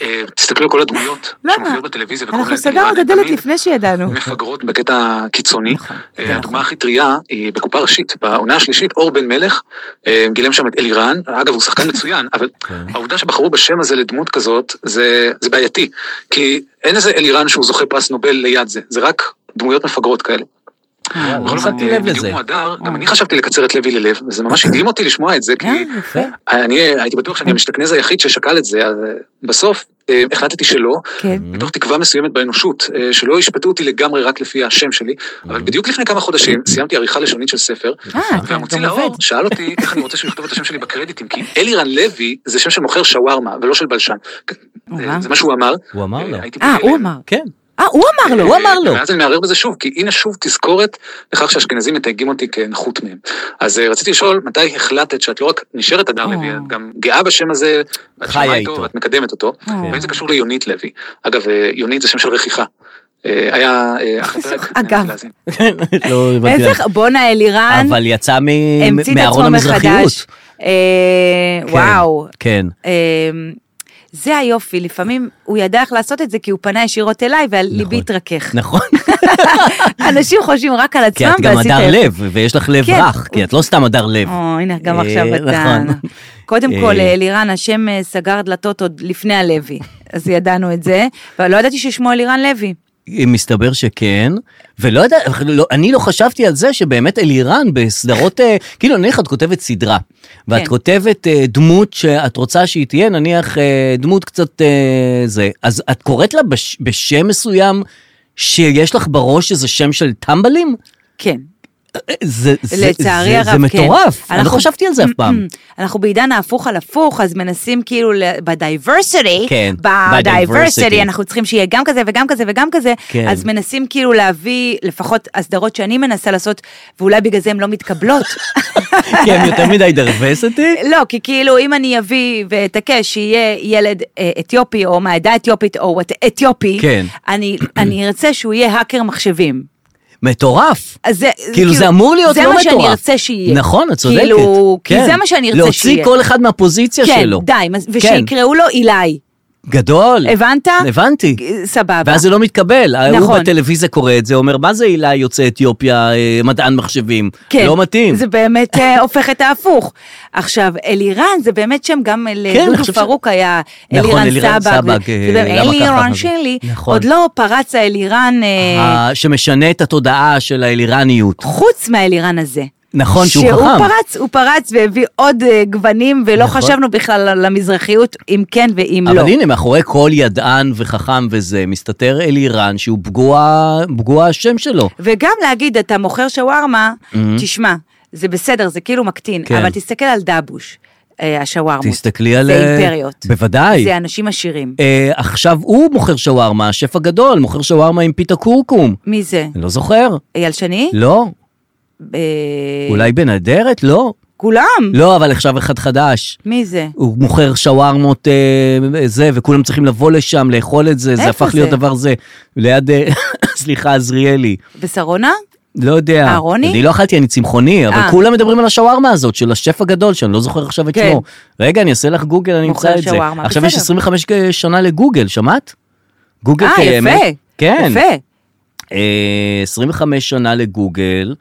Speaker 8: אה, תסתכלו על כל הדמויות
Speaker 2: למה?
Speaker 8: שמופיעות בטלוויזיה. וקוראים
Speaker 2: אנחנו
Speaker 8: להם
Speaker 2: סגרנו את
Speaker 8: אלירן,
Speaker 2: הדלת
Speaker 8: תמיד
Speaker 2: לפני שידענו.
Speaker 8: מפגרות בקטע קיצוני.
Speaker 2: זה
Speaker 8: אה,
Speaker 2: אוקיי. נכון.
Speaker 8: הדוגמה הכי טריה היא בקופה ראשית, בעונה השלישית אור בן מלך אה, גילם שם את אלירן, אגב הוא שחקן מצוין, אבל העובדה שבחרו בשם הזה לדמות כזאת זה זה בעייתי, כי אין איזה אלירן שהוא זוכה פרס נובל ליד זה, זה רק דמויות מפגרות כאלה.
Speaker 1: לא שמתי לב לזה.
Speaker 8: בדיוק הדר, גם אני חשבתי לקצר את לוי ללב, וזה ממש הדהים אותי לשמוע את זה, כי
Speaker 2: אה, יפה.
Speaker 8: אני אה, הייתי בטוח שאני המשתכנז היחיד ששקל את זה, אז אה, בסוף אה, החלטתי שלא,
Speaker 2: כן.
Speaker 8: מתוך תקווה מסוימת באנושות, אה, שלא ישפטו אותי לגמרי רק לפי השם שלי, אבל בדיוק לפני כמה חודשים סיימתי עריכה לשונית של ספר,
Speaker 2: אה, אתה
Speaker 8: והמוציא
Speaker 2: גם עובד.
Speaker 8: לאור שאל אותי איך אני רוצה שהוא יכתוב את השם שלי בקרדיטים, כי אלירן לוי זה שם שמוכר שווארמה ולא של בלשן.
Speaker 2: וואו.
Speaker 8: זה מה שהוא אמר.
Speaker 1: הוא אמר
Speaker 8: אה,
Speaker 1: לו.
Speaker 8: הייתי
Speaker 2: אוקיי. אה,
Speaker 8: בהלם.
Speaker 2: הוא אמר.
Speaker 1: כן.
Speaker 2: אה, הוא אמר לו.
Speaker 1: הוא אמר לו.
Speaker 8: ואז אני מערער בזה שוב, כי הנה שוב תזכורת לכך שהאשכנזים מתייגים אותי כנחות מהם. אז אה, רציתי לשאול, מתי החלטת שאת לא רק נשארת אדם
Speaker 2: או.
Speaker 8: לוי, את גם גאה בשם הזה, ואת
Speaker 1: חיה
Speaker 8: שומעת
Speaker 1: איתו.
Speaker 8: איתו, ואת מקדמת אותו,
Speaker 2: או.
Speaker 8: ואם זה קשור ליונית לוי. אגב, אה, יונית זה שם של רכיחה. אה, היה... אה, אחלה פרק,
Speaker 2: אגב.
Speaker 8: נהניתי להאזין.
Speaker 1: <laughs> לא הבנתי למה.
Speaker 2: איזה, ח- בואנה אלירן,
Speaker 1: אבל יצא מ-
Speaker 2: המציא את
Speaker 1: מארון
Speaker 2: עצמו
Speaker 1: המזרחיות.
Speaker 2: מחדש. אה,
Speaker 1: כן,
Speaker 2: וואו.
Speaker 1: כן.
Speaker 2: אמ, זה היופי, לפעמים הוא ידע איך לעשות את זה כי הוא פנה ישירות אליי ועל ליבי התרכך. <laughs>
Speaker 1: נכון,
Speaker 2: אנשים חושבים רק על
Speaker 1: כי
Speaker 2: עצמם
Speaker 1: את גם
Speaker 2: ועשית
Speaker 1: הדר
Speaker 2: יפה.
Speaker 1: לב, ויש לך לב
Speaker 2: כן.
Speaker 1: רך, כי את לא סתם הדר לב.
Speaker 2: או, הנה, גם
Speaker 1: אה,
Speaker 2: עכשיו אתה...
Speaker 1: נכון.
Speaker 2: קודם
Speaker 1: אה.
Speaker 2: כל, אלירן, השם אה, סגר דלתות עוד לפני הלוי, אז ידענו את זה, אבל לא ידעתי ששמו אלירן לוי.
Speaker 1: מסתבר שכן, ולא יודע, לא, אני לא חשבתי על זה שבאמת אלירן בסדרות, אה, כאילו נניח את כותבת סדרה, ואת
Speaker 2: כן.
Speaker 1: כותבת אה, דמות שאת רוצה שהיא תהיה, נניח אה, דמות קצת אה, זה, אז את קוראת לה בש, בשם מסוים שיש לך בראש איזה שם של טמבלים?
Speaker 2: כן.
Speaker 1: אה, זה, זה,
Speaker 2: לצערי
Speaker 1: זה,
Speaker 2: הרב,
Speaker 1: זה
Speaker 2: כן.
Speaker 1: מטורף, אני לא
Speaker 2: אנחנו-
Speaker 1: חשבתי על זה אף
Speaker 2: <laughs>
Speaker 1: פעם.
Speaker 2: אנחנו בעידן ההפוך על הפוך, אז מנסים כאילו ל- בדייברסיטי,
Speaker 1: כן, בדייברסיטי.
Speaker 2: בדייברסיטי, אנחנו צריכים שיהיה גם כזה וגם כזה וגם כזה,
Speaker 1: כן.
Speaker 2: אז מנסים כאילו להביא, לפחות הסדרות שאני מנסה לעשות, ואולי בגלל זה הן לא מתקבלות.
Speaker 1: כי הם יותר מדי דרבסתי.
Speaker 2: לא, כי כאילו אם אני אביא ואתעקש שיהיה ילד אה, אתיופי או מהעדה האתיופית או what- אתיופי,
Speaker 1: כן.
Speaker 2: אני, אני ארצה שהוא יהיה האקר מחשבים.
Speaker 1: מטורף.
Speaker 2: אז זה,
Speaker 1: כאילו זה אמור להיות לא מטורף.
Speaker 2: זה מה שאני ארצה שיהיה.
Speaker 1: נכון, את צודקת.
Speaker 2: כאילו, כי
Speaker 1: כן.
Speaker 2: זה מה שאני ארצה
Speaker 1: להוציא
Speaker 2: שיהיה.
Speaker 1: כל אחד מהפוזיציה
Speaker 2: כן,
Speaker 1: שלו.
Speaker 2: די, מז-
Speaker 1: כן.
Speaker 2: ושיקראו לו אילי.
Speaker 1: גדול.
Speaker 2: הבנת?
Speaker 1: הבנתי.
Speaker 2: סבבה.
Speaker 1: ואז זה לא מתקבל. ההוא
Speaker 2: נכון.
Speaker 1: בטלוויזיה קורא את זה, אומר, מה זה הילה יוצא אתיופיה, אה, מדען מחשבים? לא מתאים.
Speaker 2: כן. זה באמת אה, <laughs> הופך את ההפוך. עכשיו, אלירן זה באמת שם גם אה,
Speaker 1: כן, אני
Speaker 2: לדודו
Speaker 1: חושב ש-
Speaker 2: פרוק היה
Speaker 1: נכון,
Speaker 2: אלירן
Speaker 1: אלירן
Speaker 2: סבג.
Speaker 1: סבג,
Speaker 2: ו-
Speaker 1: אה,
Speaker 2: זה באמת,
Speaker 1: למה ככה?
Speaker 2: אלירן שלי,
Speaker 1: נכון.
Speaker 2: עוד לא פרץ האלירן, אה,
Speaker 1: ה- שמשנה את התודעה של האלירניות.
Speaker 2: חוץ מהאלירן הזה.
Speaker 1: נכון, שהוא חכם.
Speaker 2: שהוא פרץ, הוא פרץ והביא עוד אה, גוונים, ולא
Speaker 1: נכון.
Speaker 2: חשבנו בכלל על המזרחיות, אם כן ואם לא.
Speaker 1: אבל הנה, מאחורי כל ידען וחכם וזה, מסתתר אלירן שהוא פגוע, פגוע השם שלו.
Speaker 2: וגם להגיד, אתה מוכר שווארמה, תשמע, זה בסדר, זה כאילו מקטין,
Speaker 1: Mm-hmm. כן.
Speaker 2: אבל תסתכל על דבוש, אה, השווארמות.
Speaker 1: תסתכלי על... אה,
Speaker 2: זה אימפריות.
Speaker 1: בוודאי.
Speaker 2: זה אנשים עשירים.
Speaker 1: אה, עכשיו הוא מוכר שווארמה, השף הגדול, מוכר שווארמה עם פיתה כורכום.
Speaker 2: מי זה?
Speaker 1: אני לא זוכר.
Speaker 2: אייל שני?
Speaker 1: לא.
Speaker 2: אה,
Speaker 1: אולי בנדרת? לא.
Speaker 2: כולם?
Speaker 1: לא, אבל עכשיו אחד חדש.
Speaker 2: מי זה?
Speaker 1: הוא מוכר שווארמות אה, זה, וכולם צריכים לבוא לשם, לאכול את זה, זה
Speaker 2: איפה
Speaker 1: הפך
Speaker 2: זה?
Speaker 1: להיות דבר זה. ליד, אה, <laughs> סליחה, עזריאלי.
Speaker 2: בשרונה?
Speaker 1: לא יודע.
Speaker 2: אהרוני?
Speaker 1: אני לא אכלתי, אני צמחוני, אבל
Speaker 2: אה.
Speaker 1: כולם מדברים על השווארמה הזאת של השף הגדול, שאני לא זוכר עכשיו את
Speaker 2: כן.
Speaker 1: שמו. רגע, אני אעשה לך גוגל, אני
Speaker 2: מוכר
Speaker 1: אמצא את זה.
Speaker 2: שווארמה,
Speaker 1: עכשיו יש
Speaker 2: בסדר.
Speaker 1: 25 שנה לגוגל, שמעת? גוגל
Speaker 2: אה,
Speaker 1: קיימת.
Speaker 2: יפה.
Speaker 1: כן.
Speaker 2: יפה.
Speaker 1: אה, 25 שנה לגוגל.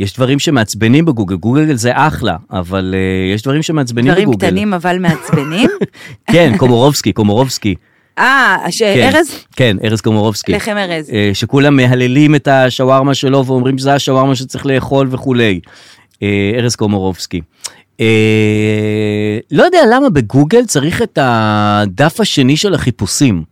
Speaker 1: יש דברים שמעצבנים בגוגל, גוגל זה אחלה, אבל אה, יש דברים שמעצבנים
Speaker 2: דברים
Speaker 1: בגוגל.
Speaker 2: קטנים אבל
Speaker 1: <laughs>
Speaker 2: מעצבנים.
Speaker 1: כן, קומורובסקי, קומורובסקי.
Speaker 2: אה, ש-
Speaker 1: כן,
Speaker 2: ארז?
Speaker 1: כן, ארז קומורובסקי.
Speaker 2: לחם ארז.
Speaker 1: אה, שכולם מהללים את השווארמה שלו ואומרים שזה השווארמה שצריך לאכול וכולי. אה, ארז קומורובסקי. אה, לא יודע למה בגוגל צריך את הדף השני של החיפושים.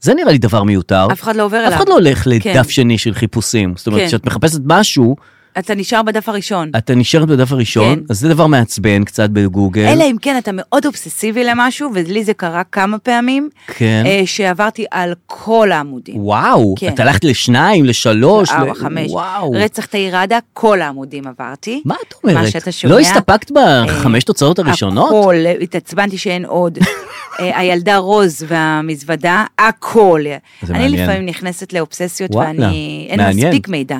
Speaker 1: זה נראה לי דבר מיותר.
Speaker 2: אף אחד לא עובר
Speaker 1: אף
Speaker 2: אליו.
Speaker 1: אחד לא הולך לדף
Speaker 2: כן.
Speaker 1: שני של חיפושים. זאת אומרת,
Speaker 2: כן.
Speaker 1: כשאת מחפשת משהו,
Speaker 2: אתה נשאר בדף הראשון.
Speaker 1: אתה נשארת בדף הראשון,
Speaker 2: כן.
Speaker 1: אז זה דבר מעצבן קצת בגוגל.
Speaker 2: אלא אם כן אתה מאוד אובססיבי למשהו, ולי זה קרה כמה פעמים,
Speaker 1: כן.
Speaker 2: אה, שעברתי על כל העמודים.
Speaker 1: וואו,
Speaker 2: כן.
Speaker 1: את הלכת לשניים, לשלוש,
Speaker 2: ארבע,
Speaker 1: ל-
Speaker 2: חמש.
Speaker 1: וואו.
Speaker 2: רצח תאיר ראדה, כל העמודים עברתי.
Speaker 1: מה את אומרת?
Speaker 2: מה שאתה שומע.
Speaker 1: לא הסתפקת בחמש
Speaker 2: אה,
Speaker 1: תוצאות הראשונות?
Speaker 2: הכל, התעצבנתי שאין
Speaker 1: <laughs>
Speaker 2: עוד. אה, הילדה רוז והמזוודה, הכל.
Speaker 1: זה
Speaker 2: אני
Speaker 1: מעניין.
Speaker 2: לפעמים נכנסת לאובססיות
Speaker 1: וואלה,
Speaker 2: ואני... אין
Speaker 1: מעניין.
Speaker 2: מספיק מידע.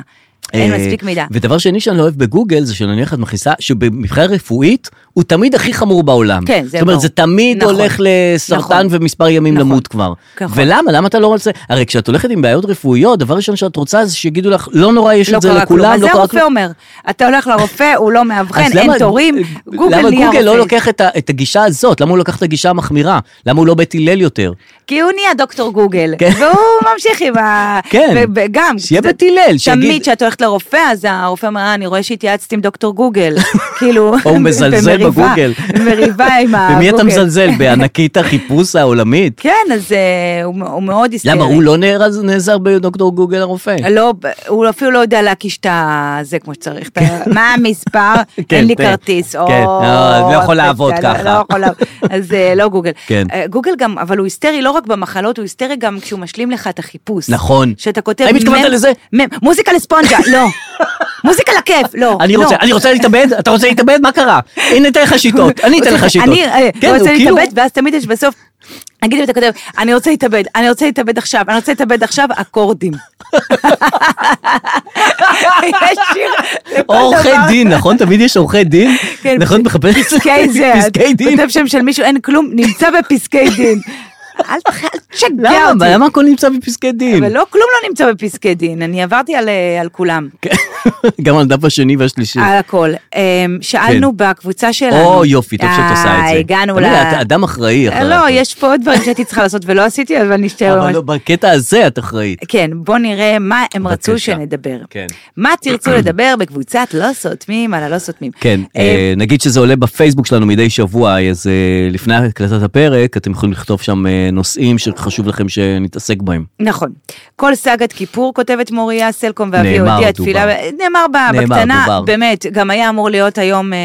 Speaker 2: אין
Speaker 1: אה,
Speaker 2: מספיק מידע.
Speaker 1: ודבר שני שאני לא אוהב בגוגל, זה שנניח את מכניסה, שמבחינה רפואית, הוא תמיד הכי חמור בעולם.
Speaker 2: כן, זה
Speaker 1: זאת אומרת,
Speaker 2: ברור.
Speaker 1: זה תמיד
Speaker 2: נכון.
Speaker 1: הולך לסרטן
Speaker 2: נכון.
Speaker 1: ומספר ימים
Speaker 2: נכון.
Speaker 1: למות כבר.
Speaker 2: נכון.
Speaker 1: ולמה? למה אתה לא רוצה? הרי כשאת הולכת עם בעיות רפואיות, דבר ראשון שאת רוצה זה שיגידו לך, לא נורא, יש
Speaker 2: לא
Speaker 1: את זה
Speaker 2: קרה כלום,
Speaker 1: לכולם,
Speaker 2: אז
Speaker 1: לא
Speaker 2: זה
Speaker 1: קרה
Speaker 2: הרופא
Speaker 1: כלום.
Speaker 2: אומר, אתה הולך לרופא, הוא לא מאבחן,
Speaker 1: אז
Speaker 2: אין
Speaker 1: למה- אה,
Speaker 2: תורים, גוגל
Speaker 1: למה
Speaker 2: נהיה
Speaker 1: גוגל לא
Speaker 2: הרופא.
Speaker 1: לוקח את ה- את הגישה הזאת? למה הוא לוקח את הגישה המחמירה? למה הוא לא בית הלל יותר?
Speaker 2: כי הוא נהיה דוקטור גוגל,
Speaker 1: כן.
Speaker 2: והוא ממשיך עם ה...
Speaker 1: כן.
Speaker 2: ו- ו- גם.
Speaker 1: שיהיה
Speaker 2: זה-
Speaker 1: בית הלל, שיגיד-
Speaker 2: תמיד כשאת הולכת לרופא, אז הרופא אומר, "אה, אני רואה שהתייעצת עם דוקטור
Speaker 1: <laughs>
Speaker 2: גוגל. כאילו...
Speaker 1: או
Speaker 2: <laughs>
Speaker 1: הוא מזלזל
Speaker 2: במריבה-
Speaker 1: בגוגל.
Speaker 2: מריבה
Speaker 1: <laughs>
Speaker 2: עם הגוגל.
Speaker 1: במי אתה מזלזל? בענקית החיפוש
Speaker 2: <laughs>
Speaker 1: העולמית?
Speaker 2: כן, אז אה, הוא הוא מאוד היסטרי.
Speaker 1: למה, הוא לא נערז- נעזר בדוקטור גוגל הרופא?
Speaker 2: כן. לא, הוא אפילו לא יודע להקיש את ה- זה כמו שצריך. את ה- מה המספר?
Speaker 1: <laughs> כן,
Speaker 2: אין לי
Speaker 1: כן.
Speaker 2: כרטיס. או-
Speaker 1: כן, לא, לא יכול לעבוד
Speaker 2: בסדר,
Speaker 1: ככה.
Speaker 2: לא יכול לעבוד. אז אה, לא גוגל.
Speaker 1: כן.
Speaker 2: אה, גוגל גם, אבל הוא היסטרי לא רק במחלות, הוא היסטרי גם כשהוא משלים לך את החיפוש.
Speaker 1: נכון.
Speaker 2: שאתה כותב...
Speaker 1: האם התכוונת
Speaker 2: מם-
Speaker 1: לזה?
Speaker 2: מם, מוזיקה לספונג'ה, לא. מוזיקה לכיף, לא.
Speaker 1: אני
Speaker 2: לא.
Speaker 1: רוצה, אני רוצה להתאבד? אתה רוצה להתאבד? מה קרה? הנה, אתן לך שיטות. אני אתן לך שיטות.
Speaker 2: אני אה,
Speaker 1: כן,
Speaker 2: רוצה
Speaker 1: הוא כאילו-
Speaker 2: להתאבד, ואז תמיד יש בסוף, נגיד אם אתה כותב, אני רוצה להתאבד, אני רוצה להתאבד עכשיו, אני רוצה להתאבד עכשיו, אקורדים. <laughs> יש שיר לכל
Speaker 1: עורכי
Speaker 2: דבר.
Speaker 1: דין, נכון? תמיד יש עורכי דין?
Speaker 2: כן,
Speaker 1: נכון, מחפש <laughs>
Speaker 2: פסקי זה,
Speaker 1: פסקי
Speaker 2: את
Speaker 1: דין.
Speaker 2: כותב שם של מישהו, אין כלום, נמצא בפסקי דין. אל תח- אל תשגע אותי.
Speaker 1: למה? למה הכל נמצא בפסקי דין?
Speaker 2: אבל לא, כלום לא נמצא בפסקי דין, אני עברתי על, אה, על כולם,
Speaker 1: כן.
Speaker 2: לא-
Speaker 1: <laughs> גם על הדף השני והשלישי.
Speaker 2: על הכל. אמ, שאלנו בקבוצה שלנו.
Speaker 1: כן. או, יופי, טוב שאת עושה את
Speaker 2: אה,
Speaker 1: זה.
Speaker 2: הגענו ל...
Speaker 1: תמיד את אדם אחראי. אחרי
Speaker 2: לא,
Speaker 1: הכל.
Speaker 2: יש פה עוד דברים שהייתי צריכה לעשות ולא עשיתי, אבל נשתער
Speaker 1: אבל לא, בקטע הזה את אחראית.
Speaker 2: כן, בוא נראה מה הם רצו
Speaker 1: בבקשה.
Speaker 2: שנדבר.
Speaker 1: כן.
Speaker 2: מה תרצו לדבר בקבוצת לא סותמים על הלא סותמים.
Speaker 1: כן,
Speaker 2: אה,
Speaker 1: אה, נגיד שזה עולה בפייסבוק שלנו מדי שבוע, אז אה, לפני הקלטת הפרק, אתם יכולים לכתוב שם אה, נושאים שחשוב לכם שנתעסק בהם.
Speaker 2: נכון. כל סאגת כיפור, כותבת מוריה, סלקום ואבי
Speaker 1: נאמר, דובר.
Speaker 2: הודיע תפילה, נאמר ב-
Speaker 1: נאמר,
Speaker 2: בקטנה,
Speaker 1: דובר.
Speaker 2: באמת, גם היה אמור להיות היום, אה,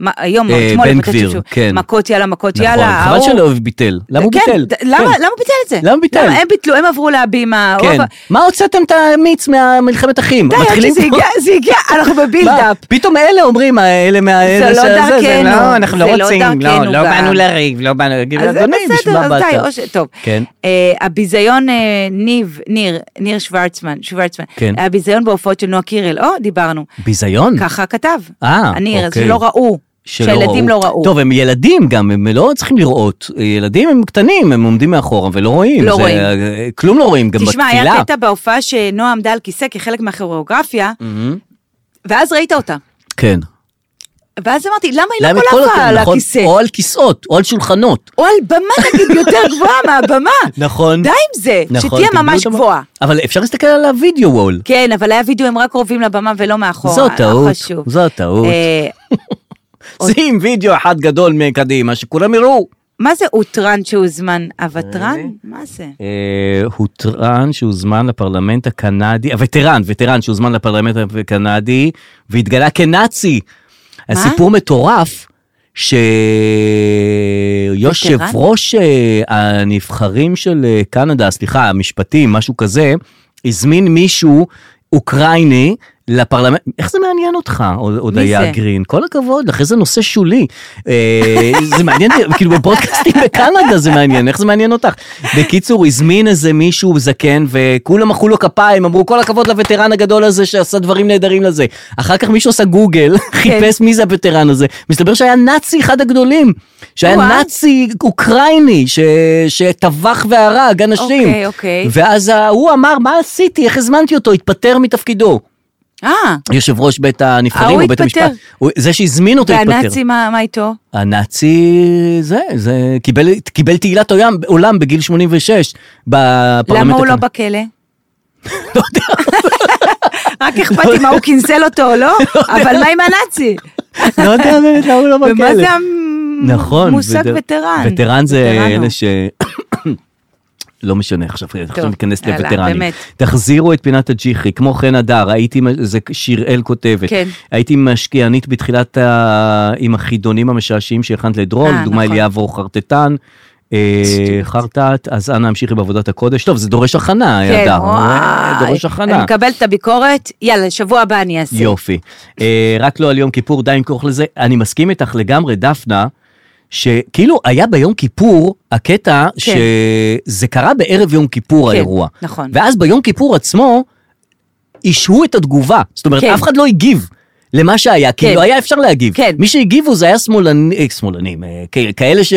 Speaker 2: מה- היום, או
Speaker 1: אה,
Speaker 2: אתמול,
Speaker 1: בן
Speaker 2: אני חושבת
Speaker 1: גביר,
Speaker 2: שהוא-
Speaker 1: כן.
Speaker 2: מכות יאללה, מכות
Speaker 1: נכון,
Speaker 2: יאללה,
Speaker 1: חבל שלא ביטל. למה הוא
Speaker 2: כן,
Speaker 1: ביטל?
Speaker 2: ד- למה
Speaker 1: כן.
Speaker 2: למה הוא ביטל את זה? לא,
Speaker 1: למה הוא ביטל?
Speaker 2: הם ביטלו, הם עברו להבימה.
Speaker 1: כן.
Speaker 2: רוב ה-
Speaker 1: מה הוצאתם את המיץ מהמלחמת אחים?
Speaker 2: די, עד
Speaker 1: מתחילים
Speaker 2: שזה
Speaker 1: פה-
Speaker 2: הגיע, זה הגיע, אנחנו
Speaker 1: מה?
Speaker 2: בבילדאפ.
Speaker 1: פתאום אלה אומרים, אה, אלה מה... אלה
Speaker 2: לא
Speaker 1: שזה-
Speaker 2: דרכנו,
Speaker 1: לא, אנחנו לא
Speaker 2: זה לא
Speaker 1: רוצים, לא,
Speaker 2: דרכנו
Speaker 1: לא
Speaker 2: גם.
Speaker 1: באנו לריב, לא באנו לריב,
Speaker 2: אז זה
Speaker 1: אדוני, בשביל
Speaker 2: בסדר,
Speaker 1: מה
Speaker 2: אז
Speaker 1: באת?
Speaker 2: די, או ש... טוב.
Speaker 1: כן.
Speaker 2: אה, הביזיון אה, ניב, ניר, ניר שוורצמן, שוורצמן.
Speaker 1: כן.
Speaker 2: הביזיון בהופעות של נועה קירל, או, דיברנו.
Speaker 1: ביזיון?
Speaker 2: ככה כתב.
Speaker 1: אה,
Speaker 2: הניר, אז
Speaker 1: אוקיי.
Speaker 2: שלא ראו.
Speaker 1: שלא
Speaker 2: שהילדים לא ראו.
Speaker 1: טוב, הם ילדים גם, הם לא צריכים לראות. ילדים הם קטנים, הם עומדים מאחורה ולא רואים.
Speaker 2: לא
Speaker 1: זה-
Speaker 2: רואים.
Speaker 1: כלום לא רואים, גם
Speaker 2: תשמע,
Speaker 1: בתפילה.
Speaker 2: היה קטע בהופעה שנועה עמדה על כיסא כחלק מהכוריאוגרפיה,
Speaker 1: Mm-hmm.
Speaker 2: ואז ראית אותה.
Speaker 1: כן.
Speaker 2: ואז אמרתי, למה היא
Speaker 1: להם
Speaker 2: לא
Speaker 1: את
Speaker 2: כל
Speaker 1: הק-
Speaker 2: עפה על
Speaker 1: נכון,
Speaker 2: הכיסא?
Speaker 1: או על כיסאות, או על שולחנות.
Speaker 2: או על במה, נגיד, יותר
Speaker 1: <laughs>
Speaker 2: גבוהה מהבמה.
Speaker 1: נכון.
Speaker 2: די עם זה,
Speaker 1: נכון,
Speaker 2: שתהיה
Speaker 1: תגמרו
Speaker 2: ממש
Speaker 1: את המ-
Speaker 2: גבוהה.
Speaker 1: אבל אפשר להסתכל על הוידאו וול.
Speaker 2: כן, אבל היה וידאו, הם רק קרובים לבמה ולא מאחורה.
Speaker 1: זו
Speaker 2: לא
Speaker 1: טעות,
Speaker 2: חשוב.
Speaker 1: זו טעות.
Speaker 2: אה,
Speaker 1: שים וידאו אחד גדול מקדימה, שכולם יראו.
Speaker 2: מה זה אוטרן שהוזמן? הוותרן?
Speaker 1: אוקיי.
Speaker 2: מה זה?
Speaker 1: אה, הוטרן שהוזמן לפרלמנט הקנדי, הווטרן, וטרן שהוזמן לפרלמנט הקנדי והתגלה כנאצי. הסיפור מטורף שיושב ראש אה, הנבחרים של אה, קנדה, סליחה, המשפטים, משהו כזה, הזמין מישהו אוקראיני. לפרלמנט, איך זה מעניין אותך, עוד- הודיה
Speaker 2: זה?
Speaker 1: גרין? כל הכבוד לך, איזה נושא שולי. אה, זה מעניין, כאילו בפודקאסטים בקנדה זה מעניין, איך זה מעניין אותך? בקיצור, הזמין איזה מישהו זקן, וכולם מחאו לו כפיים, אמרו כל הכבוד לווטרן הגדול הזה שעשה דברים נהדרים לזה. אחר כך מישהו עשה
Speaker 2: <laughs>
Speaker 1: גוגל,
Speaker 2: כן.
Speaker 1: חיפש מי זה הווטרן הזה, מסתבר שהיה נאצי אחד הגדולים, שהיה
Speaker 2: וואו.
Speaker 1: נאצי אוקראיני, ש- שטבח והרג אנשים.
Speaker 2: אוקיי, אוקיי.
Speaker 1: ואז ה- הוא אמר, מה עשיתי, איך הזמנתי אותו, התפטר מתפקידו.
Speaker 2: אה,
Speaker 1: יושב ראש בית הנבחרים
Speaker 2: ההוא
Speaker 1: או בית
Speaker 2: התפטר.
Speaker 1: המשפט. הוא- זה שהזמין אותו התפטר.
Speaker 2: והנאצי, מה מה איתו?
Speaker 1: הנאצי זה, זה קיבל, קיבל תהילת עולם, עולם בגיל 86 בפרלמנט.
Speaker 2: למה הוא לא
Speaker 1: הקנדי. לא
Speaker 2: בכלא?
Speaker 1: <laughs>
Speaker 2: <laughs> רק אכפת אם ההוא
Speaker 1: <laughs>
Speaker 2: קינסל אותו או לא, אבל מה עם הנאצי?
Speaker 1: לא יודע באמת למה הוא לא בכלא.
Speaker 2: ומה זה
Speaker 1: נכון.
Speaker 2: המושג
Speaker 1: וטר-
Speaker 2: וטרן?
Speaker 1: וטרן זה
Speaker 2: וטרנו.
Speaker 1: אלה ש... <coughs> לא משנה עכשיו, עכשיו ניכנס
Speaker 2: יאללה,
Speaker 1: לווטרנים.
Speaker 2: באמת.
Speaker 1: תחזירו את פינת הג'יחי, כמו חן הדר, הייתי, זה שיראל כותבת,
Speaker 2: כן.
Speaker 1: הייתי משקיענית בתחילת ה... עם החידונים המשעשעים שהכנת לדרום,
Speaker 2: אה,
Speaker 1: דוגמה
Speaker 2: נכון.
Speaker 1: אליעבור חרטטן, אה, חרטט, אז אנא המשיכי בעבודת הקודש. טוב, זה דורש הכנה,
Speaker 2: כן,
Speaker 1: הדר,
Speaker 2: וואי.
Speaker 1: אה, דורש
Speaker 2: אני
Speaker 1: הכנה.
Speaker 2: מקבלת את הביקורת, יאללה, שבוע הבא אני אעשה.
Speaker 1: יופי. אה, רק לא על יום כיפור, די עם כוח לזה. אני מסכים איתך לגמרי, דפנה, שכאילו היה ביום כיפור הקטע
Speaker 2: כן.
Speaker 1: שזה קרה בערב יום כיפור
Speaker 2: כן,
Speaker 1: האירוע.
Speaker 2: נכון.
Speaker 1: ואז ביום כיפור עצמו, השהו את התגובה. זאת אומרת,
Speaker 2: כן.
Speaker 1: אף אחד לא הגיב. למה שהיה, כי
Speaker 2: כן.
Speaker 1: לא היה אפשר להגיב.
Speaker 2: כן.
Speaker 1: מי שהגיבו זה היה שמאלנים, אה, שמאלנים, אה, כ- כאלה ש...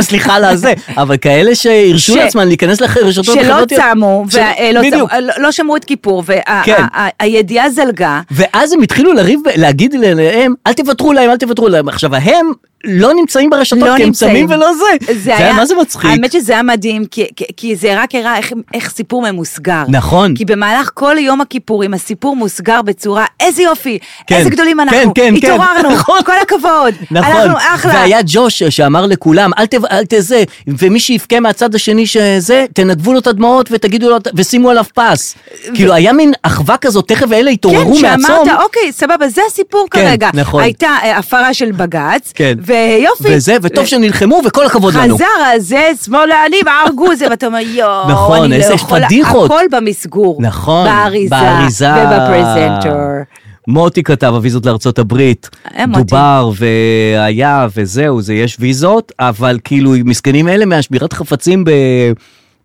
Speaker 1: <laughs> סליחה על הזה, אבל כאלה שהרשו
Speaker 2: ש-
Speaker 1: לעצמם להיכנס לח- לרשתות
Speaker 2: שלא
Speaker 1: החברתיות.
Speaker 2: צמו,
Speaker 1: של-
Speaker 2: ולא צמו,
Speaker 1: בדיוק.
Speaker 2: לא- לא שמרו את כיפור,
Speaker 1: כן.
Speaker 2: והידיעה זלגה.
Speaker 1: ואז הם התחילו לריב, להגיד להם, אל תוותרו להם, אל תוותרו להם. עכשיו, הם לא נמצאים ברשתות,
Speaker 2: לא
Speaker 1: כי הם
Speaker 2: נמצאים.
Speaker 1: צמים ולא זה.
Speaker 2: זה היה,
Speaker 1: מה זה מצחיק.
Speaker 2: האמת שזה היה מדהים, כי, כי, כי זה רק הראה איך, איך סיפור ממוסגר.
Speaker 1: נכון.
Speaker 2: כי במהלך כל יום הכיפורים, הסיפור מוסגר בצורה, איזה יופי,
Speaker 1: כן,
Speaker 2: איזה גדולים אנחנו,
Speaker 1: כן, כן, כן.
Speaker 2: התעוררנו,
Speaker 1: נכון.
Speaker 2: כל הכבוד,
Speaker 1: נכון,
Speaker 2: אנחנו אחלה.
Speaker 1: והיה ג'וש שאמר לכולם, אל ת... אל ת... זה, ומי שיבכה מהצד השני שזה, תנדבו לו את הדמעות ותגידו לו, ושימו עליו פס. כאילו, היה מין אחווה כזאת, תכף אלה
Speaker 2: כן,
Speaker 1: התעוררו מהצום.
Speaker 2: שאמרת, אוקיי, סבבה, זה הסיפור
Speaker 1: כן,
Speaker 2: כרגע.
Speaker 1: נכון.
Speaker 2: הייתה אה, הפרה של בג"ץ,
Speaker 1: כן.
Speaker 2: ויופי.
Speaker 1: וזה, וטוב שנלחמו, וכל הכבוד לנו.
Speaker 2: חזר הזה, שמאלנים, הרגו זה, ואתה אומר, יואו,
Speaker 1: נכון,
Speaker 2: אני
Speaker 1: איזה
Speaker 2: לא יכול,
Speaker 1: פדיחות."
Speaker 2: הכל במסגור.
Speaker 1: נכון,
Speaker 2: באריזה.
Speaker 1: באריזה.
Speaker 2: ובפרזנטור.
Speaker 1: מוטי כתב, הוויזות לארצות הברית.
Speaker 2: אה, מוטי.
Speaker 1: דובר והיה וזהו, זה יש ויזות, אבל כאילו, מסכנים אלה מהשבירת חפצים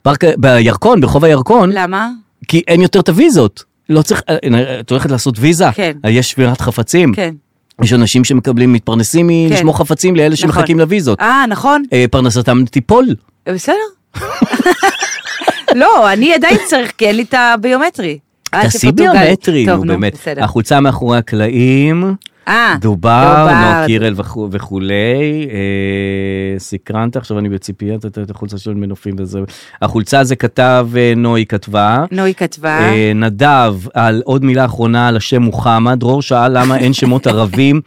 Speaker 1: בפארק, בירקון, ברחוב הירקון,
Speaker 2: למה?
Speaker 1: כי אין יותר את הוויזות. לא צריך, אה, אה, את הולכת לעשות ויזה, אה,
Speaker 2: כן.
Speaker 1: יש שבירת חפצים.
Speaker 2: כן.
Speaker 1: יש אנשים שמקבלים, מתפרנסים מלשמור חפצים
Speaker 2: נכון.
Speaker 1: לאלה שמחכים לוויזות.
Speaker 2: אה, נכון,
Speaker 1: אה, פרנסתם תיפול.
Speaker 2: בסדר. לא, אני עדיין צריך, כי אין לי את הביומטרי. אה,
Speaker 1: תעשי
Speaker 2: שפורטוגל.
Speaker 1: ביומטרי,
Speaker 2: טוב,
Speaker 1: נו באמת.
Speaker 2: בסדר.
Speaker 1: החולצה מאחורי הקלעים.
Speaker 2: אה,
Speaker 1: דובר, נועה קירל וכו- וכולי, אה, סקרנת, עכשיו אני בציפייה, אתה- אתה- את החולצה של מנופים וזה. החולצה זה כתב, אה, נוי כתבה.
Speaker 2: נוי כתבה.
Speaker 1: אה, נדב, על עוד מילה אחרונה על השם מוחמד, דרור שאל למה אין שמות ערבים.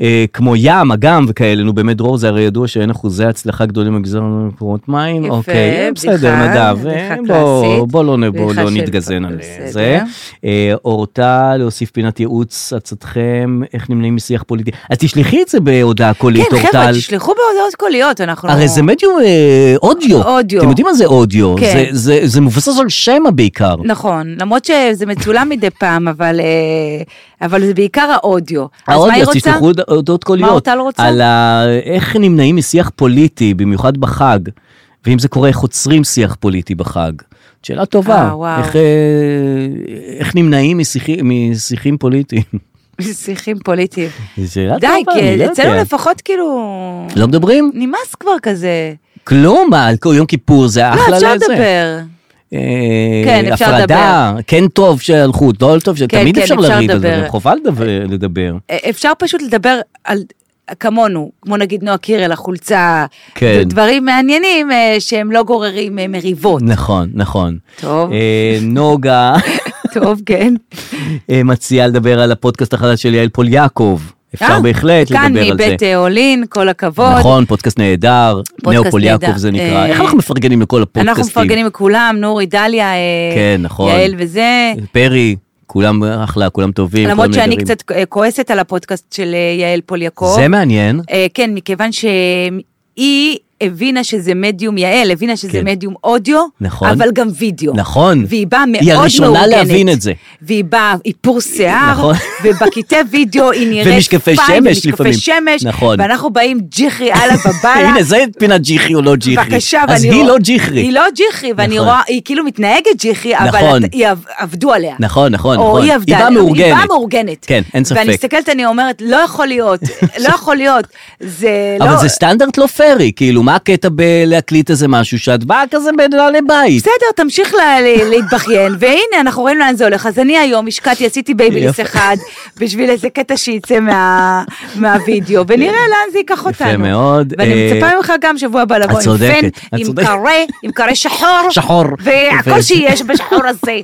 Speaker 1: אה, כמו ים, אגם וכאלה, נו באמת דרור, זה הרי ידוע שאין אחוזי הצלחה גדולים במגזר מקורות מים.
Speaker 2: יפה,
Speaker 1: אוקיי, בסדר,
Speaker 2: בדיחה,
Speaker 1: נדב,
Speaker 2: בדיחה
Speaker 1: אה, בוא,
Speaker 2: קלאסית.
Speaker 1: בוא לא, נ- בוא
Speaker 2: בדיחה
Speaker 1: לא
Speaker 2: של-
Speaker 1: נתגזן על
Speaker 2: בסדר.
Speaker 1: זה. אה, אורטל, להוסיף פינת ייעוץ עצתכם, איך נמנעים משיח פוליטי. אז תשלחי את זה בהודעה קולית,
Speaker 2: כן,
Speaker 1: אורטל.
Speaker 2: חבר'ה, תשלחו בהודעות קוליות, אנחנו... לא-
Speaker 1: הרי זה מדיום אה, אודיו.
Speaker 2: אודיו.
Speaker 1: אתם יודעים מה זה אודיו?
Speaker 2: כן.
Speaker 1: זה, זה, זה מבוסס על שמע בעיקר.
Speaker 2: נכון, למרות שזה מצולם מדי פעם, אבל, אה, אבל זה בעיקר האודיו. אז מה היא
Speaker 1: האודיו, אז
Speaker 2: רוצה?
Speaker 1: תשלחו הוד- הודעות קוליות.
Speaker 2: אורטל רוצה?
Speaker 1: על ה... איך נמנעים משיח פוליטי, במיוחד בחג, ואם זה קורה, איך עוצרים שיח פוליטי בחג. שאלה טובה.
Speaker 2: אה, וואו.
Speaker 1: איך, אה, איך נמנעים משיחי, משיחים פוליטיים? <laughs>
Speaker 2: שיחים פוליטיים.
Speaker 1: שאלה
Speaker 2: די,
Speaker 1: טובה,
Speaker 2: כי
Speaker 1: אני לא
Speaker 2: אצלנו
Speaker 1: יודע.
Speaker 2: לפחות כאילו...
Speaker 1: לא מדברים?
Speaker 2: נמאס כבר כזה.
Speaker 1: כלום, מה, על כל יום כיפור זה אחלה
Speaker 2: לא, אפשר
Speaker 1: לזה.
Speaker 2: לדבר.
Speaker 1: אה,
Speaker 2: כן, אפשר
Speaker 1: הפרדה, כן טוב שהלכו, לא טוב, ש-
Speaker 2: כן,
Speaker 1: תמיד
Speaker 2: כן,
Speaker 1: אפשר
Speaker 2: אפשר
Speaker 1: לריב, על
Speaker 2: לדבר.
Speaker 1: דברים, חובה לדבר- לדבר.
Speaker 2: אפשר פשוט לדבר על... כמונו, כמו נגיד נועה קירל, החולצה,
Speaker 1: כן.
Speaker 2: דברים מעניינים אה, שהם לא גוררים
Speaker 1: <laughs>
Speaker 2: אה, מריבות.
Speaker 1: נכון, נכון.
Speaker 2: טוב.
Speaker 1: אה, נוגה
Speaker 2: <laughs> טוב, כן.
Speaker 1: אה, מציעה לדבר על הפודקאסט החדש של יעל פוליאקוב. אפשר
Speaker 2: אה,
Speaker 1: בהחלט לדבר
Speaker 2: כאן
Speaker 1: על זה.
Speaker 2: מבית אה, אולין, כל הכבוד.
Speaker 1: נכון, פודקאסט נהדר,
Speaker 2: פודקאסט
Speaker 1: נאופול יעקב
Speaker 2: נהדר.
Speaker 1: זה נקרא.
Speaker 2: אה,
Speaker 1: איך אנחנו מפרגנים לכל הפודקאסטים?
Speaker 2: אנחנו מפרגנים לכולם, נורי, דליה, אה,
Speaker 1: כן, נכון.
Speaker 2: יעל וזה.
Speaker 1: פרי, כולם אחלה, כולם טובים.
Speaker 2: אה, למרות
Speaker 1: כולם
Speaker 2: שאני
Speaker 1: נהדרים.
Speaker 2: קצת אה, כועסת על הפודקאסט של אה, יעל פוליאקוב.
Speaker 1: זה
Speaker 2: <laughs>
Speaker 1: מעניין.
Speaker 2: אה, כן, מכיוון שהיא הבינה שזה מדיום, יעל הבינה שזה
Speaker 1: כן.
Speaker 2: מדיום אודיו,
Speaker 1: נכון.
Speaker 2: אבל גם וידאו.
Speaker 1: נכון.
Speaker 2: והיא באה מאוד
Speaker 1: היא הראשונה
Speaker 2: מאורגנת.
Speaker 1: להבין את זה.
Speaker 2: והיא באה איפור שיער,
Speaker 1: נכון.
Speaker 2: ובקטעי וידאו היא נראית
Speaker 1: ומשקפי
Speaker 2: פיין,
Speaker 1: שמש
Speaker 2: ומשקפי
Speaker 1: לפעמים.
Speaker 2: שמש,
Speaker 1: נכון.
Speaker 2: ואנחנו באים ג'יחרי
Speaker 1: <laughs>
Speaker 2: אללה בבאללה.
Speaker 1: הנה, זה פינת ג'יחרי או לא ג'יחרי.
Speaker 2: בבקשה,
Speaker 1: אז
Speaker 2: ואני
Speaker 1: היא
Speaker 2: רואה-
Speaker 1: לא ג'יחרי.
Speaker 2: היא לא ג'יחרי, ואני
Speaker 1: נכון.
Speaker 2: רואה, היא כאילו מתנהגת ג'יחרי,
Speaker 1: נכון.
Speaker 2: אבל את- היא עב- עבדו עליה.
Speaker 1: נכון, נכון,
Speaker 2: או
Speaker 1: נכון.
Speaker 2: היא עבדה,
Speaker 1: היא באה
Speaker 2: עליה.
Speaker 1: מאורגנת.
Speaker 2: היא באה מאורגנת.
Speaker 1: כן, אין ספק.
Speaker 2: ואני מסתכלת, אני אומרת, לא יכול להיות, לא יכול להיות. זה לא...
Speaker 1: אבל זה סטנדרט לא פרי, כאילו, מה הקטע בלהקליט איזה משהו שאת באה כזה לא בנעלי בית?
Speaker 2: בסדר, תמשיך לה, ל- להתבכיין, והנה, אנחנו רואים לאן זה הולך. אז אני היום השקעתי, עשיתי בייביליס
Speaker 1: יפה.
Speaker 2: אחד, בשביל איזה קטע שיצא מה- מהווידאו, ונראה לאן זה ייקח אותנו.
Speaker 1: כן. מאוד,
Speaker 2: ואני
Speaker 1: אה,
Speaker 2: מצפה ממך גם שבוע הבא לבוא
Speaker 1: את
Speaker 2: עם
Speaker 1: צודקת,
Speaker 2: פן,
Speaker 1: את
Speaker 2: עם
Speaker 1: צודקת.
Speaker 2: קרה, עם קרה שחור.
Speaker 1: שחור.
Speaker 2: והכל
Speaker 1: יפה.
Speaker 2: שיש בשחור הזה.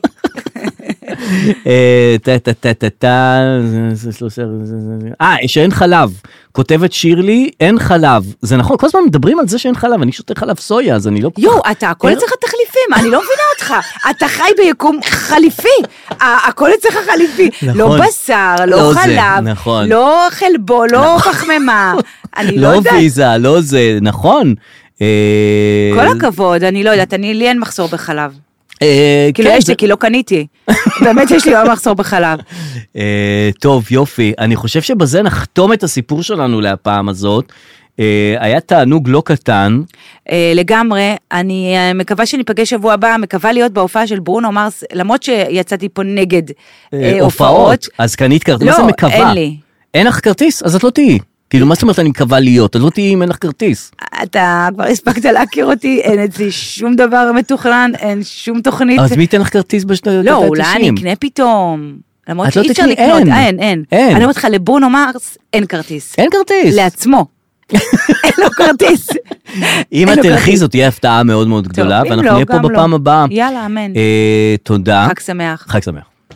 Speaker 1: אה, טה טה טה טה טה, זה- זה שלושה, זה- זה- זה- אה, שאין חלב. כותבת שירלי, אין חלב. זה נכון, כל הזמן מדברים על זה שאין חלב, אני שותה חלב סויה, אז אני לא... כל
Speaker 2: יואו,
Speaker 1: כך-
Speaker 2: אתה הכל
Speaker 1: אין-
Speaker 2: אצלך תחליפים, אני לא מבינה אותך. אתה חי ביקום חליפי, ה- הכל אצלך חליפי. לא
Speaker 1: נכון.
Speaker 2: בשר,
Speaker 1: לא
Speaker 2: לא
Speaker 1: זה,
Speaker 2: חלב,
Speaker 1: נכון.
Speaker 2: לא חלבו, לא
Speaker 1: <laughs>
Speaker 2: פחמימה. אני לא
Speaker 1: לא
Speaker 2: יודעת.
Speaker 1: ויזה, לא זה, נכון. אה,
Speaker 2: כל הכבוד, אני לא יודעת, אני, לי אין מחסור בחלב.
Speaker 1: אה,
Speaker 2: כאילו,
Speaker 1: כן,
Speaker 2: יש
Speaker 1: זה-
Speaker 2: לי, כי לא
Speaker 1: <laughs>
Speaker 2: קניתי. באמת יש לי לא מחסור בחלב.
Speaker 1: אה, טוב, יופי. אני חושב שבזה נחתום את הסיפור שלנו להפעם הזאת. אה, היה תענוג לא קטן.
Speaker 2: אה, לגמרי, אני אה, מקווה שניפגש שבוע הבא, מקווה להיות בהופעה של ברונו מרס, למרות שיצאתי פה נגד אה, הופעות.
Speaker 1: אז קנית כרטיס, מה
Speaker 2: לא,
Speaker 1: זה מקווה?
Speaker 2: אין לי.
Speaker 1: אין לך כרטיס? אז את לא תהיי. כאילו, מה זאת אומרת אני מקווה להיות? את לא תהיי אם אין לך כרטיס.
Speaker 2: אתה כבר הספקת להכיר אותי, אין אצלי שום דבר מתוכנן, אין שום תוכנית.
Speaker 1: אז מי ייתן לך כרטיס בשנות ה-90?
Speaker 2: לא, אולי אני אקנה פתאום. למרות
Speaker 1: את לא
Speaker 2: שאי אפשר
Speaker 1: תקני,
Speaker 2: לקנות,
Speaker 1: אין.
Speaker 2: אה, אין, אין.
Speaker 1: אין.
Speaker 2: אני אומרת לך, לברונו מרס אין כרטיס.
Speaker 1: אין כרטיס. <laughs>
Speaker 2: לעצמו. אין לו כרטיס.
Speaker 1: אם
Speaker 2: אין
Speaker 1: את
Speaker 2: לו
Speaker 1: תלכי
Speaker 2: כרטיס.
Speaker 1: זאת תהיה הפתעה מאוד מאוד גדולה,
Speaker 2: אם
Speaker 1: ואנחנו
Speaker 2: לא,
Speaker 1: נהיה פה
Speaker 2: גם לא.
Speaker 1: בפעם הבאה.
Speaker 2: יאללה, אמן.
Speaker 1: אה, תודה.
Speaker 2: חג שמח.
Speaker 1: חג שמח.